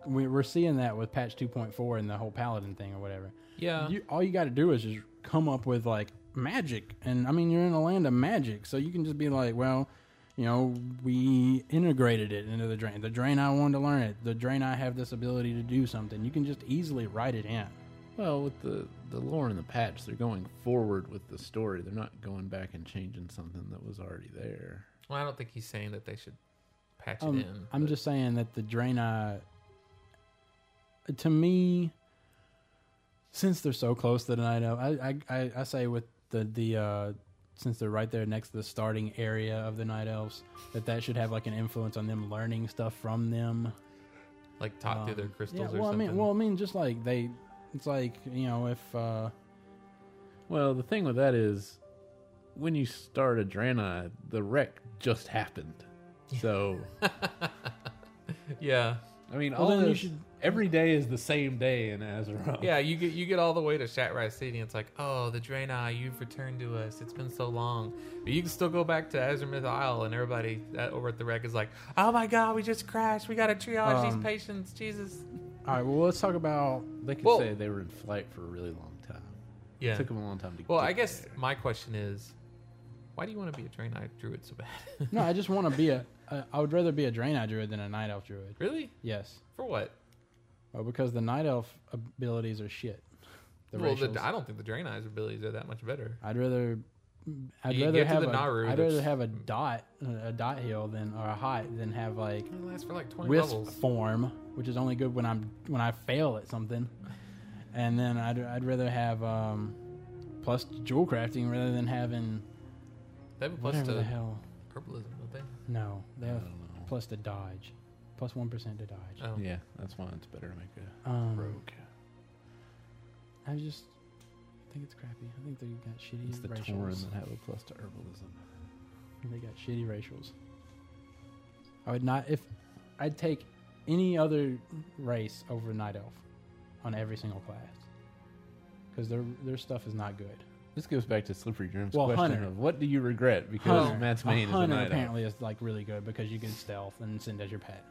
[SPEAKER 2] We, we're seeing that with patch 2.4 and the whole paladin thing or whatever.
[SPEAKER 4] Yeah.
[SPEAKER 2] You, all you got to do is just come up with like magic, and I mean you're in a land of magic, so you can just be like, well, you know, we integrated it into the drain. The drain I wanted to learn it. The drain I have this ability to do something. You can just easily write it in.
[SPEAKER 1] Well, with the the lore and the patch, they're going forward with the story. They're not going back and changing something that was already there.
[SPEAKER 4] Well, I don't think he's saying that they should patch
[SPEAKER 2] Um,
[SPEAKER 4] it in.
[SPEAKER 2] I'm
[SPEAKER 4] but-
[SPEAKER 2] just saying that the Draenei, to me, since they're so close to the Night Elf, I, I, I, I say with the the uh, since they're right there next to the starting area of the Night Elves, that that should have like an influence on them learning stuff from them. Um,
[SPEAKER 4] like talk through their crystals
[SPEAKER 2] yeah,
[SPEAKER 4] or
[SPEAKER 2] well, I
[SPEAKER 4] something.
[SPEAKER 2] mean, well, I mean, just like they, it's like you know, if uh,
[SPEAKER 1] Well, the thing with that is, when you start a Draenei, the wreck just happened. So,
[SPEAKER 4] yeah.
[SPEAKER 1] I mean,
[SPEAKER 2] then
[SPEAKER 1] all
[SPEAKER 2] you
[SPEAKER 1] this,
[SPEAKER 2] should-
[SPEAKER 1] every day is the same day in Azeroth.
[SPEAKER 4] Yeah, you get you get all the way to Shatrai City, and it's like, oh, the Draenei, you've returned to us. It's been so long, but you can still go back to Azermith Isle, and everybody that over at the wreck is like, oh my god, we just crashed. We got to triage these
[SPEAKER 2] Um,
[SPEAKER 4] patients. Jesus.
[SPEAKER 2] all right, well, let's talk about
[SPEAKER 1] They could
[SPEAKER 4] Well-
[SPEAKER 1] say they were in flight for a really long time.
[SPEAKER 4] Yeah.
[SPEAKER 1] It took them a long time to
[SPEAKER 4] well,
[SPEAKER 1] get
[SPEAKER 4] I guess
[SPEAKER 1] there.
[SPEAKER 4] my question is, why do you want to be a Draenei druid so bad?
[SPEAKER 2] no. I just want to be a. I I would rather be a Draenei druid than a Night Elf druid.
[SPEAKER 4] really?
[SPEAKER 2] Yes.
[SPEAKER 4] For what?
[SPEAKER 2] Well, because the night elf abilities are shit. The
[SPEAKER 4] well, the,
[SPEAKER 2] racials.
[SPEAKER 4] I don't think the Draenei's abilities are that much better.
[SPEAKER 2] I'd rather, I'd
[SPEAKER 4] You
[SPEAKER 2] rather
[SPEAKER 4] get to
[SPEAKER 2] have
[SPEAKER 4] the
[SPEAKER 2] a,
[SPEAKER 4] Naru,
[SPEAKER 2] would
[SPEAKER 4] there's-
[SPEAKER 2] rather have a dot, a dot heal than or a hot than have like
[SPEAKER 4] It lasts for like twenty
[SPEAKER 2] wisp
[SPEAKER 4] levels.
[SPEAKER 2] form, which is only good when I'm when I fail at something, and then I'd I'd rather have um, plus jewel crafting rather than having
[SPEAKER 4] They have a plus
[SPEAKER 2] whatever the
[SPEAKER 4] to
[SPEAKER 2] hell.
[SPEAKER 4] herbalism, don't they?
[SPEAKER 2] No, they have
[SPEAKER 1] I don't know.
[SPEAKER 2] plus to dodge, plus one percent to dodge.
[SPEAKER 4] Oh.
[SPEAKER 1] Yeah, that's why it's better to make a
[SPEAKER 2] Um,
[SPEAKER 1] rogue.
[SPEAKER 2] I just think it's crappy. I think they got shitty
[SPEAKER 1] It's the
[SPEAKER 2] racials.
[SPEAKER 1] Tauren that have a plus to herbalism.
[SPEAKER 2] And They got shitty racials. I would not if I'd take any other race over Night Elf on every single class because their their stuff is not good.
[SPEAKER 1] This goes back to Slippery Jim's
[SPEAKER 2] Well,
[SPEAKER 1] question
[SPEAKER 2] Hunter-
[SPEAKER 1] of what do you regret because
[SPEAKER 2] Hunter-
[SPEAKER 1] Matt's
[SPEAKER 2] a
[SPEAKER 1] main is a
[SPEAKER 2] Hunter
[SPEAKER 1] night owl.
[SPEAKER 2] apparently is like really good because you can stealth and send as your pet.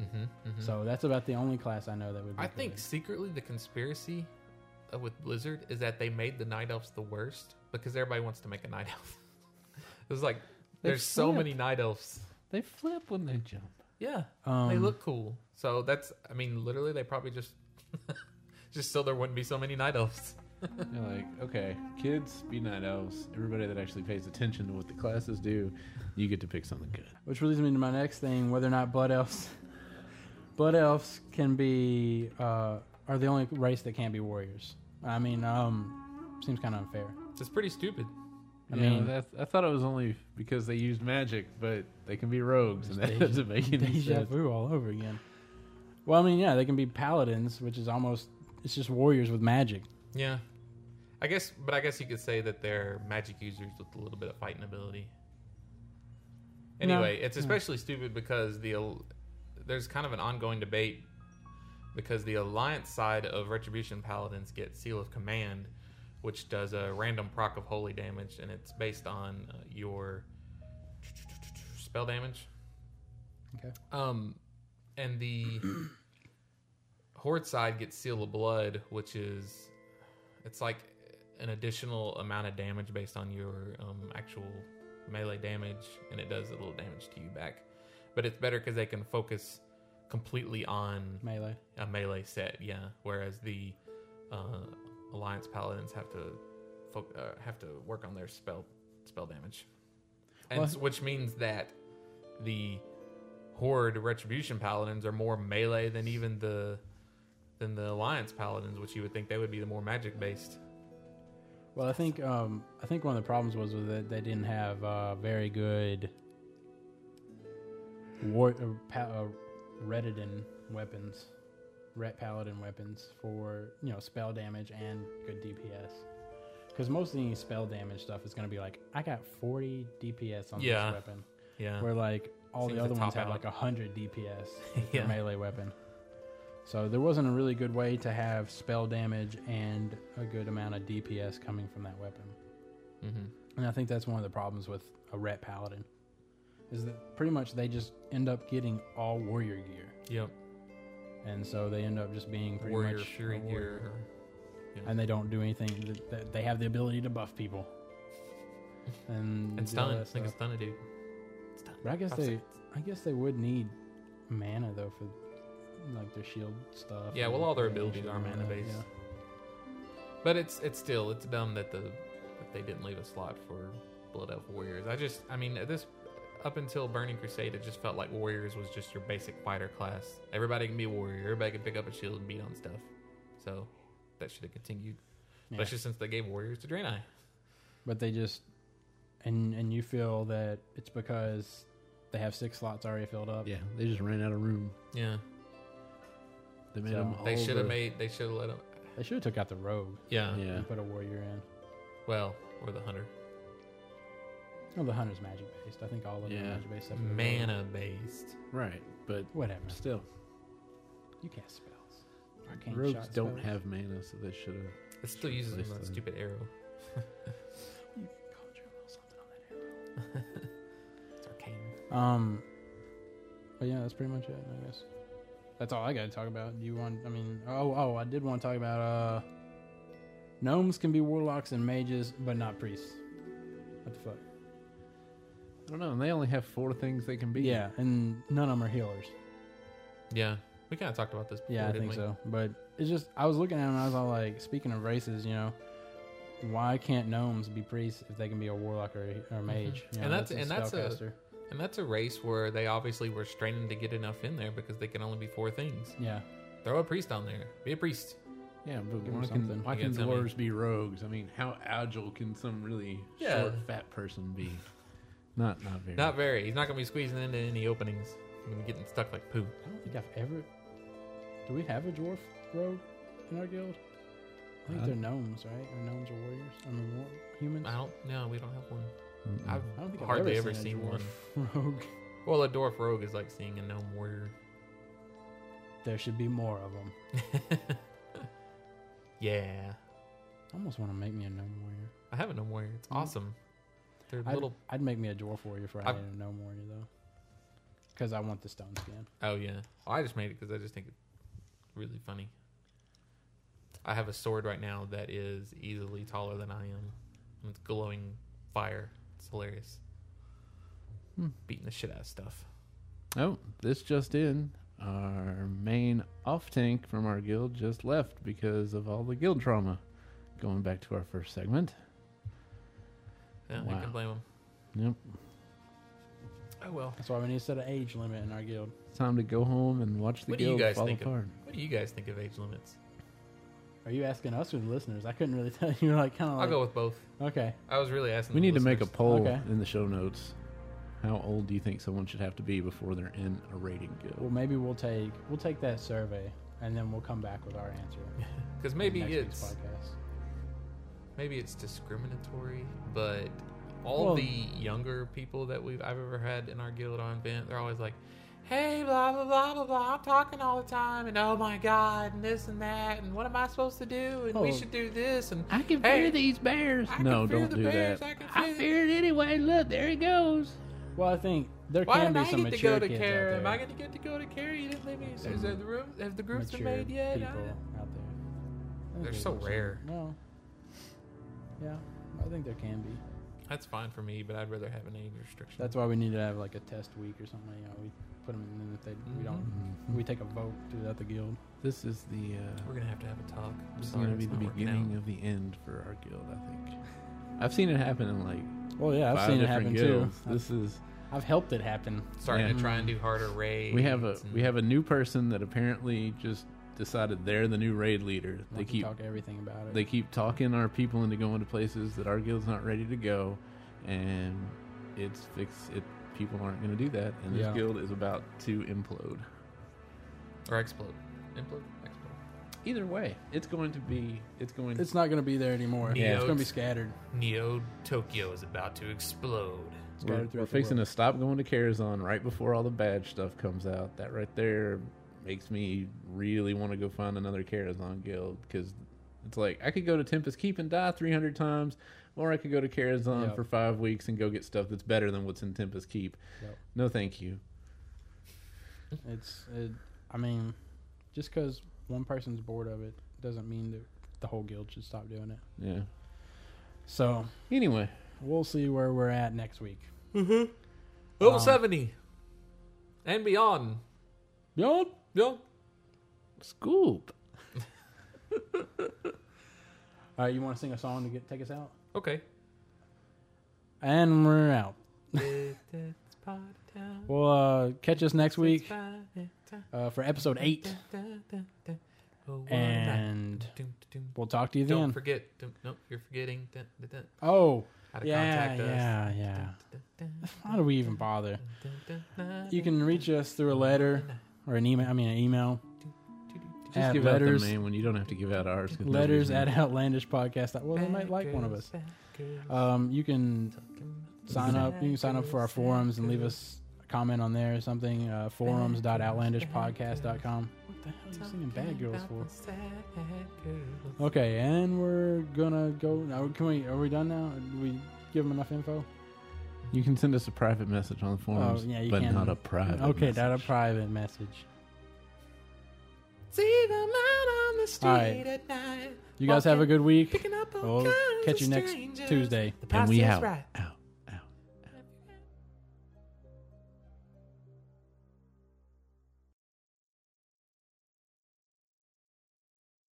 [SPEAKER 4] Mm-hmm, mm-hmm.
[SPEAKER 2] So that's about the only class I know that would. Be
[SPEAKER 4] I think
[SPEAKER 2] good.
[SPEAKER 4] secretly the conspiracy uh, with Blizzard is that they made the night elves the worst because everybody wants to make a night elf. it's like
[SPEAKER 1] They
[SPEAKER 4] there's so
[SPEAKER 1] flip.
[SPEAKER 4] many night elves.
[SPEAKER 1] They flip when they jump.
[SPEAKER 4] Yeah,
[SPEAKER 2] Um,
[SPEAKER 4] they look cool. So that's I mean, literally, they probably just just so there wouldn't be so many night elves.
[SPEAKER 5] You're like, okay, kids be night elves. Everybody that actually pays attention to what the classes do, you get to pick something good.
[SPEAKER 2] Which leads me to my next thing: whether or not blood elves, blood elves can be uh, are the only race that can be warriors. I mean, um, seems kind of unfair.
[SPEAKER 4] It's pretty stupid.
[SPEAKER 2] I
[SPEAKER 5] Yeah,
[SPEAKER 2] mean,
[SPEAKER 5] that's, I thought it was only because they used magic, but they can be rogues, and that
[SPEAKER 2] Deja-
[SPEAKER 5] doesn't make any
[SPEAKER 2] deja
[SPEAKER 5] sense.
[SPEAKER 2] vu all over again. Well, I mean, yeah, they can be paladins, which is almost it's just warriors with magic.
[SPEAKER 4] Yeah. I guess, but I guess you could say that they're magic users with a little bit of fighting ability. Anyway, it's especially stupid because the al- there's kind of an ongoing debate because the alliance side of retribution paladins get seal of command, which does a random proc of holy damage, and it's based on uh, your spell damage.
[SPEAKER 2] Okay.
[SPEAKER 4] Um, and the Horde side gets Seal of Blood, which is it's like an additional amount of damage based on your um, actual melee damage, and it does a little damage to you back. But it's better because they can focus completely on
[SPEAKER 2] Melee.
[SPEAKER 4] a melee set, yeah. Whereas the uh, Alliance Paladins have to fo- uh, have to work on their spell spell damage, and
[SPEAKER 2] Well-
[SPEAKER 4] s- which means that the Horde Retribution Paladins are more melee than even the than the Alliance Paladins, which you would think they would be the more magic based.
[SPEAKER 2] Well, I think um, I think one of the problems was with that they didn't have uh, very good war uh, pa- uh, Redditan weapons, ret paladin weapons for you know spell damage and good DPS. Because most of the spell damage stuff is going to be like I got forty DPS on
[SPEAKER 4] Yeah.
[SPEAKER 2] this weapon,
[SPEAKER 4] Yeah,
[SPEAKER 2] where like all
[SPEAKER 4] Seems
[SPEAKER 2] the
[SPEAKER 4] to
[SPEAKER 2] other
[SPEAKER 4] top
[SPEAKER 2] ones had
[SPEAKER 4] out.
[SPEAKER 2] like hundred DPS for
[SPEAKER 4] Yeah.
[SPEAKER 2] melee weapon. So there wasn't a really good way to have spell damage and a good amount of DPS coming from that weapon.
[SPEAKER 4] Mhm.
[SPEAKER 2] And I think that's one of the problems with a rat paladin is that pretty much they just end up getting all warrior gear,
[SPEAKER 4] yep.
[SPEAKER 2] and so they end up just being pretty
[SPEAKER 4] Warrior
[SPEAKER 2] much a
[SPEAKER 4] Fury
[SPEAKER 2] warrior.
[SPEAKER 4] gear. or-
[SPEAKER 2] and they don't do anything. Th- th- They have the ability to buff people
[SPEAKER 4] And
[SPEAKER 2] and do all
[SPEAKER 4] stun. I
[SPEAKER 2] that
[SPEAKER 4] think
[SPEAKER 2] stuff.
[SPEAKER 4] it's stun a dude.
[SPEAKER 2] But I guess
[SPEAKER 4] I've
[SPEAKER 2] they,
[SPEAKER 4] seen-
[SPEAKER 2] I guess they would need mana though for like their shield stuff.
[SPEAKER 4] Yeah,
[SPEAKER 2] and
[SPEAKER 4] well, all their
[SPEAKER 2] range
[SPEAKER 4] abilities
[SPEAKER 2] and
[SPEAKER 4] are mana based. But it's it's still it's dumb that the that they didn't leave a slot for Blood Elf Warriors. I just I mean at this up until Burning Crusade, it just felt like Warriors was just your basic fighter class. Everybody can be a warrior. Everybody can pick up a shield and beat on stuff. So that should have continued,
[SPEAKER 2] Yeah.
[SPEAKER 4] especially since they gave warriors to Draenei.
[SPEAKER 2] But they just, and and you feel that it's because they have six slots already filled up.
[SPEAKER 5] Yeah, they just ran out of room.
[SPEAKER 4] Yeah,
[SPEAKER 5] They made
[SPEAKER 2] So-
[SPEAKER 5] them all
[SPEAKER 4] they should have
[SPEAKER 5] the-
[SPEAKER 4] made they should have let them.
[SPEAKER 2] They should have took out the rogue
[SPEAKER 4] Yeah.
[SPEAKER 5] Yeah,
[SPEAKER 2] and put a warrior in.
[SPEAKER 4] well or the hunter
[SPEAKER 2] Oh, the hunter's magic based. I think all of them are
[SPEAKER 5] Yeah.
[SPEAKER 2] magic based. except for the rogue.
[SPEAKER 4] mana based.
[SPEAKER 5] right. But
[SPEAKER 2] Whatever.
[SPEAKER 5] still,
[SPEAKER 2] You cast spells. Arcane
[SPEAKER 5] rogues
[SPEAKER 2] shot
[SPEAKER 5] don't
[SPEAKER 2] spells.
[SPEAKER 5] have mana, so they should have.
[SPEAKER 4] It still uses
[SPEAKER 5] replace
[SPEAKER 4] that
[SPEAKER 5] them.
[SPEAKER 4] stupid arrow.
[SPEAKER 2] You can conjure a little something on that arrow.
[SPEAKER 4] It's arcane.
[SPEAKER 2] Um, but yeah, that's pretty much it, I guess. That's all I got to talk about. Do you want? I mean, oh, oh, I did want to talk about uh, gnomes can be warlocks and mages, but not priests. What the fuck?
[SPEAKER 5] I don't know. And they only have four things they can be.
[SPEAKER 2] Yeah, and none of them are healers.
[SPEAKER 4] Yeah, we kind of talked about this. Before,
[SPEAKER 2] Yeah, I
[SPEAKER 4] didn't
[SPEAKER 2] think
[SPEAKER 4] we?
[SPEAKER 2] so. But it's just I was looking at him and I was all like, speaking of races, you know, why can't gnomes be priests if they can be a warlock or a, or a mage? You
[SPEAKER 4] Mm-hmm.
[SPEAKER 2] know,
[SPEAKER 4] And that's- and that's a-
[SPEAKER 2] spellcaster.
[SPEAKER 4] And that's a race where they obviously were straining to get enough in there because they can only be four things.
[SPEAKER 2] yeah.
[SPEAKER 4] Throw a priest on there. Be a priest.
[SPEAKER 5] yeah. But
[SPEAKER 2] Give 'em
[SPEAKER 5] why
[SPEAKER 2] something.
[SPEAKER 5] can, why
[SPEAKER 4] You
[SPEAKER 5] can
[SPEAKER 4] gotta tell me.
[SPEAKER 5] dwarves be rogues? I mean, how agile can some really
[SPEAKER 4] Yeah.
[SPEAKER 5] short, fat person be? Not, not very.
[SPEAKER 4] Not very. He's not going to be squeezing into any openings. He's going to be getting stuck like poo.
[SPEAKER 2] I don't think I've ever. Do we have a dwarf rogue in our guild? I think
[SPEAKER 5] Uh,
[SPEAKER 2] they're gnomes, right? Or gnomes or warriors? I mean, war, humans.
[SPEAKER 4] I don't. No, we don't have one.
[SPEAKER 1] Mm.
[SPEAKER 5] Mm-mm.
[SPEAKER 4] I've
[SPEAKER 2] I don't think
[SPEAKER 4] hardly
[SPEAKER 2] I've
[SPEAKER 4] ever
[SPEAKER 2] ever
[SPEAKER 4] seen,
[SPEAKER 2] a
[SPEAKER 4] one.
[SPEAKER 2] dwarf rogue.
[SPEAKER 4] Well, a dwarf rogue is like seeing a gnome warrior.
[SPEAKER 2] There should be more of them.
[SPEAKER 4] yeah,
[SPEAKER 2] I almost want to make me a gnome warrior.
[SPEAKER 4] I have a gnome warrior. It's awesome. They're
[SPEAKER 2] I'd,
[SPEAKER 4] little.
[SPEAKER 2] I'd make me a dwarf warrior for I
[SPEAKER 4] I've-
[SPEAKER 2] had a gnome warrior though, because I want the stone skin.
[SPEAKER 4] Oh yeah. Well, I just made it because I just think it's really funny. I have a sword right now that is easily taller than I am. And it's glowing fire. It's hilarious.
[SPEAKER 1] Hmm.
[SPEAKER 4] Beating the shit out of stuff.
[SPEAKER 5] Oh, this just in. Our main off tank from our guild just left because of all the guild trauma.
[SPEAKER 1] Going back to our first segment.
[SPEAKER 4] Yeah,
[SPEAKER 1] Wow.
[SPEAKER 4] you can blame Oh, him.
[SPEAKER 1] Yep.
[SPEAKER 4] I will.
[SPEAKER 2] That's why we need to set an age limit in our guild.
[SPEAKER 1] It's time to go home and watch the
[SPEAKER 4] What do you
[SPEAKER 1] guild
[SPEAKER 4] guys
[SPEAKER 1] fall
[SPEAKER 4] think of-
[SPEAKER 1] apart.
[SPEAKER 4] What do you guys think of age limits?
[SPEAKER 2] Are you asking us or the listeners? I couldn't really tell. You were like kind of
[SPEAKER 4] I'll
[SPEAKER 2] like
[SPEAKER 4] go with both.
[SPEAKER 2] okay.
[SPEAKER 4] I was really asking.
[SPEAKER 1] We
[SPEAKER 4] the
[SPEAKER 1] need to make a
[SPEAKER 4] listeners.
[SPEAKER 1] poll
[SPEAKER 2] Okay.
[SPEAKER 1] in the show notes. How old do you think someone should have to be before they're in a rating guild?
[SPEAKER 2] Well, maybe we'll take we'll take that survey and then we'll come back with our answer. in
[SPEAKER 4] because maybe
[SPEAKER 2] next week's
[SPEAKER 4] it's
[SPEAKER 2] podcast.
[SPEAKER 4] maybe it's discriminatory, but all
[SPEAKER 2] Well-
[SPEAKER 4] the younger people that we've I've ever had in our guild on Vent, they're always like, "Hey, blah blah blah blah blah, I'm talking all the time, and oh my god, and this and that, and what am I supposed to do? And we
[SPEAKER 2] Oh.
[SPEAKER 4] should do this, and
[SPEAKER 1] I can
[SPEAKER 4] Hey,
[SPEAKER 1] fear these bears.
[SPEAKER 4] I can
[SPEAKER 1] no,
[SPEAKER 4] fear
[SPEAKER 1] don't
[SPEAKER 4] the
[SPEAKER 1] do
[SPEAKER 4] bears,
[SPEAKER 1] that.
[SPEAKER 4] I can fear the-
[SPEAKER 1] fear it anyway. Look, there he goes.
[SPEAKER 2] Well, I think there
[SPEAKER 4] Why did
[SPEAKER 2] can be
[SPEAKER 4] I
[SPEAKER 2] some
[SPEAKER 4] get to
[SPEAKER 2] mature
[SPEAKER 4] go to
[SPEAKER 2] kids
[SPEAKER 4] care?
[SPEAKER 2] out
[SPEAKER 4] Am
[SPEAKER 2] there.
[SPEAKER 4] I going to get to go to care? You didn't leave me. Is, is there the room? Have the groups been
[SPEAKER 2] mature
[SPEAKER 4] made yet?
[SPEAKER 2] people
[SPEAKER 4] I-
[SPEAKER 2] out there. I think
[SPEAKER 4] They're
[SPEAKER 2] there
[SPEAKER 4] so
[SPEAKER 2] will be some.
[SPEAKER 4] rare.
[SPEAKER 2] No. Yeah, I think there can be.
[SPEAKER 4] That's fine for me, but I'd rather have an age restriction.
[SPEAKER 2] That's why we need to have like a test week or something. You know, we put them in, and if they
[SPEAKER 4] Mm-hmm.
[SPEAKER 2] we don't, we take a vote throughout the guild.
[SPEAKER 1] This is the uh,
[SPEAKER 4] We're gonna have to have a talk. I'm
[SPEAKER 1] this is
[SPEAKER 4] sorry,
[SPEAKER 1] going to be
[SPEAKER 4] it's
[SPEAKER 1] the
[SPEAKER 4] not working out.
[SPEAKER 1] beginning of the end for our guild. I think. I've seen it happen in like
[SPEAKER 2] Well, yeah, I've
[SPEAKER 1] five
[SPEAKER 2] seen it happen
[SPEAKER 1] different guilds.
[SPEAKER 2] too.
[SPEAKER 1] This is
[SPEAKER 2] I've helped it happen.
[SPEAKER 4] Starting
[SPEAKER 1] Yeah.
[SPEAKER 4] to try and do harder raids.
[SPEAKER 1] we have a
[SPEAKER 4] and-
[SPEAKER 1] we have a new person that apparently just decided they're the new raid leader.
[SPEAKER 2] I
[SPEAKER 1] They
[SPEAKER 2] can
[SPEAKER 1] keep
[SPEAKER 2] talk everything about it.
[SPEAKER 1] they keep talking our people into going to places that our guild's not ready to go and it's fix it people aren't going to do that and this
[SPEAKER 2] Yeah.
[SPEAKER 1] guild is about to implode
[SPEAKER 4] or explode, implode, explode.
[SPEAKER 1] either way it's going to be it's going
[SPEAKER 2] it's not going to be there anymore.
[SPEAKER 4] Yeah.
[SPEAKER 2] It's going to be scattered.
[SPEAKER 4] Neo Tokyo is about to explode.
[SPEAKER 1] we're,
[SPEAKER 2] scattered throughout
[SPEAKER 1] we're
[SPEAKER 2] the
[SPEAKER 1] fixing to
[SPEAKER 2] world.
[SPEAKER 1] stop going to Karazhan right before all the bad stuff comes out that right there makes me really want to go find another Karazhan guild because it's like I could go to Tempest Keep and die 300 times or I could go to Karazhan
[SPEAKER 2] Yep.
[SPEAKER 1] for five weeks and go get stuff that's better than what's in Tempest Keep
[SPEAKER 2] Yep.
[SPEAKER 1] no thank you
[SPEAKER 2] It's. It, I mean, just because one person's bored of it doesn't mean that the whole guild should stop doing it.
[SPEAKER 1] yeah
[SPEAKER 2] So
[SPEAKER 1] Anyway,
[SPEAKER 2] we'll see where we're at next week.
[SPEAKER 4] Level seventy and beyond.
[SPEAKER 2] Yo,
[SPEAKER 4] Yo,
[SPEAKER 1] scoop.
[SPEAKER 2] All right, you want to sing a song to get take us out?
[SPEAKER 4] okay.
[SPEAKER 2] And we're out.
[SPEAKER 4] it's party time.
[SPEAKER 2] Well, uh, catch us next
[SPEAKER 4] It's
[SPEAKER 2] week
[SPEAKER 4] party time.
[SPEAKER 2] uh, for episode eight,
[SPEAKER 4] Da, da, da, oh, one night.
[SPEAKER 2] and
[SPEAKER 4] Dum, dum.
[SPEAKER 2] we'll talk to you
[SPEAKER 4] don't
[SPEAKER 2] then.
[SPEAKER 4] forget. Dum, nope, you're forgetting. Dun, dun, dun.
[SPEAKER 2] Oh,
[SPEAKER 4] How to
[SPEAKER 2] yeah,
[SPEAKER 4] contact us.
[SPEAKER 2] yeah, yeah.
[SPEAKER 4] Dun, dun,
[SPEAKER 2] Why do we even bother?
[SPEAKER 4] dun, dun, dun,
[SPEAKER 2] You can reach us through a letter or an email. I mean, an email.
[SPEAKER 4] dun, dun, dun.
[SPEAKER 1] Just
[SPEAKER 2] At
[SPEAKER 1] give
[SPEAKER 2] letters-
[SPEAKER 1] out the name when you don't have to give out ours. 'cause nobody's
[SPEAKER 2] Letters
[SPEAKER 1] gonna-
[SPEAKER 2] at Outlandish Podcast. Well, they might like one of us.
[SPEAKER 4] Bad girls, bad girls.
[SPEAKER 2] Um, you can sign up. You can
[SPEAKER 4] Sad
[SPEAKER 2] sign up for our
[SPEAKER 4] girls, sad
[SPEAKER 2] forums and leave
[SPEAKER 4] girls.
[SPEAKER 2] us a comment on there or something. Uh, forums.outlandishpodcast.com. What the hell are you singing bad girls for? Oh. Okay, and we're gonna go. Now, can we? Are we done now? Did we give them enough info?
[SPEAKER 1] You can send us a private message on the forums,
[SPEAKER 2] Oh, yeah, you
[SPEAKER 1] but
[SPEAKER 2] can.
[SPEAKER 1] not a private.
[SPEAKER 2] okay,
[SPEAKER 1] message.
[SPEAKER 2] not a private message.
[SPEAKER 4] See them out on the street
[SPEAKER 2] All right.
[SPEAKER 4] at night.
[SPEAKER 2] You guys have a
[SPEAKER 4] Walking,
[SPEAKER 2] good week.
[SPEAKER 4] picking up all
[SPEAKER 2] We'll
[SPEAKER 4] kinds
[SPEAKER 2] catch
[SPEAKER 4] of
[SPEAKER 2] you next
[SPEAKER 4] strangers.
[SPEAKER 2] Tuesday.
[SPEAKER 4] The
[SPEAKER 1] and we
[SPEAKER 4] process
[SPEAKER 1] out.
[SPEAKER 4] right.
[SPEAKER 1] out.